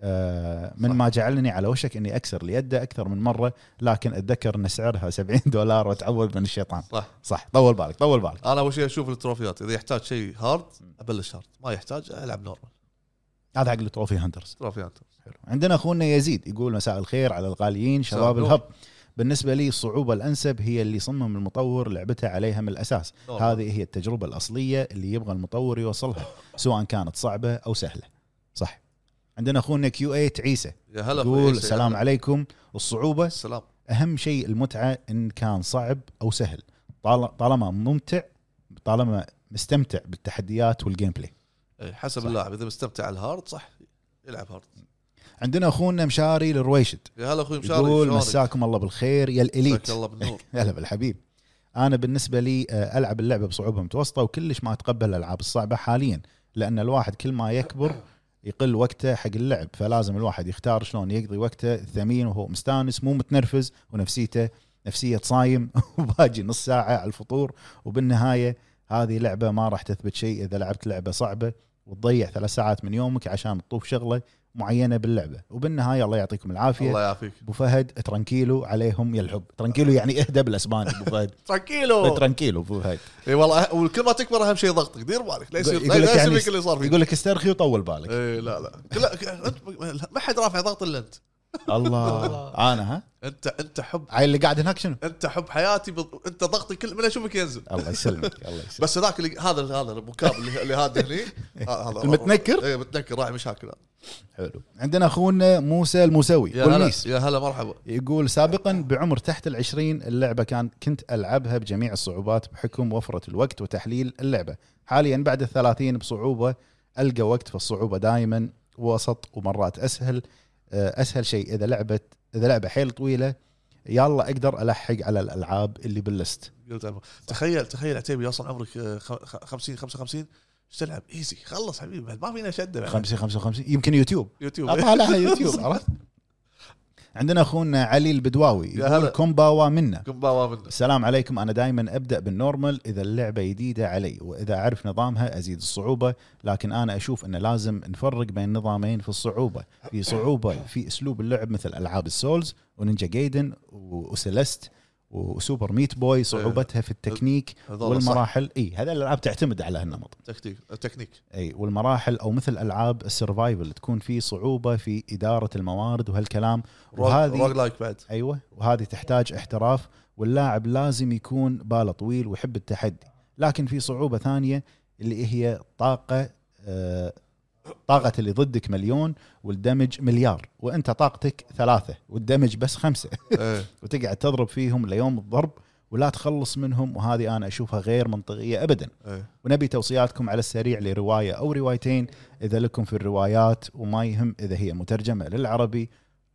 Speaker 5: آه، من
Speaker 3: صح.
Speaker 5: ما جعلني على وشك اني اكسر ليده اكثر من مره لكن اتذكر ان سعرها 70 دولار وتعوض من الشيطان
Speaker 3: صح
Speaker 5: صح طول بالك طول بالك
Speaker 3: انا اول شيء اشوف التروفيات اذا يحتاج شيء هارد ابلش هارد ما يحتاج العب نورمال
Speaker 5: هذا حق التروفي هانترز
Speaker 3: تروفيات
Speaker 5: حلو عندنا اخونا يزيد يقول مساء الخير على الغاليين
Speaker 3: مساء
Speaker 5: شباب
Speaker 3: النور.
Speaker 5: الهب بالنسبه لي الصعوبه الانسب هي اللي صمم المطور لعبتها عليها من الاساس
Speaker 3: نورمال.
Speaker 5: هذه هي التجربه الاصليه اللي يبغى المطور يوصلها سواء كانت صعبه او سهله صح عندنا اخونا كيو 8 عيسى
Speaker 3: يا هلا
Speaker 5: يقول
Speaker 3: بالعيسى، يا
Speaker 5: السلام
Speaker 3: هلا.
Speaker 5: عليكم الصعوبة
Speaker 3: السلام
Speaker 5: أهم شيء المتعة إن كان صعب أو سهل طال- طالما ممتع طالما مستمتع بالتحديات والجيم بلاي
Speaker 3: إيه، حسب
Speaker 5: صح.
Speaker 3: اللاعب اذا مستمتع على الهارد صح يلعب هارد
Speaker 5: عندنا أخونا مشاري الرويشد
Speaker 3: يا هلا اخوي مشاري
Speaker 5: يقول
Speaker 3: شلونك؟
Speaker 5: مساكم الله بالخير يا الإليت
Speaker 3: مساك الله بالنور
Speaker 5: هلا بالحبيب أنا بالنسبة لي آه، ألعب اللعبة بصعوبة متوسطة وكلش ما أتقبل الألعاب الصعبة حاليا لأن الواحد كل ما يكبر يقل وقته حق اللعب فلازم الواحد يختار شلون يقضي وقته ثمين وهو مستانس مو متنرفز ونفسيته نفسية صايم وباجي نص ساعة على الفطور وبالنهاية هذه لعبة ما راح تثبت شيء إذا لعبت لعبة صعبة وتضيع ثلاث ساعات من يومك عشان تطوف شغلة معينة باللعبة وبالنهاية الله يعطيكم العافية
Speaker 3: الله يعافيك
Speaker 5: ابو فهد ترنكيلو عليهم يا الحب ترنكيلو يعني اهدى بالاسباني ابو فهد
Speaker 3: تركيلو
Speaker 5: ترنكيلو ابو فهد
Speaker 3: اي والله والكل ما تكبر اهم شيء ضغطك دير بالك لا يصير
Speaker 5: يقول
Speaker 3: لا
Speaker 5: لك
Speaker 3: يصير
Speaker 5: يعني-
Speaker 3: فيك اللي صار فيك
Speaker 5: يقول لك استرخي وطول بالك
Speaker 3: اي لا لا كل- أنت- ما حد رافع ضغط الا انت
Speaker 5: الله انا ها
Speaker 3: انت انت حب
Speaker 5: عيل اللي قاعد هناك شنو
Speaker 3: انت حب حياتي بض... انت ضغطي كل من اشوفك ينزل
Speaker 5: الله يسلمك الله يسلمك
Speaker 3: بس هذاك اللي هذا هذا المكاب اللي, اللي هذا هني آه، هذا
Speaker 5: المتنكر؟
Speaker 3: اي متنكر راعي مشاكل
Speaker 5: حلو عندنا اخونا موسى الموسوي
Speaker 3: يا هلا
Speaker 5: بولنيس.
Speaker 3: يا هلا مرحبا
Speaker 5: يقول سابقا بعمر تحت العشرين اللعبة كان كنت ألعبها بجميع الصعوبات بحكم وفرة الوقت وتحليل اللعبة حاليا بعد الثلاثين بصعوبة ألقى وقت فالصعوبة دائما وسط ومرات أسهل آه، أسهل شيء إذا لعبت إذا لعبة حيل طويلة يلا أقدر ألحق على الألعاب اللي باللست
Speaker 3: قلت أنا. تخيل تخيل عتيبي يوصل عمرك آه، خ- خ- 50 55 ايش تلعب؟ ايزي خلص حبيبي ما فينا شده بعد.
Speaker 5: 50 55 يمكن يوتيوب
Speaker 3: يوتيوب
Speaker 5: أطالع على يوتيوب عرفت عندنا أخونا علي البدواوي
Speaker 3: يا هلا.
Speaker 5: يقول كومباوا منا
Speaker 3: كمباوا منه
Speaker 5: السلام عليكم انا دائما ابدا بالنورمال اذا اللعبه جديده علي واذا اعرف نظامها ازيد الصعوبه لكن انا اشوف انه لازم نفرق بين نظامين في الصعوبه في صعوبه في اسلوب اللعب مثل العاب السولز ونينجا جايدن و- وسيليست وسوبر ميت بوي صعوبتها في التكنيك
Speaker 3: هذول صح،
Speaker 5: والمراحل اي هذه الالعاب تعتمد على هالنمط
Speaker 3: تكتيك تكنيك
Speaker 5: اي والمراحل او مثل العاب السرفايفل تكون في صعوبه في اداره الموارد وهالكلام
Speaker 3: روج روج لايك بعد
Speaker 5: ايوه وهذه تحتاج احتراف واللاعب لازم يكون باله طويل ويحب التحدي لكن في صعوبه ثانيه اللي هي طاقه آه، طاقة اللي ضدك مليون والدمج مليار وانت طاقتك ثلاثة والدمج بس خمسة
Speaker 3: إيه.
Speaker 5: وتقعد تضرب فيهم ليوم الضرب ولا تخلص منهم وهذه انا اشوفها غير منطقية ابدا
Speaker 3: إيه.
Speaker 5: ونبي توصياتكم على السريع لرواية او روايتين اذا لكم في الروايات وما يهم اذا هي مترجمة للعربي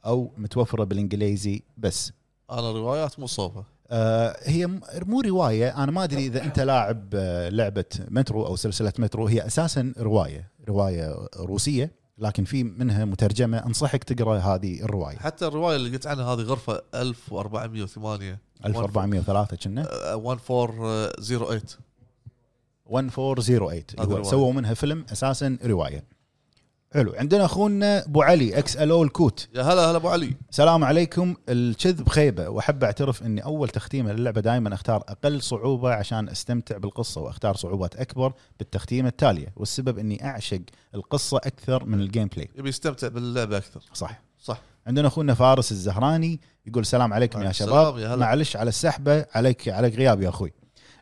Speaker 5: او متوفرة بالانجليزي بس
Speaker 3: انا روايات مو صوبها
Speaker 5: آه، هي م- مو روايه انا ما ادري اذا انت لاعب آه، لعبه مترو او سلسله مترو هي اساسا روايه روايه روسيه لكن في منها مترجمه انصحك تقرا هذه الروايه
Speaker 3: حتى الروايه اللي قلت عنها هذه غرفه 1408
Speaker 5: 1403 كنا
Speaker 3: آه، 1408
Speaker 5: 1408
Speaker 3: هذه
Speaker 5: هو
Speaker 3: رواية.
Speaker 5: سووا منها فيلم اساسا روايه حلو عندنا اخونا ابو علي اكس الو الكوت
Speaker 3: يا هلا هلا ابو علي
Speaker 5: السلام عليكم الكذب خيبه واحب اعترف اني اول تختيمه للعبه دائما اختار اقل صعوبه عشان استمتع بالقصه واختار صعوبات اكبر بالتختيمه التاليه والسبب اني اعشق القصه اكثر من الجيم بلاي
Speaker 3: يبي يستمتع باللعبه اكثر
Speaker 5: صح
Speaker 3: صح
Speaker 5: عندنا اخونا فارس الزهراني يقول السلام عليكم يا
Speaker 3: وعليكم
Speaker 5: شباب
Speaker 3: السلام، يا هلا.
Speaker 5: معلش على السحبه عليك عليك غياب يا اخوي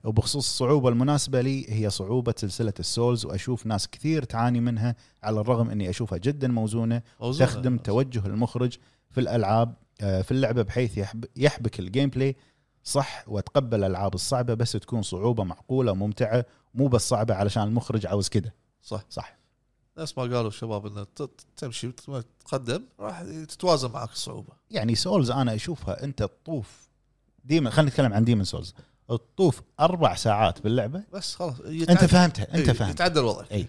Speaker 5: وبخصوص الصعوبه المناسبه لي هي صعوبه سلسله السولز واشوف ناس كثير تعاني منها على الرغم اني اشوفها جدا موزونه
Speaker 3: موزونة.
Speaker 5: تخدم توجه المخرج في الالعاب آه، في اللعبه بحيث يحب يحبك الجيم بلاي صح وتقبل الالعاب الصعبه بس تكون صعوبه معقوله وممتعه مو بس صعبه علشان المخرج عاوز كده
Speaker 3: صح
Speaker 5: صح.
Speaker 3: نفس ما قالوا الشباب انه ت- ت- تمشي وت- تتقدم راح تتوازن معك الصعوبه
Speaker 5: يعني سولز انا اشوفها انت تطوف ديما خلينا نتكلم عن ديمن سولز تطوف اربع ساعات باللعبه
Speaker 3: بس خلاص إيه،
Speaker 5: انت فهمتها انت فهمت
Speaker 3: يتعدى الوضع
Speaker 5: إي.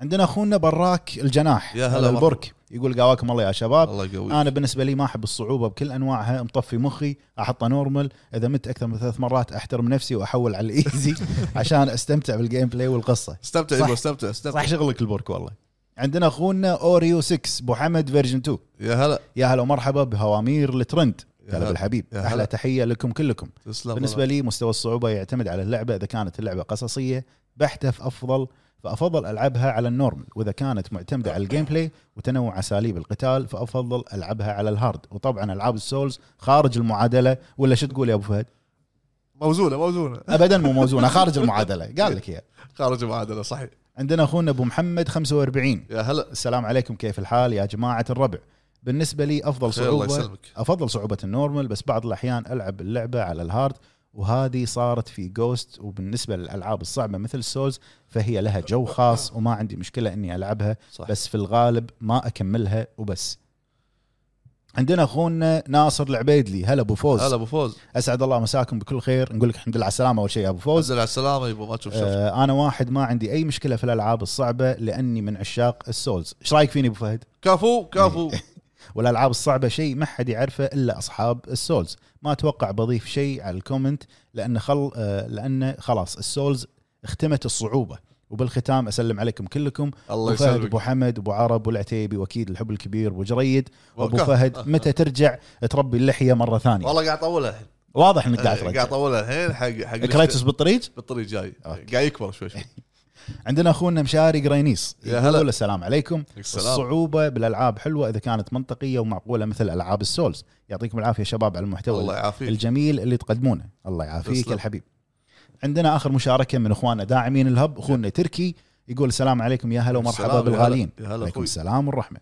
Speaker 5: عندنا اخونا براك الجناح
Speaker 3: يا
Speaker 5: يا
Speaker 3: هلا
Speaker 5: هلا
Speaker 3: مرحبا.
Speaker 5: البرك يقول قواكم الله يا شباب
Speaker 3: الله يقويك
Speaker 5: انا بالنسبه لي ما احب الصعوبه بكل انواعها مطفي مخي احطه نورمال اذا مت اكثر من ثلاث مرات احترم نفسي واحول على الايزي عشان استمتع بالجيم بلاي والقصه
Speaker 3: استمتع
Speaker 5: صح.
Speaker 3: يبا استمتع استمتع
Speaker 5: صح شغلك البرك والله عندنا اخونا اوريو 6 ابو حمد فيرجن 2
Speaker 3: يا هلا
Speaker 5: يا هلا ومرحبا بهوامير الترند
Speaker 3: يا
Speaker 5: هلا
Speaker 3: هلا.
Speaker 5: بالحبيب
Speaker 3: يا هلا.
Speaker 5: احلى تحيه لكم كلكم
Speaker 3: تسلم
Speaker 5: بالنسبه لي مستوى الصعوبه يعتمد على اللعبه اذا كانت اللعبه قصصيه بحته فافضل فافضل العبها على النورمال واذا كانت معتمده على الجيم بلاي وتنوع اساليب القتال فافضل العبها على الهارد وطبعا العاب السولز خارج المعادله ولا شو تقول يا ابو فهد
Speaker 3: موزونه موزونه
Speaker 5: ابدا مو موزونه خارج المعادله قال لك اياها
Speaker 3: خارج المعادله صحيح
Speaker 5: عندنا اخونا ابو محمد 45
Speaker 3: يا هلا
Speaker 5: السلام عليكم كيف الحال يا جماعه الربع بالنسبه لي افضل
Speaker 3: خير الله
Speaker 5: صعوبه
Speaker 3: يسلمك
Speaker 5: افضل صعوبه النورمال بس بعض الاحيان العب اللعبه على الهارد وهذه صارت في جوست وبالنسبه للالعاب الصعبه مثل السولز فهي لها جو خاص وما عندي مشكله اني العبها
Speaker 3: صح
Speaker 5: بس في الغالب ما اكملها وبس عندنا اخونا ناصر العبيدلي هلا ابو فوز
Speaker 3: هلا ابو فوز
Speaker 5: اسعد الله مساكم بكل خير نقول لك الحمد لله على السلامه اول شيء يا ابو فوز
Speaker 3: وزل على السلامه يبا ما تشوف شر
Speaker 5: آه انا واحد ما عندي اي مشكله في الالعاب الصعبه لاني من عشاق السولز ايش رايك فيني ابو فهد
Speaker 3: كفو كفو
Speaker 5: إيه. والالعاب الصعبه شيء ما حد يعرفه الا اصحاب السولز ما اتوقع بضيف شيء على الكومنت لان خل آه، لان خلاص السولز اختمت الصعوبه وبالختام اسلم عليكم كلكم
Speaker 3: الله
Speaker 5: ابو فهد ابو
Speaker 3: يسلمك
Speaker 5: حمد ابو عرب ابو العتيبي واكيد الحب الكبير ابو جريد وابو
Speaker 3: والله-
Speaker 5: فهد متى ترجع تربي اللحيه مره ثانيه
Speaker 3: والله قاعد اطولها الحين إيه،
Speaker 5: واضح انك قاعد
Speaker 3: قاعد
Speaker 5: ترجع
Speaker 3: اطولها الحين حق حق
Speaker 5: كريتوس بالطريق
Speaker 3: بالطريق جاي
Speaker 5: إيه، أوكي. إيه.
Speaker 3: قاعد يكبر شوي شوي
Speaker 5: عندنا اخونا مشاري قرينيس
Speaker 3: يا هلا.
Speaker 5: يقول السلام عليكم
Speaker 3: السلام.
Speaker 5: الصعوبه بالالعاب حلوه اذا كانت منطقيه ومعقوله مثل العاب السولز يعطيكم العافيه شباب على المحتوى
Speaker 3: الله يعافيك
Speaker 5: الجميل اللي تقدمونه الله يعافيك
Speaker 3: إيه. تسلم.
Speaker 5: يا الحبيب عندنا اخر مشاركه من اخواننا داعمين الهب اخونا تركي يقول السلام عليكم يا هلا ومرحبا
Speaker 3: السلام، يا هلا-
Speaker 5: بالغاليين
Speaker 3: يا هلا
Speaker 5: عليكم
Speaker 3: اخوي
Speaker 5: السلام والرحمه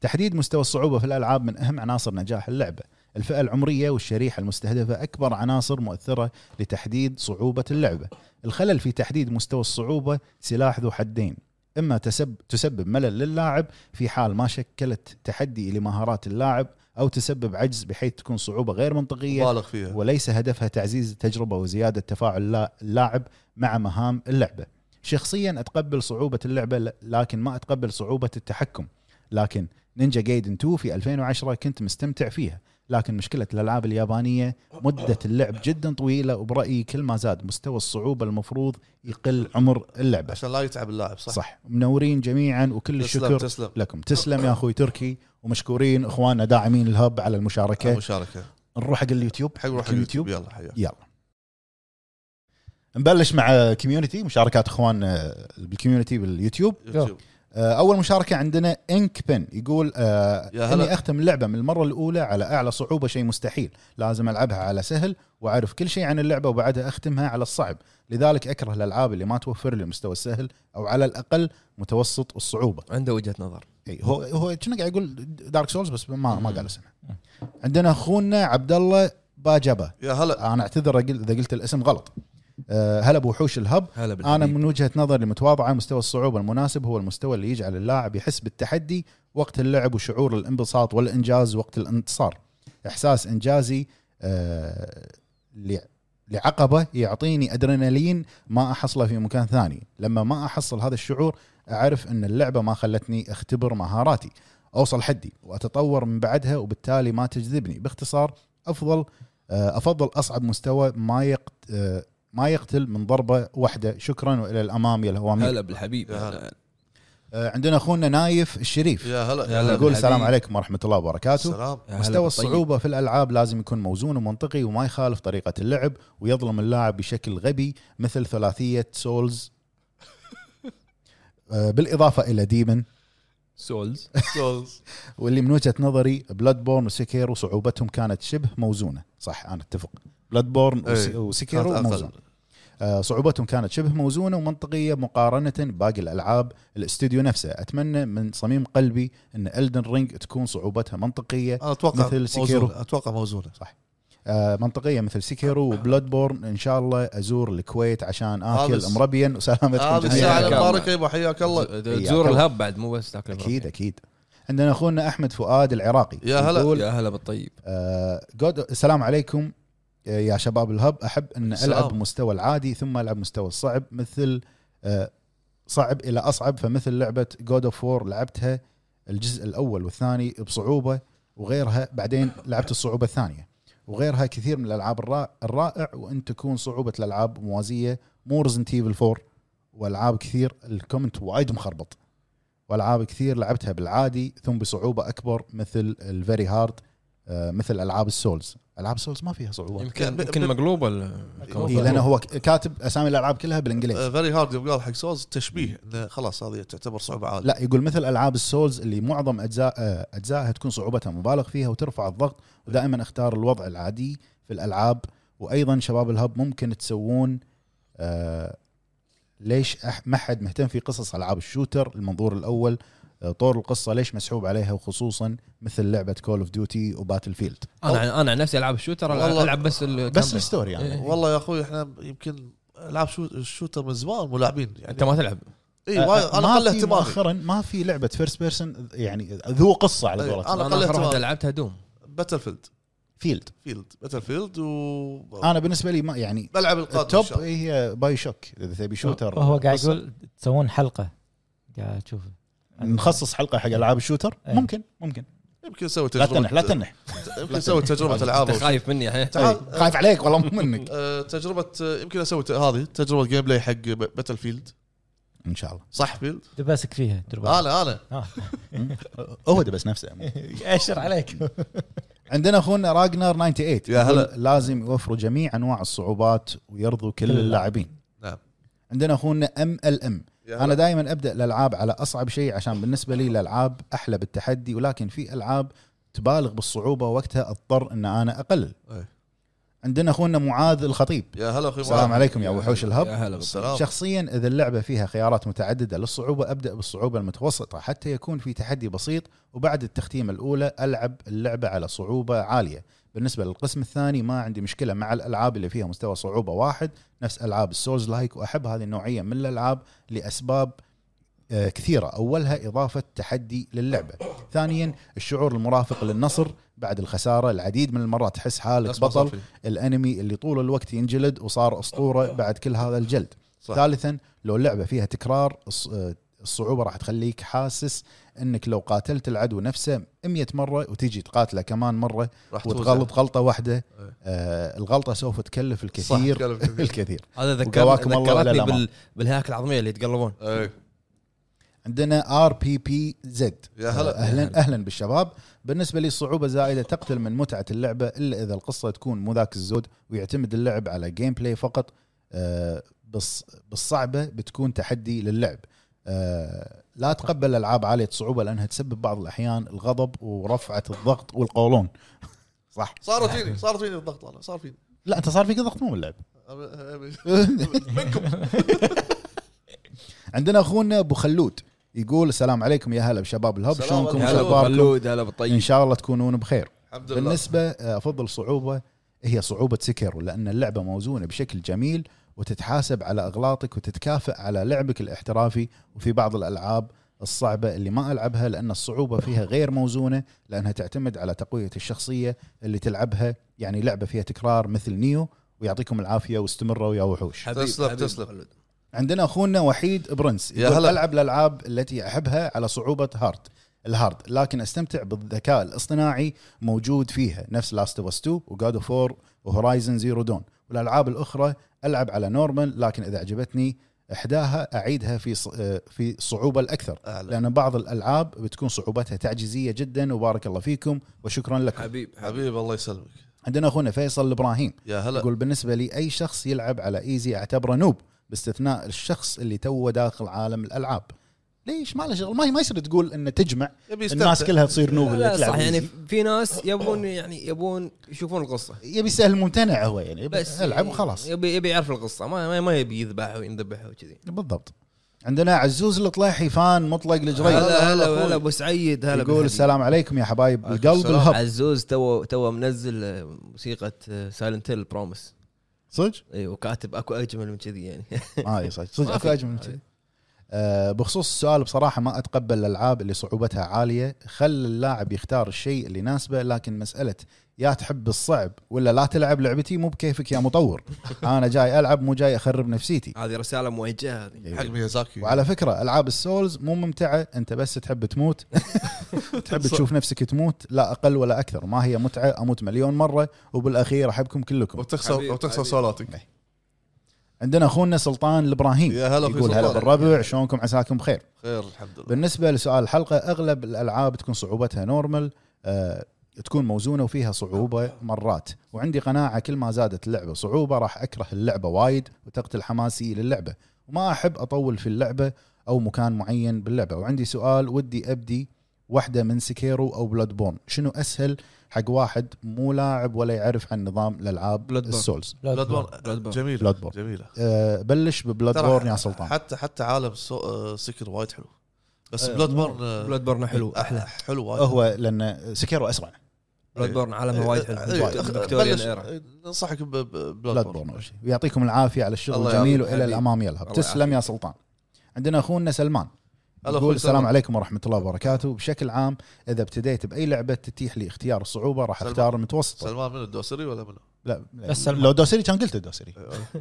Speaker 5: تحديد مستوى الصعوبه في الالعاب من اهم عناصر نجاح اللعبه الفئه العمريه والشريحه المستهدفه اكبر عناصر مؤثره لتحديد صعوبه اللعبه الخلل في تحديد مستوى الصعوبه سلاح ذو حدين اما تسب تسبب ملل للاعب في حال ما شكلت تحدي لمهارات اللاعب او تسبب عجز بحيث تكون صعوبه غير منطقيه
Speaker 3: مبالغ فيها
Speaker 5: وليس هدفها تعزيز التجربة وزيادة تفاعل اللا- اللاعب مع مهام اللعبة شخصيا أتقبل صعوبة اللعبة ل- لكن ما أتقبل صعوبة التحكم لكن نينجا جايدن 2 في 2010 كنت مستمتع فيها لكن مشكلة الألعاب اليابانية مدة اللعب جدا طويلة وبرأيي كل ما زاد مستوى الصعوبة المفروض يقل عمر اللعبة
Speaker 3: عشان لا يتعب اللاعب صح,
Speaker 5: صح, منورين جميعا وكل
Speaker 3: تسلم
Speaker 5: الشكر
Speaker 3: تسلم
Speaker 5: لكم تسلم يا أخوي تركي ومشكورين إخواننا داعمين الهب على المشاركة
Speaker 3: المشاركه
Speaker 5: نروح حق اليوتيوب
Speaker 3: حق روح
Speaker 5: لكن
Speaker 3: اليوتيوب يلا حياك
Speaker 5: يلا نبلش مع كوميونتي مشاركات اخوان آه، بالكوميونتي باليوتيوب
Speaker 3: يوتيوب
Speaker 5: آه، اول مشاركه عندنا انك بن يقول آه،
Speaker 3: يا هلا.
Speaker 5: اني اختم اللعبه من المره الاولى على اعلى صعوبه شيء مستحيل لازم العبها على سهل واعرف كل شيء عن اللعبه وبعدها اختمها على الصعب لذلك اكره الالعاب اللي ما توفر لي المستوى السهل او على الاقل متوسط الصعوبه
Speaker 1: عنده وجهه نظر
Speaker 5: اي هو هو كنا قاعد يقول دارك سولز بس ما ما قال اسمه عندنا اخونا عبد الله باجبه
Speaker 3: يا هلا
Speaker 5: انا اعتذر أقل- اذا قلت الاسم غلط أه، هلا بوحوش الهب
Speaker 1: هلا
Speaker 5: انا من وجهه نظري المتواضعه مستوى الصعوبه المناسب هو المستوى اللي يجعل اللاعب يحس بالتحدي وقت اللعب وشعور الانبساط والانجاز وقت الانتصار احساس انجازي أه، ل- لعقبه يعطيني ادرينالين ما احصله في مكان ثاني لما ما احصل هذا الشعور اعرف ان اللعبه ما خلتني اختبر مهاراتي اوصل حدي واتطور من بعدها وبالتالي ما تجذبني باختصار افضل آه، افضل اصعب مستوى ما يقت آه، ما يقتل من ضربه واحده شكرا والى الامام يا الهوامير
Speaker 1: هلا بالحبيب
Speaker 3: يا هلا.
Speaker 5: آه، عندنا اخونا نايف الشريف
Speaker 3: يا هلا
Speaker 1: يا هلا
Speaker 5: يقول
Speaker 1: بالحبيب.
Speaker 5: السلام عليكم ورحمه الله وبركاته
Speaker 3: سلام
Speaker 1: يا هلا
Speaker 5: مستوى
Speaker 1: بالطيب.
Speaker 5: الصعوبة في الألعاب لازم يكون موزون ومنطقي وما يخالف طريقة اللعب ويظلم اللاعب بشكل غبي مثل ثلاثية سولز آه، بالإضافة إلى ديمن
Speaker 1: سولز
Speaker 3: سولز
Speaker 5: واللي من وجهه نظري بلاد بورن وسكيرو صعوبتهم كانت شبه موزونه صح انا اتفق بلاد بورن
Speaker 3: إيه،
Speaker 5: وسكيرو
Speaker 3: كانت أقل.
Speaker 5: موزون آه، صعوبتهم كانت شبه موزونه ومنطقيه مقارنه باقي الالعاب الاستوديو نفسه اتمنى من صميم قلبي ان الدن رينج تكون صعوبتها منطقيه
Speaker 3: انا اتوقع
Speaker 5: مثل
Speaker 3: مثل
Speaker 5: سكيرو.
Speaker 3: اتوقع موزونه
Speaker 5: صح آه، منطقيه مثل سكيرو وبلود بورن ان شاء الله ازور الكويت عشان اكل
Speaker 3: هذا-
Speaker 5: مربيا وسلامتكم
Speaker 3: هذه
Speaker 5: جميعا
Speaker 3: الساعه
Speaker 1: حياك الله.
Speaker 3: المباركه يبا حياك الله
Speaker 1: تزور الهب بعد مو بس تاكل
Speaker 5: اكيد اكيد عندنا اخونا احمد فؤاد العراقي
Speaker 3: يا هلا.
Speaker 5: يقول
Speaker 1: يا هلا بالطيب
Speaker 5: آه، جود السلام عليكم آه، يا شباب الهب احب ان
Speaker 3: السلام.
Speaker 5: العب مستوى العادي ثم العب مستوى الصعب مثل آه، صعب الى اصعب فمثل لعبه جود اوف وور لعبتها الجزء الاول والثاني بصعوبه وغيرها بعدين لعبت الصعوبه الثانيه وغيرها كثير من الالعاب الرا- الرائع وان تكون صعوبه الالعاب موازيه مو ريزنت ايفل 4 والعاب كثير الكومنت وايد مخربط والعاب كثير لعبتها بالعادي ثم بصعوبه اكبر مثل الفيري هارد آه، مثل العاب السولز العاب السولز ما فيها صعوبه
Speaker 1: يمكن
Speaker 3: ب-
Speaker 1: يمكن
Speaker 3: ب-
Speaker 1: مقلوبه
Speaker 5: إيه، لانه هو ك- كاتب اسامي الالعاب كلها بالانجليزي
Speaker 3: فيري هارد يبقى حق سوز تشبيه إنه خلاص هذه تعتبر صعوبه عاليه
Speaker 5: لا يقول مثل العاب السولز اللي معظم اجزاء آه، اجزائها تكون صعوبتها مبالغ فيها وترفع الضغط ودائما اختار الوضع العادي في الالعاب وايضا شباب الهب ممكن تسوون آه، ليش أح- ما حد مهتم في قصص العاب الشوتر المنظور الاول آه، طور القصه ليش مسحوب عليها وخصوصا مثل لعبه كول اوف ديوتي وباتل فيلد
Speaker 1: انا انا عن نفسي العب الشوتر
Speaker 3: والله-
Speaker 1: العب بس
Speaker 5: بس الستوري يعني
Speaker 1: إيه.
Speaker 3: والله يا اخوي احنا يمكن العاب شو الشوتر من زمان ملاعبين يعني
Speaker 1: انت ما تلعب
Speaker 3: اي
Speaker 5: آه،
Speaker 3: انا
Speaker 5: ما
Speaker 3: قل
Speaker 5: في
Speaker 3: اهتمامي
Speaker 5: مؤخرا ما في لعبه فيرست بيرسون يعني ذو قصه على
Speaker 3: إيه،
Speaker 5: قولتهم
Speaker 3: أنا
Speaker 1: انا اخر
Speaker 3: قلت
Speaker 1: واحده
Speaker 3: ما-
Speaker 1: لعبتها دوم
Speaker 3: باتل فيلد
Speaker 5: فيلد
Speaker 3: فيلد باتل فيلد و
Speaker 5: انا بالنسبه لي ما يعني
Speaker 3: بلعب القادم إن
Speaker 5: آه. التوب
Speaker 3: شاء الله.
Speaker 5: إيه، هي باي شوك اذا تبي شوتر
Speaker 2: هو آه، قاعد
Speaker 5: قصة.
Speaker 2: يقول تسوون حلقه قاعد اشوف
Speaker 5: نخصص حلقه حق العاب الشوتر
Speaker 2: إيه.
Speaker 5: ممكن ممكن
Speaker 3: يمكن نسوي
Speaker 5: لا
Speaker 3: تجربه
Speaker 5: تنح لا تنح
Speaker 3: يمكن نسوي تجربه العاب
Speaker 1: انت
Speaker 3: أو شيء.
Speaker 1: خايف مني الحين
Speaker 3: تعال
Speaker 5: إيه. خايف عليك والله مو منك
Speaker 3: آه، تجربه آه، يمكن اسوي ت- هذه تجربه جيم بلاي حق ب- باتل فيلد
Speaker 5: ان شاء الله
Speaker 3: صح فيلد
Speaker 2: دباسك فيها درباسك.
Speaker 3: انا انا
Speaker 2: آه.
Speaker 5: مم. هو دبس نفسه
Speaker 2: اشر عليك
Speaker 5: إيه. عندنا اخونا راجنر 98
Speaker 3: يا هلا.
Speaker 5: يقول لازم يوفروا جميع انواع الصعوبات ويرضوا كل
Speaker 2: كل
Speaker 5: اللاعبين
Speaker 3: نعم.
Speaker 5: عندنا اخونا ام ال ام
Speaker 3: يا
Speaker 5: انا
Speaker 3: هلا.
Speaker 5: دائما ابدا الالعاب على اصعب شيء عشان بالنسبه لي الالعاب احلى بالتحدي ولكن في العاب تبالغ بالصعوبه وقتها اضطر ان انا اقلل
Speaker 3: أي.
Speaker 5: عندنا اخونا معاذ الخطيب
Speaker 3: يا هلا اخوي
Speaker 5: السلام
Speaker 3: معاذ.
Speaker 5: عليكم يا وحوش الهب
Speaker 1: يا هلا بالطيب.
Speaker 3: السلام
Speaker 5: شخصيا اذا اللعبه فيها خيارات متعدده للصعوبه ابدا بالصعوبه المتوسطه حتى يكون في تحدي بسيط وبعد التختيمه الاولى العب اللعبه على صعوبه عاليه بالنسبه للقسم الثاني ما عندي مشكله مع الالعاب اللي فيها مستوى صعوبه واحد نفس العاب السولز لايك واحب هذه النوعيه من الالعاب لاسباب آه، كثيره اولها اضافه تحدي للعبه ثانيا الشعور المرافق للنصر بعد الخساره العديد من المرات تحس حالك
Speaker 3: بس ما صار
Speaker 5: بطل
Speaker 3: فيه.
Speaker 5: الانمي اللي طول الوقت ينجلد وصار اسطوره بعد كل هذا الجلد
Speaker 3: صح.
Speaker 5: ثالثا لو اللعبه فيها تكرار الص- آه، الصعوبه راح تخليك حاسس انك لو قاتلت العدو نفسه 100 مره وتجي تقاتله كمان مره
Speaker 3: راح توزع.
Speaker 5: وتغلط غلطه واحده
Speaker 3: إيه.
Speaker 5: آه الغلطه سوف تكلف
Speaker 3: صح،
Speaker 5: الكثير
Speaker 3: تكلم كثير.
Speaker 5: الكثير
Speaker 1: هذا ذكر
Speaker 5: وقواكم الله إلى
Speaker 1: ذكرتني
Speaker 5: الأمان.
Speaker 1: بال... بالهاك العظميه اللي يتقلبون
Speaker 3: أي.
Speaker 5: عندنا ار بي بي زد
Speaker 3: يا هلا.
Speaker 5: اهلا اهلا بالشباب بالنسبه لي الصعوبه زائده تقتل من متعه اللعبه الا اذا القصه تكون مو ذاك الزود ويعتمد اللعب على جيم بلاي فقط آه، بالص- بالصعبه بتكون تحدي للعب آه، لا تقبل العاب عاليه الصعوبه لانها تسبب بعض الاحيان الغضب ورفعه الضغط والقولون صح
Speaker 3: صارت فيني صارت فيني الضغط انا صار فيني
Speaker 5: لا انت صار فيك ضغط مو من اللعب عندنا اخونا ابو خلود يقول السلام عليكم يا هلا بشباب الهب
Speaker 3: سلام
Speaker 5: شلونكم
Speaker 3: عليكم.
Speaker 5: شو
Speaker 3: هلا
Speaker 5: اخباركم
Speaker 1: هلا
Speaker 5: ان
Speaker 1: بالطيب
Speaker 5: شاء الله تكونون بخير
Speaker 3: الحمد لله
Speaker 5: بالنسبة آه، أفضل صعوبة هي صعوبة سكر لأن اللعبة موزونة بشكل جميل وتتحاسب على أغلاطك وتتكافئ على لعبك الاحترافي وفي بعض الألعاب الصعبة اللي ما ألعبها لأن الصعوبة فيها غير موزونة لأنها تعتمد على تقوية الشخصية اللي تلعبها يعني لعبة فيها تكرار مثل نيو ويعطيكم العافية واستمروا يا وحوش
Speaker 1: حبيب-
Speaker 3: تسلم،
Speaker 1: حبيب
Speaker 3: تسلم.
Speaker 1: خلود.
Speaker 5: عندنا اخونا وحيد برنس
Speaker 3: يا
Speaker 5: يقول
Speaker 3: هلا.
Speaker 5: العب الالعاب التي احبها على صعوبه هارد الهارد لكن استمتع بالذكاء الاصطناعي موجود فيها نفس لاست اوف اس 2 وجاد اوف 4 وهورايزن زيرو دون والالعاب الاخرى العب على نورمال لكن اذا عجبتني احداها اعيدها في ص- آه، في الصعوبه الاكثر
Speaker 3: اهلا
Speaker 5: لان بعض الالعاب بتكون صعوبتها تعجيزيه جدا وبارك الله فيكم وشكرا لكم
Speaker 1: حبيب حبيب
Speaker 3: حبيبي الله يسلمك
Speaker 5: عندنا اخونا فيصل ابراهيم
Speaker 3: يا هلا
Speaker 5: يقول بالنسبه لي اي شخص يلعب على ايزي اعتبره نوب باستثناء الشخص اللي توه داخل عالم الالعاب ليش ما له شغل ما ما يصير تقول انه تجمع
Speaker 3: يبي يستمتع.
Speaker 5: الناس كلها تصير نوب اللي
Speaker 1: لا
Speaker 5: تلعب
Speaker 1: صح يعني
Speaker 5: يعني
Speaker 1: في ناس يبون يعني يبون يشوفون القصه
Speaker 5: يبي سهل ممتنع هو يعني
Speaker 1: بس
Speaker 5: بس العب وخلاص
Speaker 1: يبي يبي يعرف القصه ما ما- ما يبي يذبح وينذبح وكذي
Speaker 5: بالضبط عندنا عزوز الطليحي فان مطلق لجريد
Speaker 1: هلا هلا
Speaker 3: أخوي.
Speaker 1: هلا ابو سعيد هلا
Speaker 5: يقول
Speaker 1: بالحبيب.
Speaker 5: السلام عليكم يا حبايب القلب
Speaker 3: السلام.
Speaker 5: الهب
Speaker 1: عزوز تو تو منزل آه، موسيقى سايلنت هيل بروميس
Speaker 5: صدق؟
Speaker 1: اي إيه، وكاتب اكو اجمل من كذي يعني
Speaker 5: ما هي آه، صدق صدق
Speaker 1: ما
Speaker 5: اكو
Speaker 1: في.
Speaker 5: اجمل من كذي. آه، بخصوص السؤال بصراحه ما اتقبل الالعاب اللي صعوبتها عاليه خل اللاعب يختار الشيء اللي يناسبه لكن مساله يا تحب الصعب ولا لا تلعب لعبتي مو بكيفك يا مطور انا جاي العب مو جاي اخرب نفسيتي
Speaker 1: هذه رساله موجهه هذه
Speaker 3: حق ميازاكي
Speaker 5: وعلى فكره العاب السولز مو ممتعه انت بس تحب تموت تحب تشوف نفسك تموت لا اقل ولا اكثر ما هي متعه اموت مليون مره وبالاخير احبكم كلكم
Speaker 3: وتخسر
Speaker 1: حبيب-
Speaker 3: وتخسر
Speaker 1: حبيب.
Speaker 3: سولاتك
Speaker 5: عندنا اخونا سلطان الابراهيم
Speaker 3: يا هلا أخوي
Speaker 5: يقول هلا
Speaker 3: سلطان.
Speaker 5: بالربع شلونكم عساكم بخير
Speaker 3: خير الحمد لله
Speaker 5: بالنسبه لسؤال الحلقه اغلب الالعاب تكون صعوبتها نورمال آه، تكون موزونه وفيها صعوبه مرات وعندي قناعه كل ما زادت اللعبه صعوبه راح اكره اللعبه وايد وتقتل حماسي للعبه وما احب اطول في اللعبه او مكان معين باللعبه وعندي سؤال ودي ابدي واحده من سكيرو او بلاد بورن شنو اسهل حق واحد مو لاعب ولا يعرف عن نظام الالعاب
Speaker 1: Bloodborne.
Speaker 5: السولز
Speaker 3: بلاد
Speaker 1: بلاد
Speaker 3: بورن
Speaker 1: بورن.
Speaker 3: جميله
Speaker 5: بلاد بورن
Speaker 3: جميله
Speaker 5: أه بلش ببلاد
Speaker 3: ترى
Speaker 5: بورن يا سلطان
Speaker 3: حتى حتى عالم سو... آه، سكر وايد حلو بس
Speaker 5: آه،
Speaker 3: بلاد بورن
Speaker 1: بلاد بورن حلو
Speaker 3: احلى
Speaker 1: احلى
Speaker 3: حلو وايد
Speaker 5: هو لان سكيرو اسرع
Speaker 1: بلاد بورن عالمها
Speaker 3: آه،
Speaker 1: وايد
Speaker 3: آه،
Speaker 1: حلو
Speaker 3: آه،
Speaker 1: فيكتوريان
Speaker 3: بلش-
Speaker 1: ايرا
Speaker 3: آه، ننصحك ببلاد
Speaker 5: بلاد بورن أول شيء. ويعطيكم العافيه على الشغل
Speaker 3: الله
Speaker 5: الجميل
Speaker 3: يعافيك
Speaker 5: والى
Speaker 3: حبيبي.
Speaker 5: الامام يلهب
Speaker 1: الله
Speaker 5: تسلم
Speaker 1: يعافيك.
Speaker 5: يا سلطان عندنا اخونا سلمان
Speaker 3: هلا
Speaker 5: يقول
Speaker 3: أخوي
Speaker 5: السلام
Speaker 3: سلمان.
Speaker 5: عليكم ورحمه الله وبركاته بشكل عام اذا ابتديت باي لعبه تتيح لي اختيار الصعوبه راح
Speaker 3: سلمان.
Speaker 5: اختار المتوسطه
Speaker 3: سلمان من الدوسري ولا منو؟ أيوة.
Speaker 5: لا
Speaker 2: بس
Speaker 5: بس
Speaker 2: سلمان.
Speaker 5: لو دوسري كان قلت الدوسري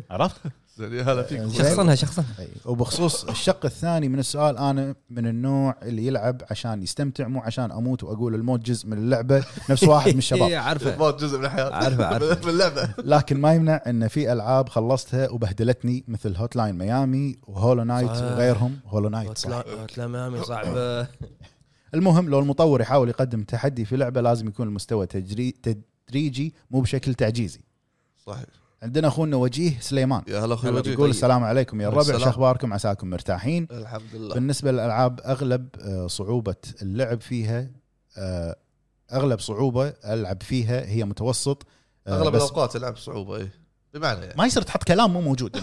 Speaker 5: عرفت
Speaker 3: زين يا هلا فيك
Speaker 5: زين.
Speaker 1: شخصنها شخصنها
Speaker 5: أي. وبخصوص الشق الثاني من السؤال انا من النوع اللي يلعب عشان يستمتع مو عشان اموت واقول الموت جزء من اللعبه نفس واحد من الشباب
Speaker 1: إيه، عارفه
Speaker 3: موت جزء من الحياه
Speaker 1: عارفه عارفه
Speaker 3: من اللعبه
Speaker 5: لكن ما يمنع ان في العاب خلصتها وبهدلتني مثل هوت لاين ميامي وهولو نايت
Speaker 1: صح.
Speaker 5: وغيرهم هولو نايت صح.
Speaker 1: هوتلاين ميامي صعبه
Speaker 5: المهم لو المطور يحاول يقدم تحدي في لعبه لازم يكون المستوى تجري تدريجي مو بشكل تعجيزي
Speaker 3: صحيح
Speaker 5: عندنا اخونا وجيه سليمان
Speaker 3: يا هلا اخوي
Speaker 1: هلا
Speaker 3: وجيه. طيب.
Speaker 5: يقول السلام عليكم يا الربع
Speaker 3: السلام.
Speaker 5: شو اخباركم عساكم مرتاحين
Speaker 3: الحمد لله
Speaker 5: بالنسبه للالعاب اغلب آه، صعوبه اللعب فيها آه، اغلب صعوبه العب فيها هي متوسط آه،
Speaker 3: اغلب
Speaker 5: بس
Speaker 3: الاوقات العب صعوبه اي بمعنى يعني
Speaker 5: ما يصير تحط كلام مو موجود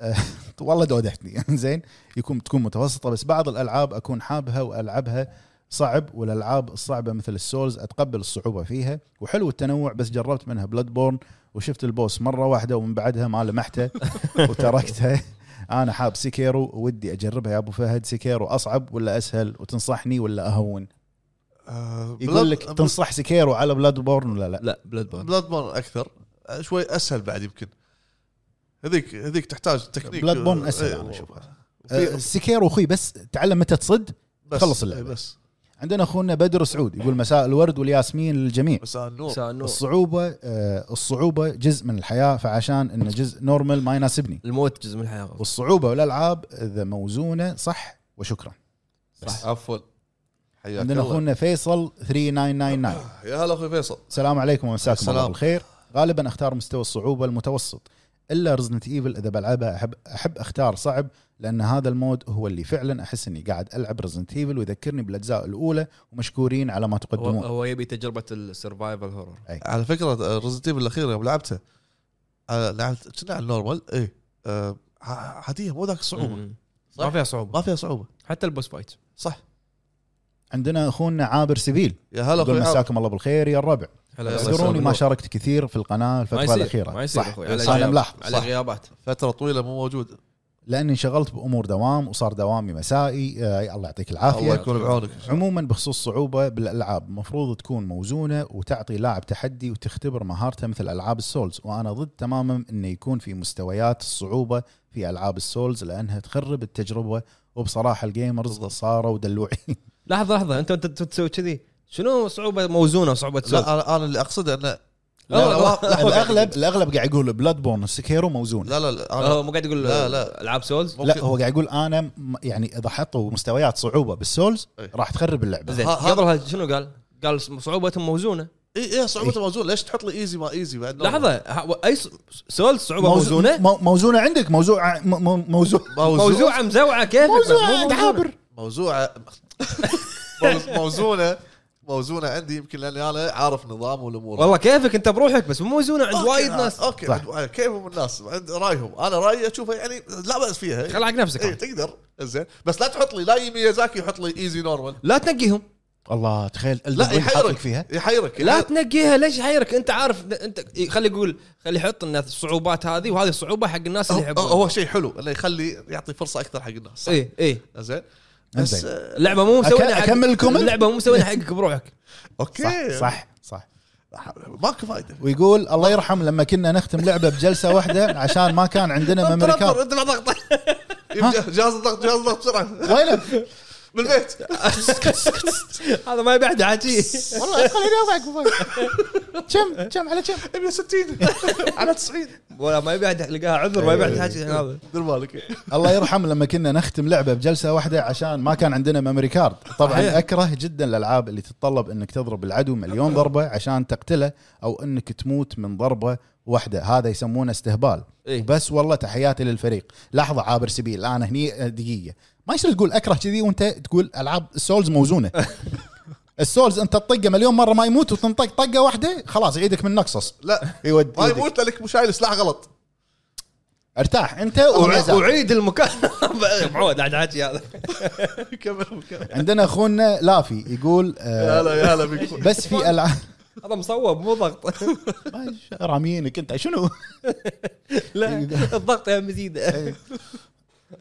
Speaker 5: أه، والله دودحتني زين يكون تكون متوسطه بس بعض الالعاب اكون حابها والعبها صعب والالعاب الصعبه مثل السولز اتقبل الصعوبه فيها وحلو التنوع بس جربت منها بلاد بورن وشفت البوس مره واحده ومن بعدها ما لمحته وتركتها انا حاب سيكيرو ودي اجربها يا ابو فهد سيكيرو اصعب ولا اسهل وتنصحني ولا اهون
Speaker 3: آه،
Speaker 5: يقول لك
Speaker 3: بلاد-
Speaker 5: تنصح سيكيرو على بلاد بورن ولا لا
Speaker 1: لا بلاد بورن
Speaker 3: بلاد بورن اكثر آه، شوي اسهل بعد يمكن هذيك هذيك تحتاج تكنيك
Speaker 5: بلاد بورن
Speaker 3: آه،
Speaker 5: أسهل
Speaker 3: آه،
Speaker 5: أنا أشوفها.
Speaker 3: وفي-
Speaker 5: أه، سيكيرو اخوي بس تعلم متى تصد
Speaker 3: بس
Speaker 5: خلص اللعبة.
Speaker 3: إيه، بس
Speaker 5: عندنا اخونا بدر سعود يقول مساء الورد والياسمين للجميع
Speaker 3: مساء النور
Speaker 1: مساء النور
Speaker 5: الصعوبة آه، الصعوبة جزء من الحياة فعشان انه جزء نورمال ما يناسبني
Speaker 1: الموت جزء من الحياه
Speaker 5: والصعوبة والالعاب اذا موزونة صح وشكرا
Speaker 1: صح.
Speaker 3: عفوا حياك
Speaker 5: عندنا
Speaker 3: الله.
Speaker 5: اخونا فيصل 3999
Speaker 3: يا هلا اخوي فيصل
Speaker 5: السلام عليكم ومساكم الله
Speaker 3: السلام.
Speaker 5: بالخير غالبا اختار مستوى الصعوبة المتوسط الا رزنت ايفل اذا بلعبها احب احب اختار صعب لان هذا المود هو اللي فعلا احس اني قاعد العب رزنت ايفل ويذكرني بالاجزاء الاولى ومشكورين على ما
Speaker 1: هو,
Speaker 5: تقدمون
Speaker 1: هو يبي تجربه السرفايفل هورر
Speaker 3: على آه، فكره ريزنت ايفل الاخير يوم لعبته آه، لعبت كنا على النورمال اي آه، ع- عاديه مو ذاك الصعوبه صح.
Speaker 1: ما فيها صعوبه
Speaker 3: ما فيها صعوبه
Speaker 1: حتى البوس فايت
Speaker 3: صح
Speaker 5: عندنا اخونا عابر سبيل
Speaker 3: يا هلا
Speaker 5: يقول
Speaker 3: اخوي عابد.
Speaker 5: مساكم الله بالخير يا الربع
Speaker 1: هلا
Speaker 3: الله
Speaker 5: اعذروني
Speaker 3: يسلمك.
Speaker 5: ما شاركت كثير في القناه
Speaker 1: ما
Speaker 5: الفتره
Speaker 1: يصير
Speaker 5: الاخيره
Speaker 1: ما يصير
Speaker 5: صح
Speaker 1: اخوي
Speaker 5: صح، انا ملاحظ
Speaker 1: على
Speaker 3: صح.
Speaker 1: غيابات
Speaker 3: فتره طويله مو موجود
Speaker 5: لاني انشغلت بامور دوام وصار دوامي مسائي آه الله يعطيك
Speaker 3: الله
Speaker 5: العافيه
Speaker 3: يكون بعونك
Speaker 5: عموما بخصوص صعوبه بالالعاب مفروض تكون موزونه وتعطي لاعب تحدي وتختبر مهارته مثل العاب السولز وانا ضد تماما انه يكون في مستويات الصعوبه في العاب السولز لانها تخرب التجربه وبصراحه الجيمرز صاروا دلوعين
Speaker 1: لحظه لحظه انت انت تسوي كذي شنو صعوبه موزونه وصعوبه سوق؟
Speaker 3: لا انا انا اللي اقصده انه
Speaker 1: لا، لا،
Speaker 3: لا، لا،
Speaker 5: الاغلب الاغلب قاعد يقول بلاد بورن سكيرو موزون
Speaker 3: لا لا لا
Speaker 1: هو
Speaker 3: انا
Speaker 1: مو قاعد يقول
Speaker 3: لا، لا.
Speaker 1: العاب سولز
Speaker 5: لا هو قاعد يقول انا م- يعني اذا حطوا مستويات صعوبه بالسولز
Speaker 3: أي.
Speaker 5: راح تخرب اللعبه
Speaker 1: زين
Speaker 3: ها- ها-
Speaker 1: قبلها شنو قال؟ قال صعوبتهم موزونه
Speaker 3: اي اي صعوبته موجود ليش تحط لي ايزي ما ايزي بعد
Speaker 1: لحظه ها- اي س- سولز صعوبه
Speaker 5: موز-
Speaker 1: موزونه؟
Speaker 5: مو- موزونه عندك موزوع م- م- موزوع
Speaker 3: موزوع
Speaker 1: موزوعه مزوعه كيف
Speaker 5: موزوعة عابر.
Speaker 3: موزوعه موز- موزونه موزونه عندي يمكن لاني انا عارف نظام والامور
Speaker 1: والله كيفك انت بروحك بس مو موزونه عند
Speaker 3: أوكي،
Speaker 1: وايد
Speaker 3: آه،
Speaker 1: ناس
Speaker 3: اوكي
Speaker 5: صح.
Speaker 3: عند- كيفهم الناس عند رايهم انا رايي اشوفه يعني لا باس فيها
Speaker 1: خل حق
Speaker 3: اي
Speaker 1: نفسك
Speaker 3: تقدر زين بس لا تحط لي لا يميازاكي يحط لي ايزي نورمال
Speaker 1: لا تنقيهم
Speaker 5: الله تخيل
Speaker 3: لا
Speaker 5: البن حاطك
Speaker 3: يحيرك
Speaker 5: فيها
Speaker 3: يحيرك يعني
Speaker 1: لا
Speaker 3: يحير-
Speaker 1: تنقيها ليش حيرك انت عارف انت إيه، خلي يقول خلي يحط الناس الصعوبات هذه وهذه الصعوبه حق الناس اللي
Speaker 3: هو-
Speaker 1: يحبون
Speaker 3: هو شيء حلو انه يخلي يعطي فرصه اكثر حق الناس صح
Speaker 1: اي اي
Speaker 3: زين بس
Speaker 5: إنزين.
Speaker 3: آه،
Speaker 1: اللعبه مو مسوينها حق
Speaker 5: أكمل الكومنت؟
Speaker 1: اللعبه مو مسوينها حقك بروحك
Speaker 3: اوكي
Speaker 5: صح صح صح
Speaker 3: ماكو فايده
Speaker 5: ويقول الله يرحم لما كنا نختم لعبه بجلسه واحده عشان ما كان عندنا ميموري
Speaker 3: تنطر انت
Speaker 5: كارد
Speaker 3: ضغط جهاز الضغط جهاز الضغط بسرعه
Speaker 5: وينه؟
Speaker 3: بالبيت
Speaker 1: هذا ما يبي احد يحاكيه
Speaker 5: والله ادخل هنا كم كم على كم
Speaker 3: 160 على 90
Speaker 1: ولا ما يبي احد يلقاها عذر ما يبي احد يحاكي هذا
Speaker 3: دير بالك
Speaker 5: الله يرحم لما كنا نختم لعبه بجلسه واحده عشان ما كان عندنا ميموري كارد
Speaker 1: صحيح.
Speaker 5: طبعا اكره جدا الالعاب اللي تتطلب انك تضرب العدو مليون ضربه عشان تقتله او انك تموت من ضربه واحده هذا يسمونه استهبال
Speaker 1: إيه.
Speaker 5: بس والله تحياتي للفريق لحظه عابر سبيل انا هني دقيقه ما يصير تقول اكره كذي وانت تقول العاب السولز موزونه السولز انت تطقه مليون مره ما يموت وتنطق طقه واحده خلاص يعيدك من نقصص
Speaker 3: لا
Speaker 5: يود
Speaker 3: ما
Speaker 5: يدك.
Speaker 3: يموت لانك مو شايل سلاح غلط
Speaker 5: ارتاح انت وعزاز
Speaker 1: وعيد المكان معود احد يحاكي هذا
Speaker 3: كمل كمل
Speaker 5: عندنا اخونا لافي يقول آه،
Speaker 3: يا هلا يا هلا بك
Speaker 5: بس في العاب
Speaker 1: هذا مصوب مو ضغط
Speaker 5: راميينك انت شنو؟
Speaker 1: لا الضغط يا
Speaker 3: إيه.
Speaker 1: مزيده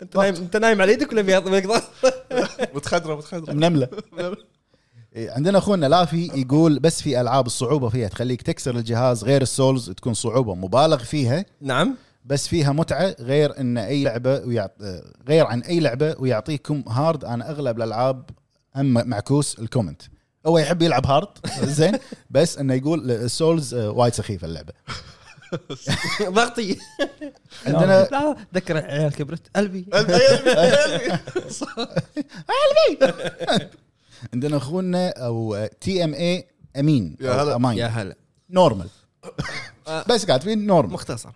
Speaker 1: انت نايم انت نايم على يدك ولا بيعطيك ضغط؟
Speaker 3: متخدره متخدره
Speaker 5: النمله إيه، عندنا اخونا لافي يقول بس في العاب الصعوبه فيها تخليك تكسر الجهاز غير السولز تكون صعوبه مبالغ فيها
Speaker 1: نعم
Speaker 5: بس فيها متعه غير ان اي لعبه ويعط... غير عن اي لعبه ويعطيكم هارد انا اغلب الالعاب اما معكوس الكومنت هو يحب يلعب هارد زين بس انه يقول السولز آه، وايد سخيفه اللعبه
Speaker 1: ضغطي
Speaker 5: عندنا
Speaker 1: لا ذكر العيال كبرت قلبي
Speaker 3: قلبي، قلبي، قلبي.
Speaker 5: عندنا آه، اخونا او تي ام اي امين
Speaker 3: يا هلا.
Speaker 5: أو أمين.
Speaker 1: يا هلا
Speaker 5: نورمال
Speaker 1: آه.
Speaker 5: بس قاعد في نورمال
Speaker 1: مختصر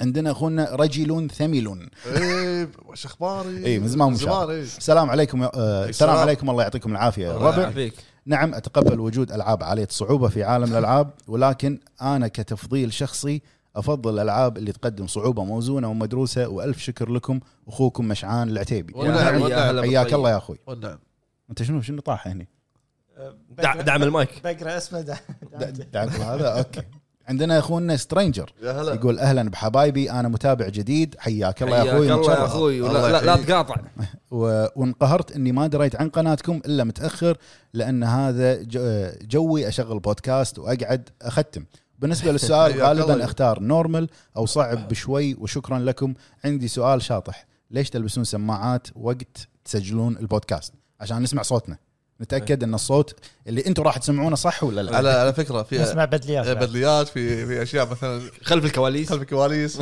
Speaker 5: عندنا اخونا رجل ثمل
Speaker 3: ايه وش اخباري
Speaker 5: إيه، من زمان مو
Speaker 3: زمان ايه
Speaker 5: السلام عليكم يا- آه، السلام
Speaker 3: السلام.
Speaker 5: عليكم الله يعطيكم العافيه الربع
Speaker 1: فيك
Speaker 5: نعم اتقبل وجود العاب عاليه الصعوبه في عالم الالعاب ولكن انا كتفضيل شخصي افضل الالعاب اللي تقدم صعوبه موزونه ومدروسه والف شكر لكم اخوكم مشعان العتيبي يعني
Speaker 1: يا هلا
Speaker 3: ونعم.
Speaker 1: يا هلا
Speaker 5: حياك
Speaker 1: بالطيب.
Speaker 5: الله يا اخوي
Speaker 3: والنعم
Speaker 5: انت شنو شنو طاح هنا
Speaker 1: دع- دعم المايك
Speaker 2: بقرا اسمه ده
Speaker 5: دعك الله، هذا اوكي عندنا اخونا سترينجر
Speaker 3: يا هلا
Speaker 5: يقول اهلا بحبايبي انا متابع جديد حياك الله يا
Speaker 1: حياك
Speaker 5: اخوي
Speaker 1: الله يا
Speaker 5: متشرف.
Speaker 1: اخوي ولا-
Speaker 3: الله
Speaker 1: لا لا
Speaker 3: يحييك.
Speaker 1: تقاطع
Speaker 5: و- وانقهرت اني ما دريت عن قناتكم الا متاخر لان هذا ج- جوي اشغل بودكاست واقعد اختم بالنسبه للسؤال
Speaker 3: حياك
Speaker 5: غالبا
Speaker 3: الله.
Speaker 5: اختار نورمال او صعب بشوي وشكرا لكم عندي سؤال شاطح ليش تلبسون سماعات وقت تسجلون البودكاست عشان نسمع صوتنا نتاكد ان الصوت اللي انتم راح تسمعونه صح ولا لا
Speaker 3: على على فكره في
Speaker 2: اسمع بدليات
Speaker 3: آه، بدليات في في اشياء مثلا
Speaker 1: خلف الكواليس
Speaker 3: خلف الكواليس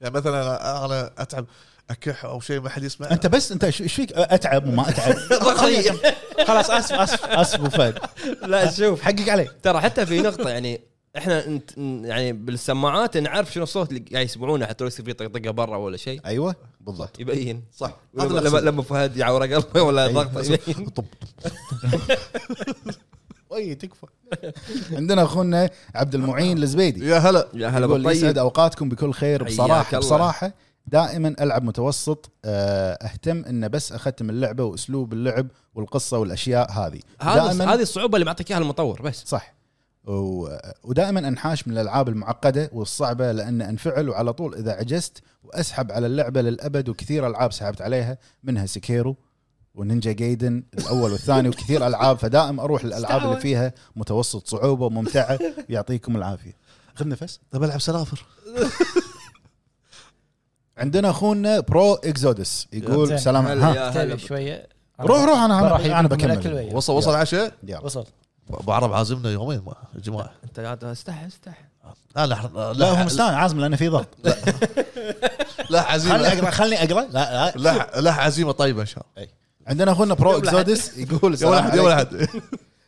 Speaker 3: يعني مثلا أنا- انا اتعب اكح او شيء ما حد يسمع
Speaker 5: انت بس انت ايش فيك اتعب وما اتعب
Speaker 1: ضغطي
Speaker 5: خلاص اسف اسف اسف أبو فهد
Speaker 1: لا شوف
Speaker 5: حقق علي
Speaker 1: ترى حتى في نقطه يعني احنا انت يعني بالسماعات نعرف شنو الصوت اللي قاعد يسمعونه حتى لو يصير في طقطقه برا ولا شيء
Speaker 5: ايوه بالضبط
Speaker 1: يبين
Speaker 3: صح هذا
Speaker 1: لما
Speaker 3: اللي
Speaker 1: لما
Speaker 3: أقصده.
Speaker 1: لما فهد يعور قلبه ولا
Speaker 5: أيوة.
Speaker 1: ضغطه يبين
Speaker 5: طب وي تكفى عندنا اخونا عبد المعين الزبيدي
Speaker 3: يا هلا
Speaker 1: يا هلا طيب،
Speaker 5: يقول يسعد
Speaker 1: بالطيب
Speaker 5: اوقاتكم بكل خير
Speaker 1: حياك
Speaker 5: بصراحه
Speaker 1: الله.
Speaker 5: بصراحه دائما العب متوسط آه، اهتم انه بس اختم اللعبه واسلوب اللعب والقصه والاشياء هذه
Speaker 1: هذا
Speaker 5: دائما
Speaker 1: هذه الصعوبه اللي معطيك اياها المطور بس
Speaker 5: صح و- ودائما انحاش من الالعاب المعقده والصعبه لان انفعل وعلى طول اذا عجزت واسحب على اللعبه للابد وكثير العاب سحبت عليها منها سكيرو ونينجا جايدن الاول والثاني وكثير العاب فدائم اروح للالعاب اللي فيها متوسط صعوبه وممتعه يعطيكم العافيه خذ نفس
Speaker 3: طب العب سنافر
Speaker 5: عندنا اخونا برو اكزودس يقول
Speaker 2: زين.
Speaker 5: السلام
Speaker 1: هلا
Speaker 5: ها
Speaker 1: يا هلا
Speaker 2: تبي شويه
Speaker 5: روح روح انا
Speaker 2: بروح
Speaker 5: انا, أنا
Speaker 2: يجيب لكم الأكل
Speaker 5: بكمل
Speaker 2: وياه.
Speaker 3: وصل وصل عشاء
Speaker 5: يلا.
Speaker 2: وصل
Speaker 3: ابو عرب عازمنا يومين ما- يا جماعه
Speaker 1: انت قاعد استحي استحي
Speaker 3: لا لا
Speaker 5: لا هو مستان عازم لانه في ضغط
Speaker 3: لا عزيمه
Speaker 5: اقرا خلني اقرا لا لا
Speaker 3: لا لا عزيمه طيبه ان شاء الله
Speaker 5: عندنا اخونا برو
Speaker 1: يوم الأحد.
Speaker 5: اكزودس يقول
Speaker 3: يا
Speaker 5: السلام
Speaker 3: ولد يا
Speaker 5: عليكم
Speaker 3: ولد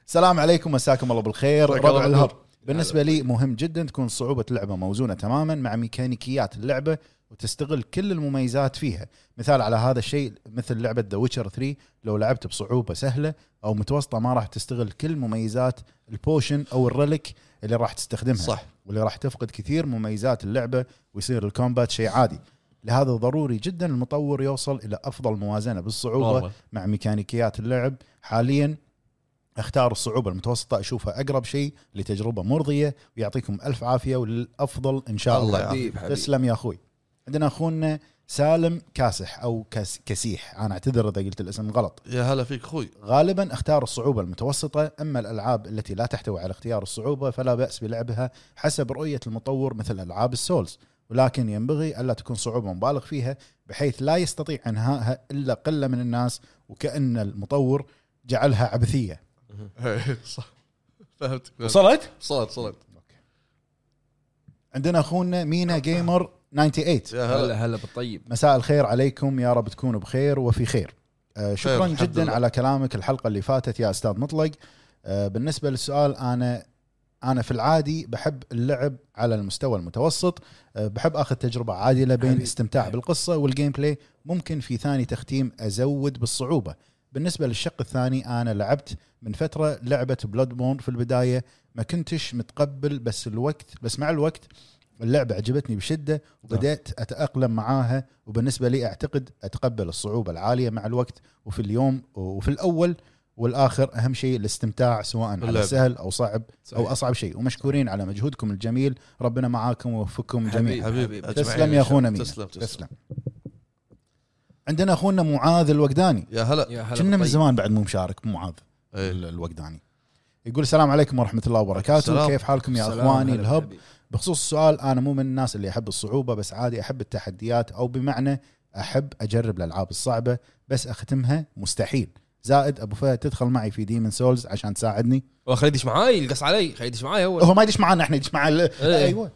Speaker 5: السلام عليكم مساكم الله بالخير
Speaker 3: مساك
Speaker 5: ربع
Speaker 3: الله بالنور.
Speaker 5: الهب بالنسبه لي مهم جدا تكون صعوبه اللعبه موزونه تماما مع ميكانيكيات اللعبه وتستغل كل المميزات فيها مثال على هذا الشيء مثل لعبه ذا ويتشر 3 لو لعبت بصعوبه سهله او متوسطه ما راح تستغل كل مميزات البوشن او الريلك اللي راح تستخدمها
Speaker 3: صح
Speaker 5: واللي راح تفقد كثير مميزات اللعبه ويصير الكومبات شيء عادي لهذا ضروري جدا المطور يوصل الى افضل موازنه بالصعوبه
Speaker 3: والله.
Speaker 5: مع ميكانيكيات اللعب حاليا اختار الصعوبة المتوسطة اشوفها اقرب شيء لتجربة مرضية ويعطيكم الف عافية وللافضل ان شاء
Speaker 3: الله
Speaker 5: الله.
Speaker 3: يعافيك.
Speaker 1: حبيب حبيب
Speaker 5: تسلم يا اخوي. عندنا اخونا سالم كاسح او كس كسيح انا اعتذر اذا قلت الاسم غلط.
Speaker 3: يا هلا فيك اخوي
Speaker 5: غالبا اختار الصعوبة المتوسطة أما الألعاب التي لا تحتوي على اختيار الصعوبة فلا بأس بلعبها حسب رؤية المطور مثل ألعاب السولز ولكن ينبغي ألا تكون صعوبة مبالغ فيها بحيث لا يستطيع إنهائها إلا قلة من الناس وكأن المطور جعلها عبثية
Speaker 3: إيه، صح فهمتك فهمتك.
Speaker 6: وصلت؟
Speaker 3: وصلت وصلت
Speaker 5: عندنا أخونا مينا جيمر 98
Speaker 3: يا هلا
Speaker 1: هلا طيب. هلا بالطيب
Speaker 5: مساء الخير عليكم يا رب تكونوا بخير وفي خير آه،
Speaker 3: خير،
Speaker 5: شكرا
Speaker 3: الحمد لله.
Speaker 5: جدا على كلامك الحلقه اللي فاتت يا استاذ مطلق آه، بالنسبه للسؤال انا انا في العادي بحب اللعب على المستوى المتوسط آه، بحب اخذ تجربه عادله بين الاستمتاع بالقصه والجيم بلاي ممكن في ثاني تختيم ازود بالصعوبه بالنسبه للشق الثاني انا لعبت من فتره لعبه بلاد بورن في البدايه ما كنتش متقبل بس الوقت بس مع الوقت اللعبه عجبتني بشده
Speaker 3: نعم.
Speaker 5: وبدات اتاقلم معاها وبالنسبه لي اعتقد اتقبل الصعوبه العاليه مع الوقت وفي اليوم وفي الاول والاخر اهم شيء الاستمتاع سواء على
Speaker 3: اللعبة.
Speaker 5: سهل او صعب
Speaker 3: صحيح.
Speaker 5: او اصعب شيء ومشكورين على مجهودكم الجميل ربنا معاكم ويوفقكم
Speaker 3: حبيب
Speaker 5: جميعا
Speaker 1: حبيب.
Speaker 3: أجمعين
Speaker 5: تسلم
Speaker 3: إن شاء
Speaker 5: يا
Speaker 3: الله.
Speaker 5: اخونا مينا
Speaker 3: تسلم تسلم
Speaker 5: تسلم عندنا اخونا معاذ الوقداني
Speaker 3: يا هلا
Speaker 1: يا هلا
Speaker 5: كنا من
Speaker 1: بالطيب.
Speaker 5: زمان بعد مو مشارك معاذ
Speaker 3: إيه.
Speaker 5: ال- الوقداني يقول السلام عليكم ورحمه الله وبركاته
Speaker 3: السلام.
Speaker 5: كيف حالكم يا
Speaker 1: سلام،
Speaker 5: اخواني
Speaker 1: هلا
Speaker 5: الهب
Speaker 1: بالحبيب.
Speaker 5: بخصوص السؤال انا مو من الناس اللي احب الصعوبه بس عادي احب التحديات او بمعنى احب اجرب الالعاب الصعبه بس اختمها مستحيل زائد ابو فهد تدخل معي في ديمن سولز عشان تساعدني
Speaker 1: والله خليه يدش معاي يلقص علي خليه يدش معاي هو
Speaker 5: هو ما يدش معانا احنا يدش مع ال-
Speaker 1: إيه.
Speaker 5: ايوه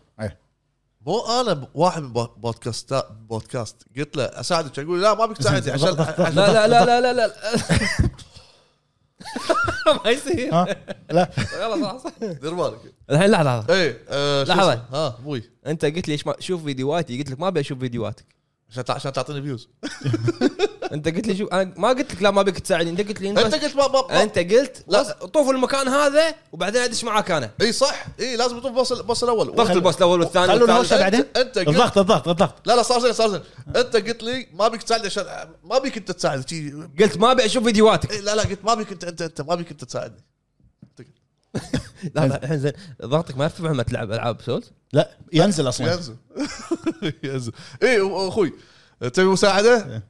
Speaker 3: مو انا واحد من بو- بودكاست بودكاست قلت له اساعدك يقول لي لا ما بك تساعدني عشان
Speaker 1: لا لا لا لا لا لا ما يصير
Speaker 5: ها لا
Speaker 1: يلا صح صح
Speaker 3: دير بالك
Speaker 1: الحين لحظه لحظه
Speaker 3: اي آه، شو
Speaker 1: لحظة.
Speaker 3: اسمه؟ ها ابوي
Speaker 1: انت قلت لي إيش ما- شوف فيديوهاتي قلت لك ما ابي اشوف فيديوهاتك
Speaker 3: عشان تع- عشان تعطيني فيوز
Speaker 1: انت قلت لي شوف انا ما قلت لك لا ما ابيك تساعدني انت قلت لي
Speaker 3: انت
Speaker 1: انت
Speaker 3: قلت ما- ما ما-
Speaker 1: انت قلت
Speaker 3: لا.
Speaker 1: لا طوف المكان هذا وبعدين ادش معاك انا
Speaker 3: اي إيه، صح اي لازم تطوف بوس البوس الاول
Speaker 1: ضغط البوس الاول والثاني
Speaker 4: خلوا
Speaker 1: والثالث.
Speaker 4: الهوشه بعدين
Speaker 3: انت قلت
Speaker 4: الضغط الضغط الضغط
Speaker 3: لا لا صار زين صار زين انت قلت لي ما بيك تساعدني عشان ما بيك انت تساعدني شي-
Speaker 1: قلت ما ابي اشوف فيديوهاتك
Speaker 3: إيه، لا لا قلت ما بيك انت انت انت ما بيك انت تساعدني
Speaker 1: لا لا، الحين زين ضغطك ما يرتفع لما تلعب العاب سولز
Speaker 4: لا ينزل اصلا
Speaker 3: ينزل ينزل اي اخوي إيه، تبي
Speaker 5: إيه.
Speaker 3: مساعده؟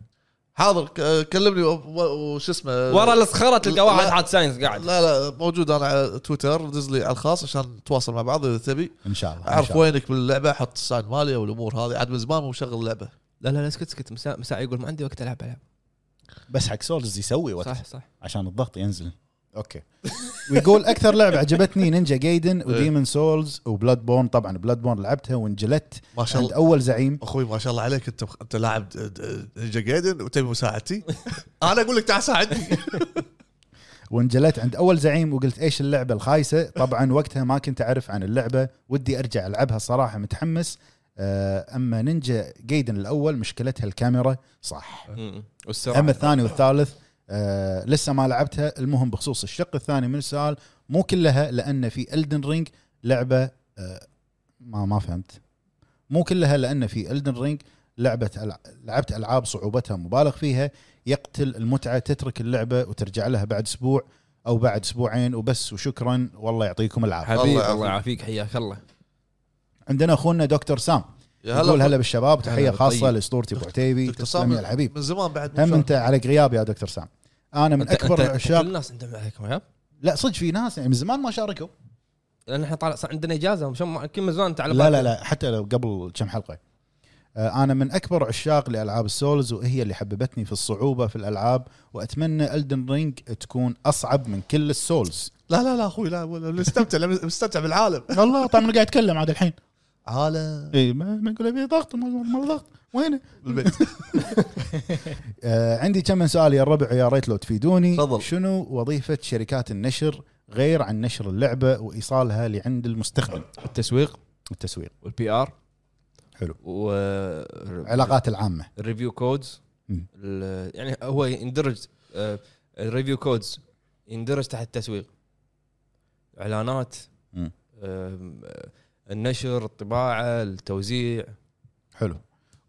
Speaker 3: حاضر ك- كلمني و- و- وش اسمه
Speaker 1: ورا الصخره تلقى واحد
Speaker 3: لا.
Speaker 1: حاط ساينس قاعد
Speaker 3: لا لا موجود انا على تويتر دز لي على الخاص عشان نتواصل مع بعض اذا تبي
Speaker 5: ان شاء الله إن
Speaker 3: اعرف
Speaker 5: شاء الله.
Speaker 3: وينك باللعبه حط الساين مالي والامور هذه عاد من زمان مو مشغل اللعبه
Speaker 1: لا لا لا اسكت اسكت مساء مساء يقول ما عندي وقت العب العاب
Speaker 5: بس حق سولز يسوي وقت
Speaker 1: صح صح
Speaker 5: عشان الضغط ينزل اوكي ويقول اكثر لعبه عجبتني نينجا جايدن
Speaker 3: إيه.
Speaker 5: وديمن سولز وبلاد بورن طبعا بلاد بورن لعبتها وانجلت
Speaker 3: ما شاء
Speaker 5: عند
Speaker 3: الله
Speaker 5: اول زعيم
Speaker 3: اخوي ما شاء الله عليك انت انت لاعب د- د- نينجا جايدن وتبي مساعدتي انا اقول لك تعال ساعدني
Speaker 5: وانجلت عند اول زعيم وقلت ايش اللعبه الخايسه طبعا وقتها ما كنت اعرف عن اللعبه ودي ارجع العبها صراحه متحمس آه، اما نينجا جايدن الاول مشكلتها الكاميرا صح اما
Speaker 1: والسرعه
Speaker 5: الثاني والثالث آه، لسه ما لعبتها المهم بخصوص الشق الثاني من السؤال مو كلها لان في الدن رينج لعبه آه، ما ما فهمت مو كلها لان في الدن رينج لعبه ألع- لعبت العاب صعوبتها مبالغ فيها يقتل المتعه تترك اللعبه وترجع لها بعد اسبوع او بعد اسبوعين وبس وشكرا والله يعطيكم العافيه
Speaker 1: حبيب
Speaker 3: الله
Speaker 1: الله يعافيك حياك الله
Speaker 5: عندنا اخونا دكتور سام
Speaker 3: يا
Speaker 5: يقول هلا
Speaker 3: هلا
Speaker 5: بالشباب
Speaker 1: هلا
Speaker 5: تحيه
Speaker 1: بالطيب.
Speaker 5: خاصه لاسطورتي ابو عتيبي
Speaker 3: دكتور
Speaker 5: تسلم
Speaker 3: سام.
Speaker 5: يا الحبيب
Speaker 3: من زمان بعد
Speaker 5: هم انت عليك غياب يا دكتور سام انا من
Speaker 1: أنت-
Speaker 5: اكبر
Speaker 1: أنت-
Speaker 5: العشاق
Speaker 1: كل الناس عندهم عليكم يا
Speaker 5: لا صدق في ناس يعني من زمان ما شاركوا
Speaker 1: لان احنا طالع صار عندنا اجازه مشان ما- كل مزون انت على
Speaker 5: لا
Speaker 1: بالك.
Speaker 5: لا لا حتى لو قبل كم حلقه آه، انا من اكبر عشاق لالعاب السولز وهي اللي حببتني في الصعوبه في الالعاب واتمنى الدن رينج تكون اصعب من كل السولز
Speaker 3: لا لا لا اخوي لا ولا- نستمتع لا، نستمتع بالعالم
Speaker 5: الله طبعا قاعد يتكلم عاد الحين
Speaker 3: عالم
Speaker 5: اي ما ما يقول ابي ضغط ما- ما ما ضغط وينه
Speaker 3: بالبيت
Speaker 5: آه، عندي كم من سؤال يا الربع يا ريت لو تفيدوني
Speaker 3: تفضل.
Speaker 5: شنو وظيفه شركات النشر غير عن نشر اللعبه وايصالها لعند المستخدم
Speaker 1: التسويق
Speaker 5: التسويق
Speaker 1: والبي ار
Speaker 5: حلو.
Speaker 1: و
Speaker 5: العلاقات العامه
Speaker 1: الريفيو كودز
Speaker 5: مم.
Speaker 1: ال- يعني هو يندرج آه، الريفيو كودز يندرج تحت التسويق اعلانات
Speaker 5: مم.
Speaker 1: آم، آه، النشر الطباعه التوزيع
Speaker 5: حلو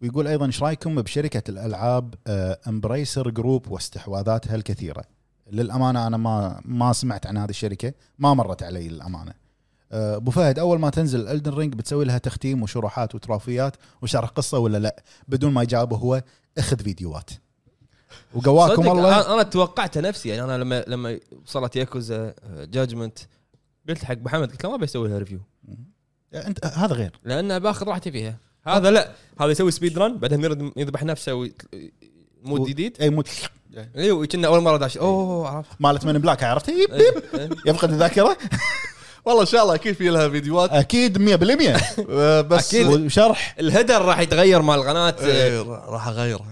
Speaker 5: ويقول ايضا ايش رايكم بشركه الالعاب امبريسر جروب آه، واستحواذاتها الكثيره للامانه انا ما ما سمعت عن هذه الشركه ما مرت علي للامانه آه، ابو فهد اول ما تنزل الدن رينج بتسوي لها تختيم وشروحات وترافيات وشرح قصه ولا لا بدون ما يجاوبه هو اخذ فيديوهات وقواكم
Speaker 1: صدق، آه.
Speaker 5: الله
Speaker 1: أنا- انا توقعت نفسي يعني انا لما لما وصلت ياكوزا جادجمنت قلت حق محمد قلت له ما بسوي لها ريفيو
Speaker 5: انت آه، هذا غير
Speaker 1: لان باخذ راحتي فيها هذا لا هذا يسوي سبيد رن بعدين يرد- يذبح نفسه وي- مود جديد
Speaker 5: اي مود
Speaker 1: ايوه كنا اول مره داش اوه عرفت
Speaker 5: مالت من بلاك عرفت يب
Speaker 1: إيه،
Speaker 5: يب.
Speaker 1: إيه.
Speaker 5: يفقد الذاكره
Speaker 3: والله ان شاء الله اكيد في لها فيديوهات
Speaker 5: اكيد 100%
Speaker 3: آه، بس
Speaker 1: أكيد.
Speaker 5: وشرح
Speaker 1: الهدر راح يتغير مال القناه
Speaker 3: إيه، راح اغيره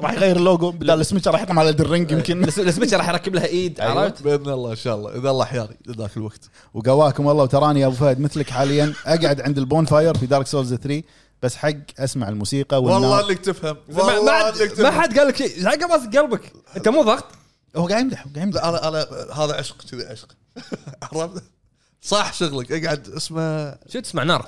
Speaker 5: راح يغير اللوجو بدل اسمه راح يطلع على الرينج يمكن
Speaker 1: الس- السويتش راح يركب لها ايد
Speaker 3: أيوه.
Speaker 1: عرفت
Speaker 3: باذن الله ان شاء الله اذا الله حياري ذاك الوقت
Speaker 5: وقواكم الله وتراني يا ابو فهد مثلك حاليا اقعد عند البون فاير في دارك سولز 3 بس حق اسمع الموسيقى
Speaker 3: والله
Speaker 5: والله
Speaker 3: انك تفهم
Speaker 1: ما- ما
Speaker 3: والله انك
Speaker 1: حد ما
Speaker 3: تفهم
Speaker 1: حد قال لك شيء لا قبض قلبك انت مو ضغط
Speaker 5: هو قاعد يمدح هو قاعد يمدح
Speaker 3: لا، انا انا هذا عشق كذي عشق عرفت صح شغلك اقعد اسمه
Speaker 1: شو تسمع نار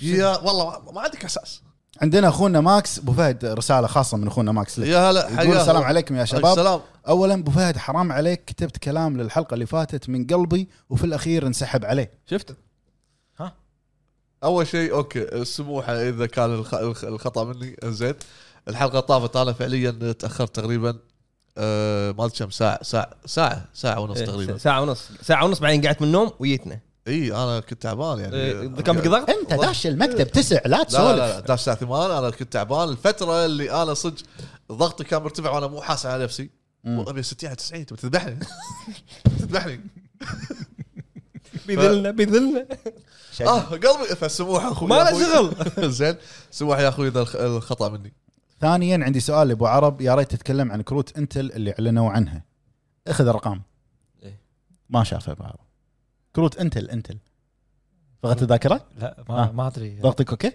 Speaker 3: يا والله ما- ما عندك اساس
Speaker 5: عندنا اخونا ماكس ابو فهد رساله خاصه من اخونا ماكس لك
Speaker 3: يا هلا
Speaker 5: يقول
Speaker 3: حياك.
Speaker 5: السلام عليكم يا شباب
Speaker 3: السلام
Speaker 5: اولا ابو فهد حرام عليك كتبت كلام للحلقه اللي فاتت من قلبي وفي الاخير انسحب عليه
Speaker 1: شفت
Speaker 3: اول شيء اوكي السموحه اذا كان الخ- الخ- الخطا مني زين الحلقه طافت انا فعليا تاخرت تقريبا آه ما ادري كم ساعه ساعه ساعه ساعه ونص تقريبا
Speaker 1: ساعه إيه، ونص ساعه ونص بعدين قعدت من النوم ويتنا
Speaker 3: اي انا كنت تعبان يعني
Speaker 1: إيه، كان بك ضغط
Speaker 5: انت داش المكتب تسع
Speaker 3: لا
Speaker 5: لا
Speaker 3: لا لا
Speaker 5: تسولف
Speaker 3: داش ساعه ثمان انا كنت تعبان الفتره اللي انا صدق ضغطي كان مرتفع وانا مو حاسس على نفسي
Speaker 5: مم.
Speaker 3: ابي 60 على 90 تبي تذبحني تذبحني
Speaker 1: بيذلنا بيذلنا
Speaker 5: شجع.
Speaker 3: اه قلبي فالسموحه اخوي
Speaker 1: ما له
Speaker 3: أخوي. زين سموحه يا اخوي اذا الخ- الخطا مني
Speaker 5: ثانيا عندي سؤال لابو عرب يا ريت تتكلم عن كروت انتل اللي اعلنوا عنها اخذ ارقام
Speaker 1: إيه.
Speaker 5: ما شافها ابو عرب كروت انتل انتل فقدت الذاكره
Speaker 2: لا ما
Speaker 5: آه.
Speaker 2: ما ادري
Speaker 5: ضغطك اوكي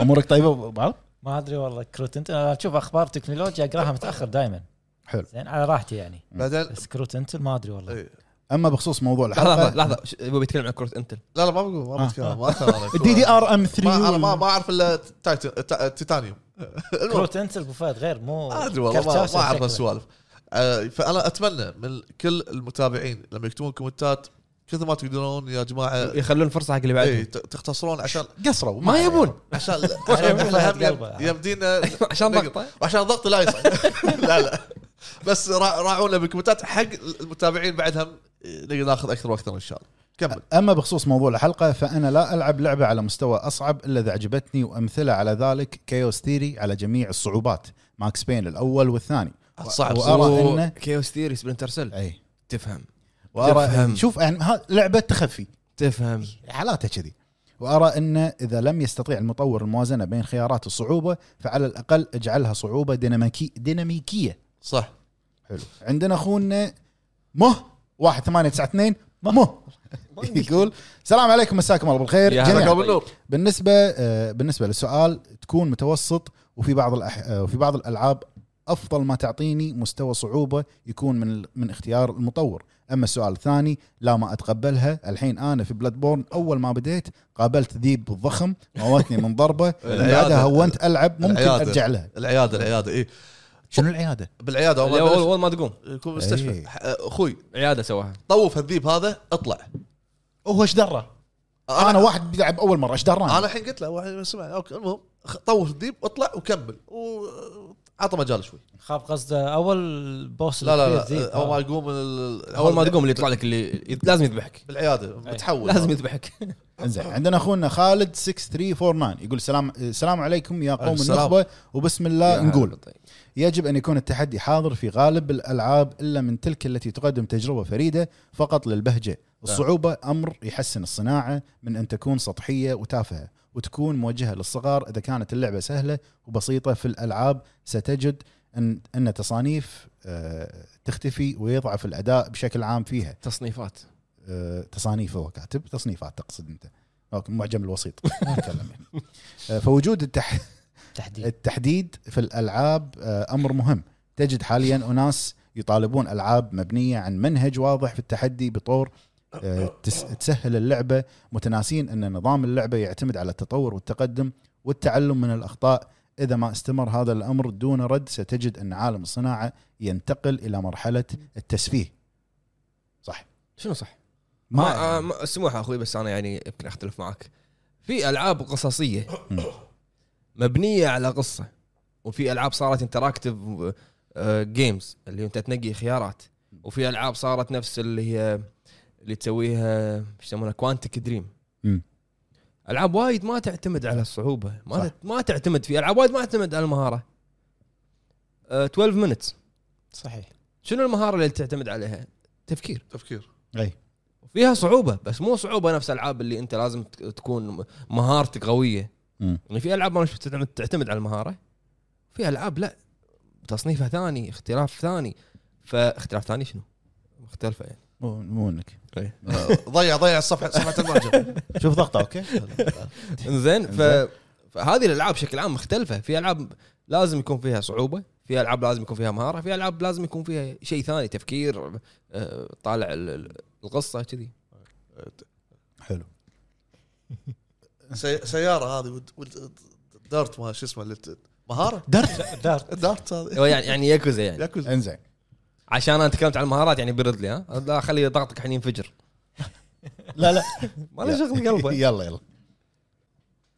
Speaker 5: امورك طيبه ابو عرب
Speaker 2: ما ادري والله كروت انت انا اشوف اخبار تكنولوجيا اقراها متاخر دائما
Speaker 5: حلو.
Speaker 2: زين على راحتي يعني
Speaker 3: بعدين
Speaker 2: بس كروت انتل ما ادري والله
Speaker 3: إيه.
Speaker 5: اما بخصوص موضوع
Speaker 1: لحظه
Speaker 5: الحلقه
Speaker 1: لحظه ش- هو بيتكلم عن كره انتل
Speaker 3: لا لا ما بقول ما
Speaker 5: آه.
Speaker 3: بتكلم ما أتكلم.
Speaker 5: الدي دي ار ام 3
Speaker 3: ما انا ما ما اعرف الا تايتن- تا- تيتانيوم المهم،
Speaker 2: كروت انتل ابو فهد غير مو
Speaker 3: ما ادري والله
Speaker 2: كرت
Speaker 3: ما-
Speaker 2: شاشة
Speaker 3: ما اعرف
Speaker 2: شكله.
Speaker 3: السوالف آه، فانا اتمنى من كل المتابعين لما يكتبون كومنتات كثر ما تقدرون يا جماعه
Speaker 1: يخلون فرصه حق اللي
Speaker 3: إيه،
Speaker 1: بعدهم
Speaker 3: ت- تختصرون عشان
Speaker 5: قصروا
Speaker 1: ما يبون
Speaker 3: عشان
Speaker 2: عشان
Speaker 3: عشان
Speaker 2: يبدأ
Speaker 3: يم-
Speaker 2: قلبه.
Speaker 3: يمدينا
Speaker 1: عشان ضغطه
Speaker 3: وعشان ضغط لا يصعد لا لا بس را- راعونا بالكومنتات حق المتابعين بعدهم نقدر ناخذ اكثر واكثر ان شاء الله كمل
Speaker 5: اما بخصوص موضوع الحلقه فانا لا العب لعبه على مستوى اصعب الا اذا عجبتني وامثله على ذلك كيوس ثيري على جميع الصعوبات ماكس بين الاول والثاني
Speaker 3: صعب
Speaker 1: أه،
Speaker 5: وأرى إنه-
Speaker 1: كيوس ثيري سبلنتر سيل
Speaker 5: اي
Speaker 1: تفهم تفهم.
Speaker 5: وارى شوف يعني ها- لعبه تخفي
Speaker 1: تفهم
Speaker 5: حالاته كذي وارى انه اذا لم يستطيع المطور الموازنه بين خيارات الصعوبه فعلى الاقل اجعلها صعوبه ديناميكي ديناميكيه
Speaker 3: صح
Speaker 5: حلو عندنا اخونا مه 1892 مه يقول السلام عليكم مساكم الله بالخير
Speaker 1: يا
Speaker 5: جميعاً.
Speaker 1: هلا.
Speaker 3: قبل النور
Speaker 5: بالنسبه آه، بالنسبه للسؤال تكون متوسط وفي بعض الأح... آه، وفي بعض الالعاب افضل ما تعطيني مستوى صعوبه يكون من ال- من اختيار المطور اما السؤال الثاني لا ما اتقبلها الحين انا في بلاد بورن اول ما بديت قابلت ذيب الضخم موتني من ضربه من بعدها هونت العب ممكن
Speaker 3: العيادة. إيه.
Speaker 5: ارجع لها
Speaker 3: العياده العياده اي
Speaker 5: شنو العياده
Speaker 3: بالعياده أول ما
Speaker 1: اللي هو
Speaker 3: بلش-
Speaker 1: اول ما تقوم
Speaker 3: يكون
Speaker 5: إيه.
Speaker 3: مستشفى ح- اخوي
Speaker 1: عياده سواها
Speaker 3: طوف هالذيب هذا اطلع
Speaker 5: هو ايش دره انا واحد بيلعب اول مره ايش دراني
Speaker 3: انا الحين قلت له واحد سمع اوكي المهم خ- طوف الذيب اطلع وكمل وعطى مجال شوي
Speaker 2: خاب قصده اول بوس
Speaker 3: لا لا
Speaker 2: الكبير ذيب.
Speaker 3: لا اول ما يقوم ال-
Speaker 1: اول ما تقوم اللي يطلع لك اللي يت- لازم يذبحك
Speaker 3: بالعياده متحول
Speaker 1: لازم يذبحك
Speaker 5: انزين عندنا اخونا خالد 6349 يقول السلام السلام عليكم يا قوم
Speaker 3: السلام.
Speaker 5: النخبه وبسم الله آه، نقول
Speaker 1: طيب.
Speaker 5: يجب أن يكون التحدي حاضر في غالب الألعاب إلا من تلك التي تقدم تجربة فريدة فقط للبهجة الصعوبة أمر يحسن الصناعة من أن تكون سطحية وتافهة وتكون موجهة للصغار إذا كانت اللعبة سهلة وبسيطة في الألعاب ستجد أن, أن تصانيف آه، تختفي ويضعف الأداء بشكل عام فيها
Speaker 1: تصنيفات
Speaker 5: آه، تصانيف هو كاتب تصنيفات تقصد انت اوكي معجم الوسيط نتكلم يعني. آه، فوجود التح...
Speaker 2: تحديد
Speaker 5: التحديد في الالعاب آه، امر مهم تجد حاليا اناس يطالبون العاب مبنيه عن منهج واضح في التحدي بطور آه، تس- تسهل اللعبه متناسين ان نظام اللعبه يعتمد على التطور والتقدم والتعلم من الاخطاء اذا ما استمر هذا الامر دون رد ستجد ان عالم الصناعه ينتقل الى مرحله التسفيه صح
Speaker 1: شنو صح؟
Speaker 5: ما,
Speaker 1: ما, آه، ما سموح اخوي بس انا يعني يمكن اختلف معك في العاب قصصيه
Speaker 5: مم.
Speaker 1: مبنيه على قصه وفي العاب صارت انتراكتيف جيمز اللي انت تنقي خيارات وفي العاب صارت نفس اللي هي اللي تسويها ايش يسمونها كوانتك دريم
Speaker 5: مم.
Speaker 1: العاب وايد ما تعتمد على الصعوبه ما
Speaker 5: صح.
Speaker 1: تت- ما تعتمد في العاب وايد ما تعتمد على المهاره آه، 12 مينتس
Speaker 2: صحيح
Speaker 1: شنو المهاره اللي تعتمد عليها تفكير
Speaker 3: تفكير
Speaker 5: اي
Speaker 1: فيها صعوبه بس مو صعوبه نفس العاب اللي انت لازم ت- تكون مهارتك قويه
Speaker 5: مم.
Speaker 1: يعني في العاب ما مش بتعتمد- تعتمد على المهاره في العاب لا تصنيفها ثاني اختلاف ثاني فاختلاف ثاني شنو؟ مختلفه يعني
Speaker 5: مو مو انك
Speaker 3: آه، ضيع ضيع الصفحه صفحه المعجم
Speaker 5: شوف ضغطه اوكي
Speaker 1: انزين
Speaker 5: إنزين.
Speaker 1: ف... فهذه الالعاب بشكل عام مختلفه في العاب لازم يكون فيها صعوبه في العاب لازم يكون فيها مهاره في العاب لازم يكون فيها شيء ثاني تفكير آه، طالع ال- ال- القصه كذي
Speaker 5: حلو
Speaker 3: سي- سياره هذه ود- ود- دارت ما شو اسمه اللي ت- مهاره
Speaker 5: درت
Speaker 2: دارت
Speaker 3: دارت هذه
Speaker 1: هو يعني يعني ياكوزا يعني
Speaker 3: ياكوزا
Speaker 5: انزين
Speaker 1: عشان انا تكلمت عن المهارات يعني برد لي ها لا خلي ضغطك الحين ينفجر
Speaker 5: لا لا
Speaker 1: ما له شغل قلبه
Speaker 5: يلا يلا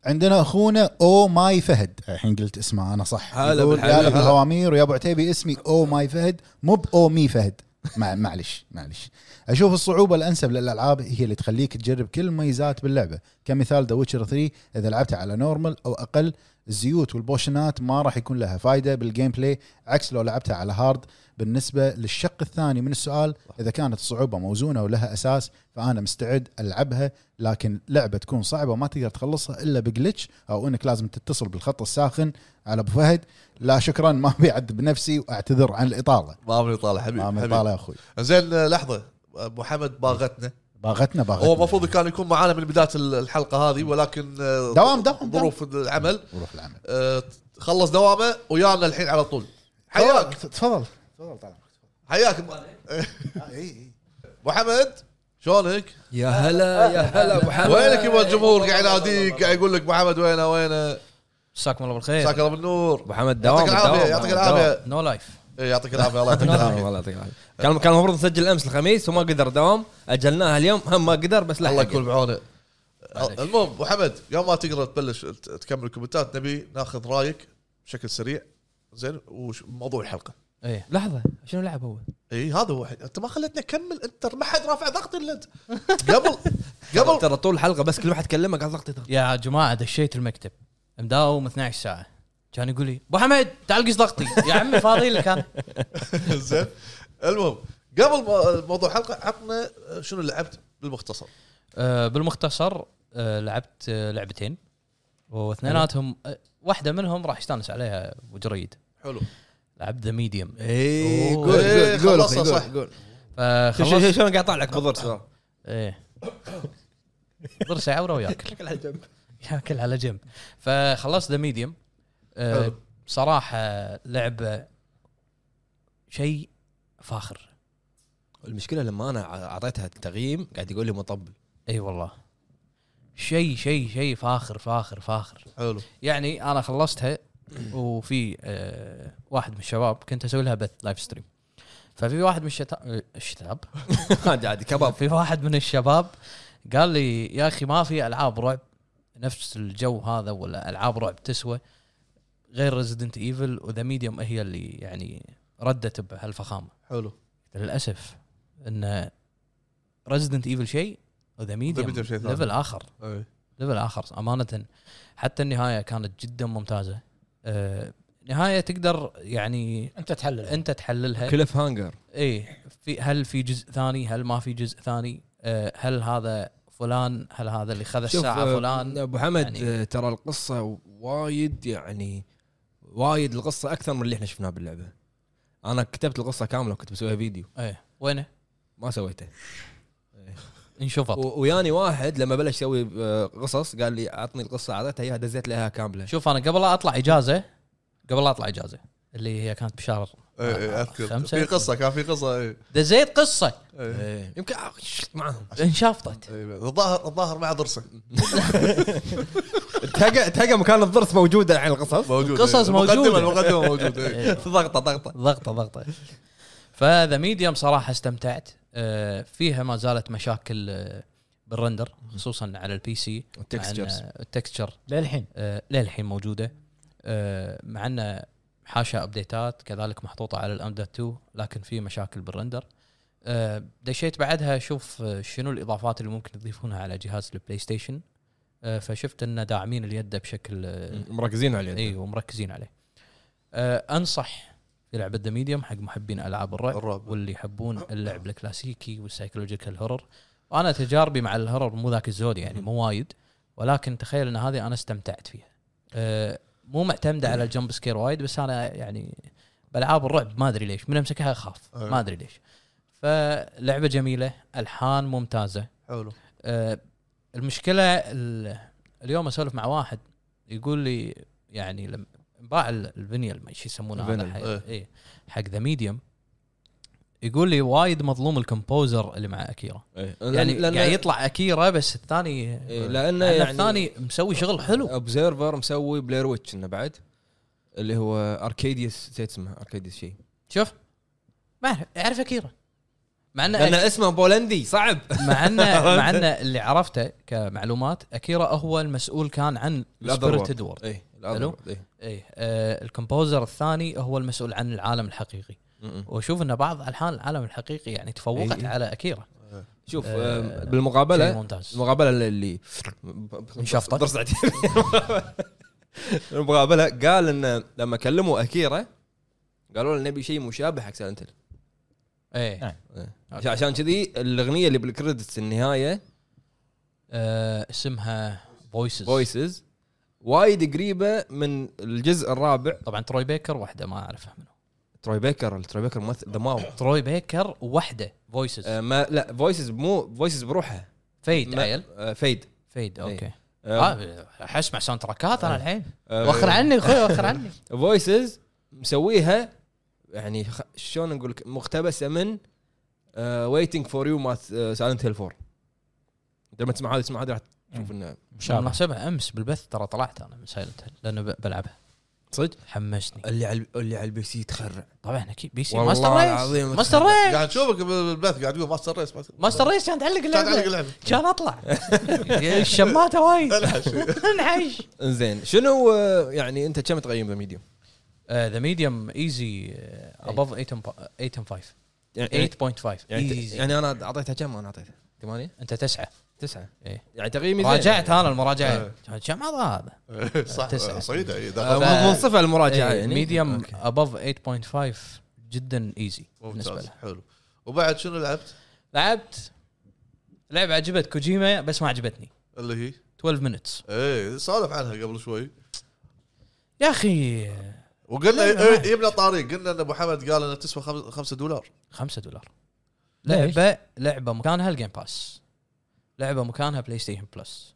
Speaker 5: عندنا اخونا او ماي فهد الحين قلت اسمه انا صح
Speaker 1: هلا
Speaker 5: يقول
Speaker 1: بالحبيب.
Speaker 5: يا
Speaker 1: هلا.
Speaker 5: الهوامير ويا ابو عتيبي اسمي او ماي فهد مو باو مي فهد مع- معلش معلش اشوف الصعوبه الانسب للالعاب هي اللي تخليك تجرب كل ميزات باللعبه كمثال ذا ويتشر 3 اذا لعبتها على نورمال او اقل الزيوت والبوشنات ما راح يكون لها فائده بالجيم بلاي عكس لو لعبتها على هارد بالنسبه للشق الثاني من السؤال اذا كانت الصعوبه موزونه ولها اساس فانا مستعد العبها لكن لعبه تكون صعبه وما تقدر تخلصها الا بجلتش او انك لازم تتصل بالخط الساخن على ابو فهد لا شكرا ما بعد بنفسي واعتذر عن الاطاله
Speaker 3: ما من طالع حبيبي
Speaker 5: ما من
Speaker 3: حبيبي.
Speaker 5: طالع يا اخوي
Speaker 3: زين آه، لحظه ابو حمد باغتنا
Speaker 5: باغتنا باغتنا
Speaker 3: هو المفروض كان يكون معانا من بدايه الحلقه هذه ولكن آه،
Speaker 5: دوام- دوام-
Speaker 3: ظروف العمل
Speaker 5: وروح العمل
Speaker 3: آه، خلص دوامه ويانا الحين على طول حياك
Speaker 5: تفضل تفضل طالع
Speaker 3: حياك ابو حمد شلونك؟
Speaker 1: يا هلا يا هلا ابو حمد
Speaker 3: وينك يبا الجمهور قاعد يناديك قاعد يقول لك ابو حمد وينه وينه
Speaker 6: مساكم الله بالخير
Speaker 3: ساك الله بالنور
Speaker 1: ابو حمد إيه. دوام
Speaker 3: يعطيك العافيه
Speaker 1: دوام،
Speaker 3: يعطيك
Speaker 1: دوام.
Speaker 3: العافيه
Speaker 6: نو لايف
Speaker 3: إيه، يعطيك العافيه الله يعطيك
Speaker 1: دوام،
Speaker 3: العافيه
Speaker 1: والله يعطيك العافيه كان كان المفروض نسجل امس الخميس وما قدر دوام اجلناها اليوم هم ما قدر بس لا
Speaker 3: الله يكون بعونه المهم ابو حمد يوم ما تقرا تبلش ت- تكمل الكومنتات نبي ناخذ رايك بشكل سريع زين وموضوع الحلقه
Speaker 6: ايه
Speaker 1: لحظه شنو لعب هو؟
Speaker 3: اي هذا هو انت ما خليتني اكمل انت ما حد رافع ضغطي الا انت قبل قبل
Speaker 1: ترى طول الحلقه بس كل واحد كلمه قال ضغطي ضغطي
Speaker 6: يا جماعه دشيت المكتب مداوم 12 ساعه كان يقول لي ابو حمد تعال قص ضغطي يا عمي فاضي لك انا
Speaker 3: زين المهم قبل ما- موضوع الحلقه عطنا شنو لعبت بالمختصر
Speaker 6: آه، بالمختصر آه، لعبت آه، لعبتين واثنيناتهم آه، واحده منهم راح استانس عليها وجريد
Speaker 3: حلو
Speaker 6: لعبت ذا ميديوم
Speaker 1: اي
Speaker 6: أوه.
Speaker 1: قول
Speaker 3: إيه،
Speaker 1: قول قول
Speaker 3: خلصها
Speaker 1: أخي،
Speaker 3: صح.
Speaker 1: قول قول شو- شو- شو-
Speaker 6: فخلصت
Speaker 1: شلون قاعد طالعك بضرس ترى؟
Speaker 6: ايه ضرس يعوره وياكل
Speaker 1: شكل على جنب
Speaker 6: ياكل على جنب فخلصت ذا ميديوم آه،
Speaker 3: حلو.
Speaker 6: صراحه لعبه شيء فاخر
Speaker 1: المشكله لما انا اعطيتها تقييم قاعد يقول لي مطبل
Speaker 6: اي والله شيء شيء شيء فاخر فاخر فاخر
Speaker 3: حلو
Speaker 6: يعني انا خلصتها وفي آه واحد من الشباب كنت اسوي لها بث لايف ستريم ففي واحد من الشتا... الشتاب
Speaker 1: عادي عادي كباب
Speaker 6: في واحد من الشباب قال لي يا اخي ما في العاب رعب نفس الجو هذا ولا العاب رعب تسوى غير ريزدنت ايفل وذا ميديوم هي اللي يعني ردت بهالفخامه
Speaker 3: حلو
Speaker 6: للاسف ان ريزدنت ايفل شيء وذا ميديوم
Speaker 3: Medium شيء ثاني.
Speaker 6: ليفل اخر
Speaker 3: أي.
Speaker 6: ليفل اخر امانه حتى النهايه كانت جدا ممتازه آه نهايه تقدر يعني
Speaker 2: انت تحلل
Speaker 6: انت تحللها
Speaker 1: كليف هانجر
Speaker 6: اي في هل في جزء ثاني هل ما في جزء ثاني آه هل هذا فلان هل هذا اللي خذ
Speaker 1: شوف،
Speaker 6: الساعه
Speaker 1: آه،
Speaker 6: فلان
Speaker 1: ابو حمد
Speaker 6: يعني-
Speaker 1: يعني ترى القصه وايد يعني وايد القصه اكثر من اللي احنا شفناه باللعبه
Speaker 6: إيه،
Speaker 1: انا كتبت القصه كامله وكنت بسويها فيديو
Speaker 6: اي وينه
Speaker 1: ما سويته
Speaker 6: انشفط
Speaker 1: و- وياني واحد لما بلش يسوي آه، قصص قال لي اعطني القصه اعطيتها اياها دزيت لها كامله
Speaker 6: شوف انا قبل لا اطلع اجازه قبل لا اطلع اجازه اللي هي كانت بشهر
Speaker 3: إيه، إيه، اذكر
Speaker 6: خمسة.
Speaker 3: في قصه كان في قصه إيه.
Speaker 6: دزيت قصه
Speaker 3: إيه.
Speaker 1: إيه. يمكن آه، شلت معاهم
Speaker 6: انشفطت
Speaker 3: إيه، الظاهر الظاهر مع ضرسه
Speaker 1: تلقى تلقى مكان الضرس موجوده الحين القصص
Speaker 3: موجود
Speaker 6: القصص
Speaker 3: إيه.
Speaker 6: موجودة.
Speaker 3: المقدمه المقدمه موجوده إيه.
Speaker 1: ضغطه ضغطه
Speaker 6: ضغطه ضغطه فذا ميديوم صراحه استمتعت آه، فيها ما زالت مشاكل آه، بالرندر خصوصا على البي سي مع إن
Speaker 1: والتكستشرز.
Speaker 6: التكستشر
Speaker 2: للحين
Speaker 6: آه، للحين موجوده آه، مع انه حاشا ابديتات كذلك محطوطه على الامدات 2 لكن في مشاكل بالرندر آه، دشيت بعدها اشوف آه، شنو الاضافات اللي ممكن يضيفونها على جهاز البلاي ستيشن آه، فشفت ان داعمين اليد بشكل آه،
Speaker 1: مركزين عليه
Speaker 6: اي ومركزين عليه آه، انصح في لعبه ذا ميديوم حق محبين العاب الرعب
Speaker 3: الرعب
Speaker 6: واللي يحبون اللعب الكلاسيكي والسايكولوجيكال هورر وانا تجاربي مع الهورر مو ذاك الزود يعني مو وايد ولكن تخيل ان هذه انا استمتعت فيها آه، مو معتمده على الجمب سكير وايد بس انا يعني بالعاب الرعب ما ادري ليش من امسكها اخاف
Speaker 3: أيوة.
Speaker 6: ما ادري ليش فلعبه جميله الحان ممتازه
Speaker 3: حلو
Speaker 6: آه، المشكله ال- اليوم اسولف مع واحد يقول لي يعني لما باع ال- الفينيل ما شو يسمونه هذا
Speaker 1: الفينيل،
Speaker 6: حق,
Speaker 3: إيه.
Speaker 6: إيه. حق ذا ميديوم يقول لي وايد مظلوم الكمبوزر اللي مع اكيرا يعني
Speaker 1: إيه. لأن-
Speaker 6: قاعد يطلع اكيرا بس الثاني
Speaker 1: إيه،
Speaker 6: لأن
Speaker 1: لانه يعني
Speaker 6: الثاني مسوي شغل حلو
Speaker 1: اوبزيرفر مسوي بلاير ويتش انه بعد اللي هو اركيديوس نسيت اسمه اركيديوس شيء
Speaker 6: شوف ما اعرف اعرف اكيرا مع
Speaker 1: لان
Speaker 6: انه
Speaker 1: اسمه بولندي صعب
Speaker 6: مع انه مع انه اللي عرفته كمعلومات اكيرا هو المسؤول كان عن
Speaker 1: Other
Speaker 6: سبيرتد وورد
Speaker 1: اي
Speaker 6: حلو؟
Speaker 1: إيه.
Speaker 6: ايه آه الكومبوزر الثاني هو المسؤول عن العالم الحقيقي واشوف ان بعض الحان العالم الحقيقي يعني تفوقت
Speaker 1: إيه.
Speaker 6: على اكيرا
Speaker 1: شوف
Speaker 6: آه،
Speaker 1: آم،
Speaker 6: شيء
Speaker 1: بالمقابله
Speaker 6: ممتاز
Speaker 1: المقابله اللي- اللي
Speaker 6: انشفطت.
Speaker 1: درس عديد. المقابله قال ان لما كلموا اكيرا قالوا له نبي شيء مشابه حق سالنتل
Speaker 6: ايه أوكي.
Speaker 1: عشان كذي الاغنيه اللي بالكريدتس النهايه
Speaker 6: آه اسمها فويسز
Speaker 1: فويسز وايد قريبه من الجزء الرابع
Speaker 6: طبعا تروي بيكر واحده ما اعرفها منه
Speaker 1: تروي بيكر تروي بيكر ممثل ذا ماو
Speaker 6: تروي بيكر واحده فويسز
Speaker 1: آه، ما لا فويسز مو فويسز بروحها
Speaker 6: فيد
Speaker 1: ما-
Speaker 6: عيل
Speaker 1: آه، فيد
Speaker 6: فيد اوكي
Speaker 1: آه،
Speaker 6: آه، احس مع ساوند تراكات انا الحين
Speaker 1: آه،
Speaker 6: وخر عني يا اخوي وخر عني
Speaker 1: فويسز مسويها يعني خ- شلون نقول لك مقتبسه من آه، ويتنج فور يو مات آه، سايلنت هيل 4 أنت لما تسمع هذه تسمع هذه راح تشوف انه
Speaker 6: انا محسبها امس بالبث ترى طلعت انا من سايلنت لانه ب- بلعبها
Speaker 1: صدق
Speaker 6: حمسني
Speaker 1: اللي على اللي على البي سي تخرع
Speaker 6: طبعا اكيد بي سي
Speaker 1: آه. والله
Speaker 6: ماستر ريس
Speaker 1: العظيم
Speaker 6: ماستر ريس
Speaker 3: قاعد نشوفك بالبث قاعد تقول ماستر ريس ماستر
Speaker 6: ماستر ريس كان تعلق
Speaker 3: تعلق
Speaker 6: اللعبه
Speaker 3: اللعبه
Speaker 6: كان اطلع الشماته وايد انعش
Speaker 1: انزين شنو آه، يعني انت كم تقيم ذا ميديوم؟
Speaker 6: ذا ميديوم ايزي ابف 8.5
Speaker 1: يعني
Speaker 6: 8.5
Speaker 1: يعني,
Speaker 6: ايزي
Speaker 1: يعني انا اعطيتها كم انا اعطيتها؟ ثمانية؟
Speaker 6: انت تسعه
Speaker 1: تسعة
Speaker 6: إيه.
Speaker 1: يعني تقييمي زين.
Speaker 6: راجعت انا المراجعه كم عض هذا
Speaker 3: صح
Speaker 6: تسعة.
Speaker 3: صيده إيه،
Speaker 1: آه،
Speaker 3: دخل.
Speaker 1: مو- منصفة المراجعة
Speaker 6: إيه،
Speaker 1: يعني
Speaker 6: ميديوم
Speaker 1: أوكي.
Speaker 6: ابف 8.5 جدا ايزي بالنسبه
Speaker 3: ممتاز
Speaker 6: له
Speaker 3: حلو وبعد شنو لعبت؟
Speaker 6: لعبت لعبه عجبت كوجيما بس ما عجبتني
Speaker 3: اللي هي
Speaker 6: 12 مينتس
Speaker 3: ايه سولف عنها قبل شوي
Speaker 6: يا اخي
Speaker 3: وقلنا
Speaker 6: لا، لا،
Speaker 3: إيه،
Speaker 6: ما-
Speaker 3: جبنا طاري قلنا ان ابو حمد قال انها تسوى خم- خمسة دولار
Speaker 6: 5 دولار
Speaker 2: ليش؟
Speaker 6: لعبه لعبه مكانها الجيم باس لعبه مكانها بلاي ستيشن بلس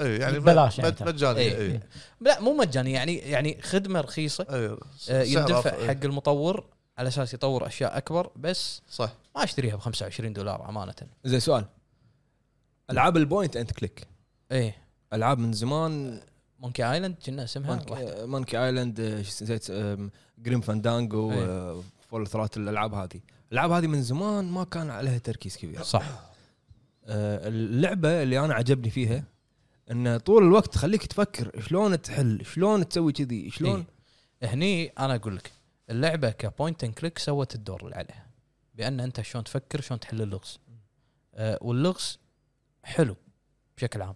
Speaker 3: ايه يعني
Speaker 2: ببلاش يعني
Speaker 3: مج-
Speaker 2: ترى.
Speaker 3: مجاني
Speaker 6: إيه.
Speaker 3: ايه
Speaker 6: لا مو مجاني يعني يعني خدمه رخيصه
Speaker 3: ايه
Speaker 6: آه،
Speaker 3: سعر
Speaker 6: يندفع
Speaker 3: رافع، إيه.
Speaker 6: حق المطور على اساس يطور اشياء اكبر بس
Speaker 3: صح
Speaker 6: ما اشتريها ب 25 دولار امانه
Speaker 1: زين سؤال العاب البوينت اند كليك
Speaker 6: ايه
Speaker 1: العاب من زمان
Speaker 6: مونكي ايلاند كنا اسمها آه، واحدة.
Speaker 1: مونكي, مونكي ايلاند آه، شو نسيت جريم فاندانجو
Speaker 6: إيه.
Speaker 1: آه، فول ثرات الالعاب هذه الالعاب هذه من زمان ما كان عليها تركيز كبير
Speaker 6: صح
Speaker 1: آه، اللعبه اللي انا عجبني فيها ان طول الوقت تخليك تفكر شلون تحل شلون تسوي كذي شلون
Speaker 6: إيه. هني انا اقول لك اللعبه كبوينت اند كليك سوت الدور اللي عليها بان انت شلون تفكر شلون تحل اللغز آه واللغز حلو بشكل عام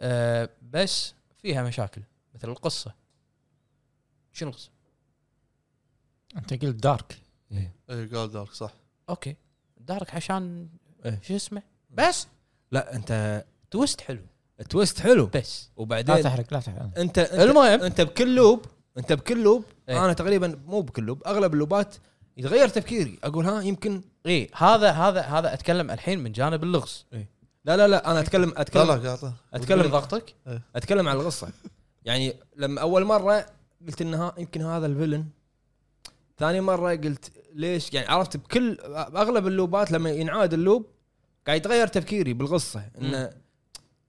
Speaker 6: آه بس فيها مشاكل مثل القصه شنو القصه؟
Speaker 2: انت قلت دارك
Speaker 6: إيه،
Speaker 3: ايه قال دارك صح
Speaker 6: اوكي دارك عشان
Speaker 1: إيه.
Speaker 6: شو اسمه بس
Speaker 1: لا انت
Speaker 6: تويست حلو
Speaker 1: تويست حلو
Speaker 6: بس
Speaker 2: لا
Speaker 1: وبعدين
Speaker 2: تحرق لا تحرق
Speaker 1: انت انت,
Speaker 6: آه، المهم
Speaker 1: انت بكل لوب انت بكل لوب
Speaker 6: إيه.
Speaker 1: انا تقريبا مو بكل لوب اغلب اللوبات يتغير تفكيري اقول ها يمكن
Speaker 6: إيه، اي هذا هذا هذا اتكلم الحين من جانب اللغز
Speaker 1: إيه. لا لا لا انا اتكلم
Speaker 3: لا
Speaker 1: اتكلم
Speaker 3: لا قاطع
Speaker 1: اتكلم
Speaker 6: ضغطك
Speaker 1: اتكلم عن القصه يعني لما اول مره قلت ان ها يمكن هذا الفيلن ثاني مره قلت ليش يعني عرفت بكل اغلب اللوبات لما ينعاد اللوب قاعد يتغير تفكيري بالقصه انه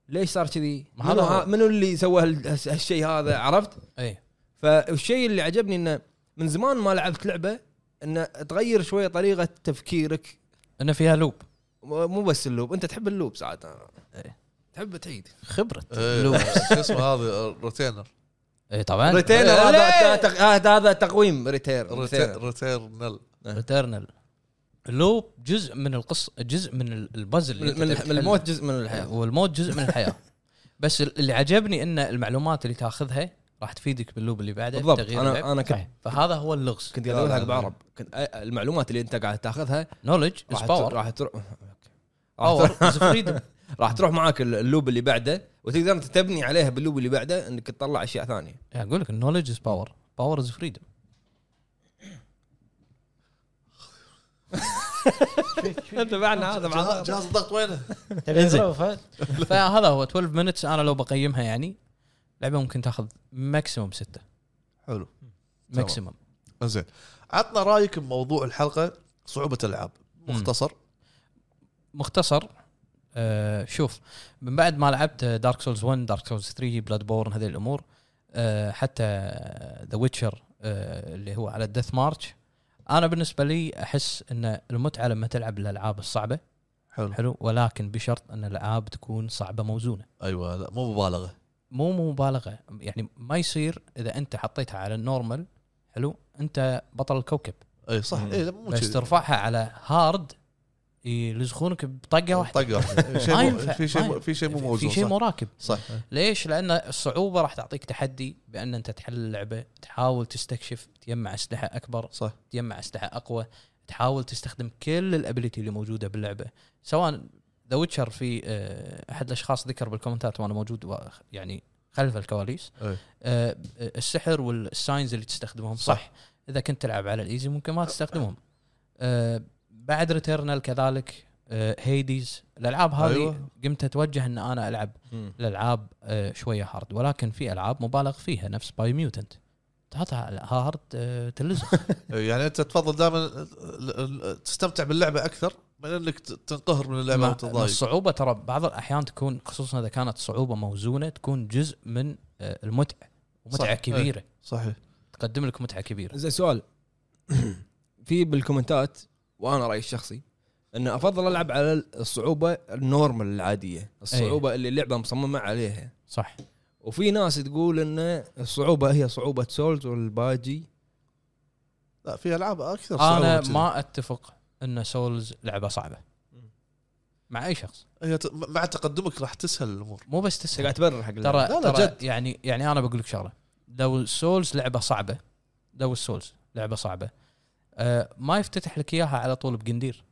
Speaker 1: ليش صار كذي؟
Speaker 6: ما
Speaker 1: منو,
Speaker 6: هذا هو.
Speaker 1: ها- منو اللي سوى هال- هالس- هالشيء هذا عرفت؟
Speaker 6: اي
Speaker 1: فالشيء اللي عجبني انه من زمان ما لعبت لعبه انه تغير شويه طريقه تفكيرك
Speaker 6: انه فيها لوب
Speaker 1: مو مو بس اللوب انت تحب اللوب ساعات
Speaker 6: إيه.
Speaker 1: تحب تعيد
Speaker 6: خبره
Speaker 3: إيه، شو اسمه هذا الروتينر
Speaker 6: اي طبعا
Speaker 1: ريتيرن هذا تق- هذا هذا تقويم ريتيرن
Speaker 3: روتي- روتيرنل
Speaker 6: ريتيرنال اللوب جزء من القصه جزء من ال- البازل اللي
Speaker 1: من,
Speaker 6: أنت
Speaker 1: من
Speaker 6: تبي
Speaker 1: من
Speaker 6: تحله.
Speaker 1: الموت جزء من الحياه
Speaker 6: والموت جزء من الحياه بس ال- اللي عجبني ان المعلومات اللي تاخذها راح تفيدك باللوب اللي بعده
Speaker 1: بالضبط
Speaker 6: بتغيير
Speaker 1: انا
Speaker 6: اللعب.
Speaker 1: انا كنت
Speaker 2: صحيح.
Speaker 6: فهذا هو اللغز آه،
Speaker 1: كنت قاعد اقول حق بعرب كنت أ- المعلومات اللي انت قاعد تاخذها
Speaker 6: نولج از
Speaker 1: راح
Speaker 6: باور
Speaker 1: تر- راح تروح
Speaker 6: باور از فريدم
Speaker 1: راح تروح معاك ال- اللوب اللي بعده وتقدر انت تبني عليها باللوب اللي بعده انك تطلع اشياء ثانيه
Speaker 6: اقول يعني لك النولج از باور باور از فريدم
Speaker 2: طيب.
Speaker 6: طيب،
Speaker 1: انت معنا هذا
Speaker 3: جهاز الضغط وينه؟
Speaker 2: تبي تضربه
Speaker 6: فهذا هو 12 مينتس انا لو بقيمها يعني لعبه ممكن تاخذ ماكسيموم سته
Speaker 3: حلو
Speaker 6: ماكسيموم
Speaker 3: زين عطنا رايك بموضوع الحلقه صعوبه الالعاب مختصر
Speaker 6: مختصر آه شوف من بعد ما لعبت دارك سولز 1 دارك سولز 3 بلاد بورن هذه الامور آه حتى ذا ويتشر آه اللي هو على الدث مارش انا بالنسبه لي احس ان المتعه لما تلعب الالعاب الصعبه
Speaker 3: حلو
Speaker 6: حلو ولكن بشرط ان الالعاب تكون صعبه موزونه
Speaker 3: ايوه لا مو مبالغه
Speaker 6: مو مو مبالغه يعني ما يصير اذا انت حطيتها على النورمال حلو انت بطل الكوكب
Speaker 3: اي إيه، صح اي لا، مو
Speaker 6: بس
Speaker 3: كذي.
Speaker 6: ترفعها على هارد يلزخونك بطقه واحده
Speaker 3: طقه واحدة. شيء
Speaker 6: ما
Speaker 3: مو-
Speaker 6: ينفع،
Speaker 3: في
Speaker 6: ما
Speaker 3: شيء مو-
Speaker 6: ينفع.
Speaker 3: في شيء طيب، مو
Speaker 6: في
Speaker 3: موزون
Speaker 6: شيء
Speaker 3: صح
Speaker 6: مراكب
Speaker 3: صح
Speaker 6: ليش؟ لان الصعوبه راح تعطيك تحدي بان انت تحل اللعبه، تحاول تستكشف، تجمع اسلحه اكبر،
Speaker 3: صح.
Speaker 6: تجمع اسلحه اقوى، تحاول تستخدم كل الابيلتي اللي موجوده باللعبه، سواء ذا ويتشر في آه، احد الاشخاص ذكر بالكومنتات وانا موجود و- يعني خلف الكواليس
Speaker 3: أي.
Speaker 6: آه، السحر والساينز اللي تستخدمهم صح, صح. اذا كنت تلعب على الايزي ممكن
Speaker 3: آه.
Speaker 6: ما تستخدمهم. آه، بعد ريتيرنال كذلك آه، هيديز الالعاب هذه أيوة.
Speaker 3: أيوة.
Speaker 6: قمت اتوجه ان انا العب الالعاب آه، شويه هارد ولكن في العاب مبالغ فيها نفس باي ميوتنت تحطها على هارد آه، تلزق
Speaker 3: يعني انت تفضل دائما تستمتع باللعبه اكثر من انك ت- تنقهر من اللعبه
Speaker 6: مع- مع
Speaker 3: وتضايق
Speaker 6: الصعوبه ترى بعض الاحيان تكون خصوصا اذا كانت صعوبه موزونه تكون جزء من آه، المتعه ومتعه
Speaker 3: صح. إيه.
Speaker 6: كبيره
Speaker 3: صحيح
Speaker 6: تقدم لك متعه كبيره
Speaker 1: زين سؤال في بالكومنتات وانا رايي الشخصي ان افضل العب على الصعوبه النورمال العاديه الصعوبه اللي اللعبه مصممه عليها
Speaker 6: صح
Speaker 1: وفي ناس تقول ان الصعوبه هي صعوبه سولز والباجي
Speaker 3: لا في العاب اكثر صعوبة
Speaker 6: انا
Speaker 3: كذي.
Speaker 6: ما اتفق ان سولز لعبه صعبه مع اي شخص
Speaker 3: هي ت- مع تقدمك راح تسهل الامور
Speaker 6: مو بس
Speaker 1: انت
Speaker 6: تسهل
Speaker 1: قاعد تبرر حق اللعبة.
Speaker 6: ترى
Speaker 3: لا، لا،
Speaker 6: ترى
Speaker 3: جد.
Speaker 6: يعني يعني انا بقول لك شغله لو السولز لعبه صعبه لو السولز لعبه صعبه آه ما يفتتح لك اياها على طول بقندير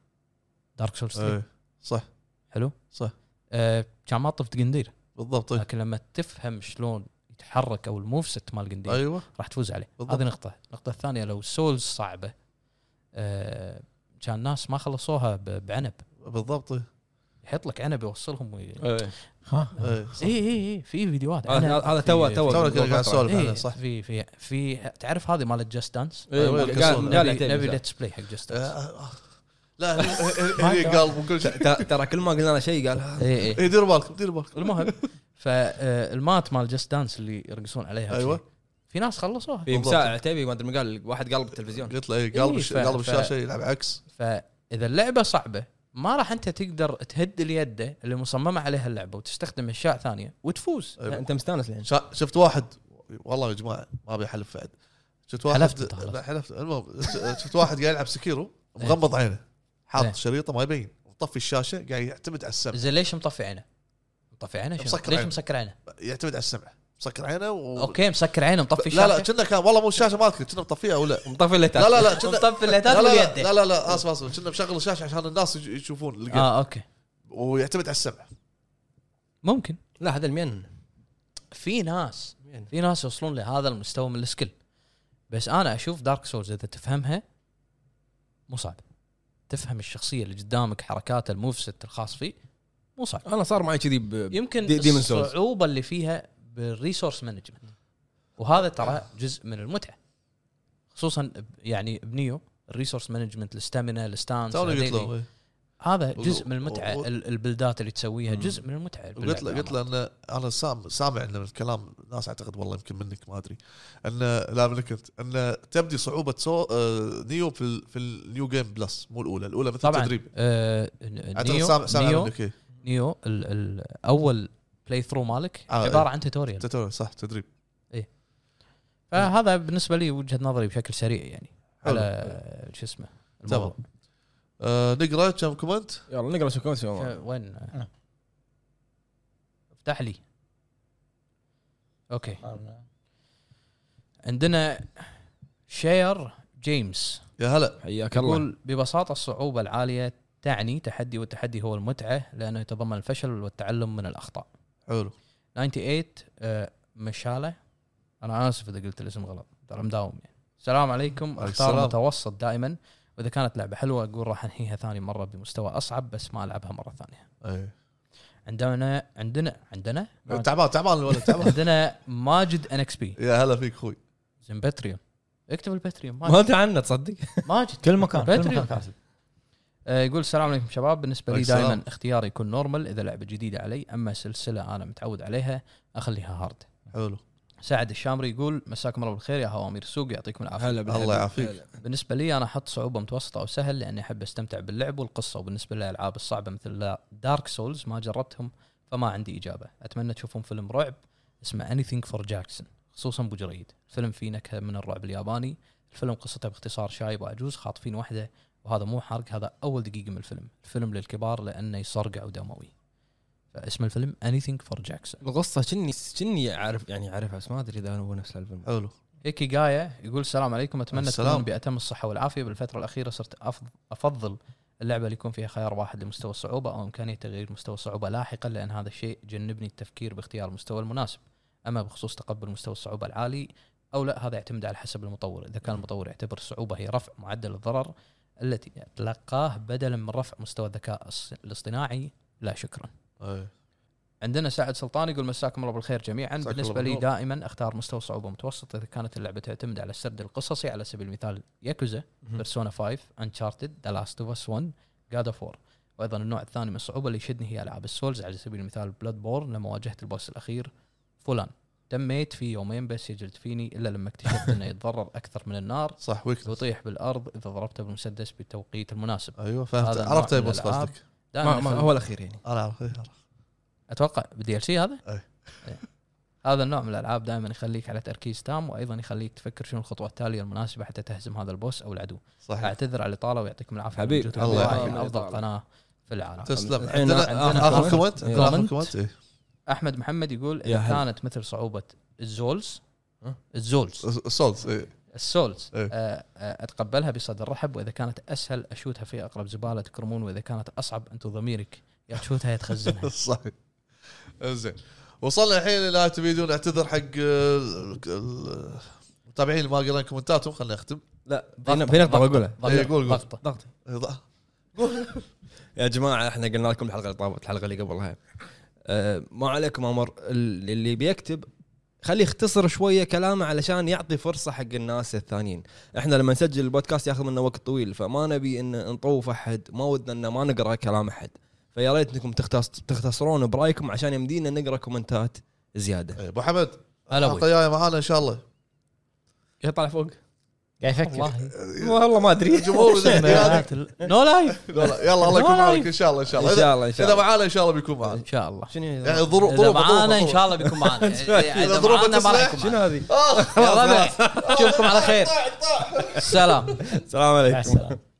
Speaker 6: دارك سولز 3
Speaker 3: إيه، صح
Speaker 6: حلو
Speaker 3: صح.
Speaker 6: آه كان ما طفت قندير
Speaker 3: بالضبط إيه.
Speaker 6: لكن لما تفهم شلون يتحرك او الموف ست مال قندير
Speaker 3: ايوه
Speaker 6: راح تفوز عليه
Speaker 3: بالضبط.
Speaker 6: هذه نقطه النقطه الثانيه لو السولز صعبه آه كان ناس ما خلصوها ب- بعنب
Speaker 3: بالضبط إيه.
Speaker 6: يحط لك عنب يوصلهم وي... اي
Speaker 3: إيه، صح.
Speaker 6: اي اي في فيديوهات
Speaker 1: هذا-
Speaker 6: عنب،
Speaker 1: هذا
Speaker 6: في-
Speaker 1: تو
Speaker 6: في-
Speaker 1: تو
Speaker 3: تونا كنا قاعد نسولف
Speaker 6: إيه
Speaker 3: عنها صح
Speaker 6: في في في تعرف هذه مالت جاست دانس
Speaker 1: إيه،
Speaker 3: أيوة،
Speaker 1: قال-
Speaker 3: الكسول.
Speaker 1: قال
Speaker 6: نبي
Speaker 1: عتيبي
Speaker 6: نبي
Speaker 1: صح.
Speaker 6: ليتس بلاي حق جاست
Speaker 3: آه،
Speaker 6: دانس
Speaker 3: آه، آه. لا هني- هني قلب وكل شيء
Speaker 1: ت- ترى كل ما قلنا له شيء قال
Speaker 6: اي اي
Speaker 3: إيه، دير بالكم دير بالكم
Speaker 6: المهم فالمات مال جاست دانس اللي يرقصون عليها
Speaker 3: أيوة.
Speaker 6: شي. في ناس خلصوها
Speaker 1: في
Speaker 3: بالضبط.
Speaker 1: مساء عتيبي ما ادري من قال واحد قال بالتلفزيون
Speaker 3: قلت له إيه،
Speaker 6: إيه،
Speaker 3: قلب الش-
Speaker 6: ف-
Speaker 3: قلب
Speaker 6: ف-
Speaker 3: الشاشه يلعب عكس
Speaker 6: فاذا اللعبه صعبه ما راح انت تقدر تهد اليد اللي مصممه عليها اللعبه وتستخدم اشياء ثانيه وتفوز
Speaker 3: أيوة.
Speaker 1: انت مستانس لين
Speaker 3: شا- شفت واحد والله يا جماعه ما ابي احلف بعد شفت واحد
Speaker 6: حلفت أنت، حلفت.
Speaker 3: لا حلفت المهم شفت واحد قاعد يلعب سكيرو مغمض عينه
Speaker 6: إيه.
Speaker 3: حاط شريطه ما يبين مطفي الشاشه قاعد يعتمد على السمع
Speaker 6: زين ليش مطفي عينه؟ مطفي عينه شنو؟
Speaker 3: مسكر
Speaker 6: ليش
Speaker 3: عينه.
Speaker 6: مسكر عينه؟
Speaker 3: يعتمد على السمع مسكر عينه و...
Speaker 6: اوكي مسكر عينه مطفي
Speaker 3: لا لا
Speaker 6: الشاشة؟
Speaker 3: كنا كان والله مو الشاشه مالتك كنا مطفيها ولا
Speaker 1: مطفي اللي تحت.
Speaker 3: لا لا لا كنا
Speaker 6: مطفي الهتاف
Speaker 3: لا لا
Speaker 6: واليد
Speaker 3: لا لا لا اسف اسف كنا مشغل الشاشه عشان الناس يج- يشوفون القط.
Speaker 6: اه اوكي
Speaker 3: ويعتمد على السمع
Speaker 6: ممكن
Speaker 1: لا هذا المين
Speaker 6: في ناس في ناس يوصلون لهذا المستوى من السكيل بس انا اشوف دارك سولز اذا تفهمها مو صعب تفهم الشخصيه اللي قدامك حركاته الموفست الخاص فيه مو مو صعب
Speaker 1: انا صار معي كذي ب-
Speaker 6: يمكن
Speaker 1: دي- Demon's Souls.
Speaker 6: الصعوبه اللي فيها بالريسورس مانجمنت وهذا ترى جزء من المتعه خصوصا ب- يعني بنيو الريسورس مانجمنت الاستامينا الستانس
Speaker 3: توني قلت
Speaker 6: هذيلي.
Speaker 3: له إيه.
Speaker 6: هذا
Speaker 3: و-
Speaker 6: جزء من
Speaker 3: و-
Speaker 6: المتعه
Speaker 3: و-
Speaker 6: ال- البلدات اللي تسويها
Speaker 3: مم.
Speaker 6: جزء من المتعه
Speaker 3: قلت له
Speaker 6: باللعبة.
Speaker 3: قلت له ان انا سام سامع ان الكلام ناس اعتقد والله يمكن منك ما ادري ان لا منك انت ان تبدي صعوبه سو آه، نيو في ال- في النيو جيم بلس مو الاولى الاولى مثل
Speaker 6: طبعا
Speaker 3: تدريب
Speaker 6: آه
Speaker 3: اعتقد
Speaker 6: نيو
Speaker 3: سامع سامع
Speaker 6: نيو
Speaker 3: منك إيه.
Speaker 6: نيو ال- ال- اول بلاي ثرو مالك
Speaker 3: آه،
Speaker 6: عباره
Speaker 3: إيه.
Speaker 6: عن توتوريال
Speaker 3: تدريب، صح تدريب
Speaker 6: فهذا بالنسبه لي وجهه نظري بشكل سريع يعني
Speaker 3: حلو.
Speaker 6: على شو اسمه
Speaker 3: تمام
Speaker 6: الموضوع
Speaker 3: آه، نقرا كم كومنت
Speaker 1: يلا نقرا شو كومنت يا عمر.
Speaker 6: ف- وين افتح لي اوكي
Speaker 2: آه.
Speaker 6: عندنا شير جيمس
Speaker 3: يا هلا
Speaker 1: حياك الله
Speaker 6: يقول ببساطه الصعوبه العاليه تعني تحدي والتحدي هو المتعه لانه يتضمن الفشل والتعلم من الاخطاء
Speaker 3: حلو
Speaker 6: 98 آه، مشاله انا اسف اذا قلت الاسم غلط ترى مداوم يعني السلام عليكم
Speaker 3: عليك
Speaker 6: اختار
Speaker 3: السلام.
Speaker 6: متوسط دائما واذا كانت لعبه حلوه اقول راح انهيها ثاني مره بمستوى اصعب بس ما العبها مره ثانيه
Speaker 3: إيه.
Speaker 6: عندنا عندنا عندنا
Speaker 3: تعبان تعبان الولد تعبان
Speaker 6: عندنا ماجد ان اكس بي
Speaker 3: يا هلا فيك اخوي
Speaker 6: زين باتريون اكتب الباتريون ماجد
Speaker 1: ما انت عنا تصدق
Speaker 6: ماجد
Speaker 2: كل مكان كل
Speaker 6: باتريون.
Speaker 2: مكان كاتب
Speaker 6: آه، يقول السلام عليكم شباب بالنسبه لي
Speaker 3: عليك السلام.
Speaker 6: دائما اختياري يكون نورمال اذا لعبه جديده علي اما سلسله انا متعود عليها اخليها هارد
Speaker 3: حلو
Speaker 6: سعد الشامري يقول مساكم الله بالخير يا هوامير السوق يعطيكم العافيه
Speaker 1: هلا بالحبيب.
Speaker 3: الله يعافيك.
Speaker 1: هلا.
Speaker 6: بالنسبه لي انا احط صعوبه متوسطه او سهل لاني احب استمتع باللعب والقصه وبالنسبه للالعاب الصعبه مثل دارك سولز ما جربتهم فما عندي اجابه اتمنى تشوفون فيلم رعب اسمه Anything فور جاكسون خصوصا ابو جريد الفيلم فيه نكهه من الرعب الياباني الفيلم قصته باختصار شايب وعجوز خاطفين واحده وهذا مو حرق هذا اول دقيقه من الفيلم الفيلم للكبار لانه يصرقع ودموي فاسم الفيلم Anything فور جاكسون
Speaker 1: القصه كني كني عارف يعني عارفها بس ما ادري اذا هو نفس الفيلم
Speaker 3: حلو
Speaker 6: ايكي جايا يقول السلام عليكم اتمنى
Speaker 3: السلام.
Speaker 6: تكونون باتم الصحه والعافيه بالفتره الاخيره صرت أفض- افضل اللعبه اللي يكون فيها خيار واحد لمستوى الصعوبه او امكانيه تغيير مستوى الصعوبه لاحقا لان هذا الشيء جنبني التفكير باختيار المستوى المناسب اما بخصوص تقبل مستوى الصعوبه العالي او لا هذا يعتمد على حسب المطور اذا كان المطور يعتبر الصعوبه هي رفع معدل الضرر التي تلقاه بدلا من رفع مستوى الذكاء الص- الاصطناعي لا شكرا
Speaker 3: إيه.
Speaker 6: عندنا سعد سلطان يقول مساكم الله بالخير جميعا
Speaker 3: مساكم
Speaker 6: بالنسبه
Speaker 3: الله
Speaker 6: لي
Speaker 3: بالنور.
Speaker 6: دائما اختار مستوى صعوبه متوسط اذا كانت اللعبه تعتمد على السرد القصصي على سبيل المثال ياكوزا بيرسونا 5 انشارتد ذا لاست اوف اس 1 جاد اوف 4 وايضا النوع الثاني من الصعوبه اللي يشدني هي العاب السولز على سبيل المثال بلاد بورن لما واجهت البوس الاخير فلان تميت في يومين بس يجلد فيني الا لما اكتشفت انه يتضرر اكثر من النار
Speaker 3: صح ويك
Speaker 6: ويطيح بالارض اذا ضربته بالمسدس بالتوقيت المناسب
Speaker 3: ايوه فهمت
Speaker 6: هذا
Speaker 3: عرفت
Speaker 6: نوع
Speaker 3: أي بس
Speaker 6: من الألعاب.
Speaker 3: قصدك
Speaker 1: ما, ما
Speaker 6: الفيلم-
Speaker 1: هو الاخير يعني
Speaker 3: انا اعرف إيه، أعرف.
Speaker 6: اتوقع بالدي ال سي هذا؟
Speaker 3: إيه.
Speaker 6: إيه. هذا النوع من الالعاب دائما يخليك على تركيز تام وايضا يخليك تفكر شنو الخطوه التاليه المناسبه حتى تهزم هذا البوس او العدو.
Speaker 3: صحيح
Speaker 6: اعتذر على الاطاله ويعطيكم العافيه
Speaker 1: حبيبي.
Speaker 6: وجودكم
Speaker 3: الله
Speaker 6: بالله
Speaker 1: يعافيك.
Speaker 6: في افضل
Speaker 1: الإطالة.
Speaker 6: قناه في العالم.
Speaker 3: تسلم
Speaker 1: الحين
Speaker 3: عندنا
Speaker 1: آخر
Speaker 3: اخر كومنت عندنا اخر
Speaker 6: كومنت.
Speaker 3: كومنت إيه.
Speaker 6: احمد محمد يقول
Speaker 1: يا
Speaker 6: اذا
Speaker 1: هلا.
Speaker 6: كانت مثل صعوبه الزولز
Speaker 3: أه؟
Speaker 1: ها؟
Speaker 6: الزولز
Speaker 3: السولز إيه.
Speaker 6: السولز
Speaker 3: إيه.
Speaker 6: آه، آه، اتقبلها بصدر رحب واذا كانت اسهل اشوتها في اقرب زباله تكرمون واذا كانت اصعب انتم ضميرك يا تشوتها يا تخزنها
Speaker 3: صحيح زين وصلنا الحين الى تبيدون اعتذر حق ال- ال- المتابعين اللي ما قرينا كومنتاتهم خلينا نختم
Speaker 1: لا في نقطة- في نقطه بقولها
Speaker 6: ضغطة-
Speaker 3: إيه، قول، قول.
Speaker 6: ضغطة.
Speaker 1: ضغط
Speaker 3: إيه،
Speaker 1: يا جماعه احنا قلنا لكم الحلقه اللي طافت الحلقه اللي قبلها أه ما عليكم امر ال- اللي بيكتب خليه يختصر شويه كلامه علشان يعطي فرصه حق الناس الثانيين احنا لما نسجل البودكاست ياخذ منا وقت طويل فما نبي ان نطوف احد ما ودنا ان ما نقرا كلام احد فيا ريت انكم تختص... تختصرون برايكم عشان يمدينا نقرا كومنتات زياده
Speaker 3: ابو إيه، حمد
Speaker 6: هلا
Speaker 3: الحلقه
Speaker 6: أبوي.
Speaker 3: الجايه معانا ان شاء الله
Speaker 1: يطلع فوق
Speaker 2: قاعد يفكر
Speaker 6: والله
Speaker 1: والله ما ادري ان
Speaker 3: الجمهور يلا
Speaker 6: نو لايف
Speaker 3: يلا الله يكون معك ان شاء الله ان شاء الله
Speaker 1: شاء الله ان
Speaker 3: إذا-
Speaker 1: شاء
Speaker 3: اذا
Speaker 1: الله
Speaker 3: معانا ان شاء الله بيكون معنا
Speaker 6: ان شاء الله
Speaker 1: شنو
Speaker 3: يعني
Speaker 1: هذا؟
Speaker 3: ظروف ظروف
Speaker 6: اذا
Speaker 3: ظروف-
Speaker 6: معانا ان
Speaker 3: ظروف.
Speaker 6: شاء الله بيكون معانا اذا
Speaker 3: ظروفك
Speaker 6: معانا ما
Speaker 3: تسمح؟
Speaker 6: يكون
Speaker 1: شنو
Speaker 6: معانا
Speaker 1: هذه؟
Speaker 3: آه، طيب،
Speaker 6: يا ربع، اشوفكم على خير
Speaker 3: طاح، طاح.
Speaker 6: السلام
Speaker 1: السلام
Speaker 2: مع
Speaker 1: عليكم
Speaker 2: السلامه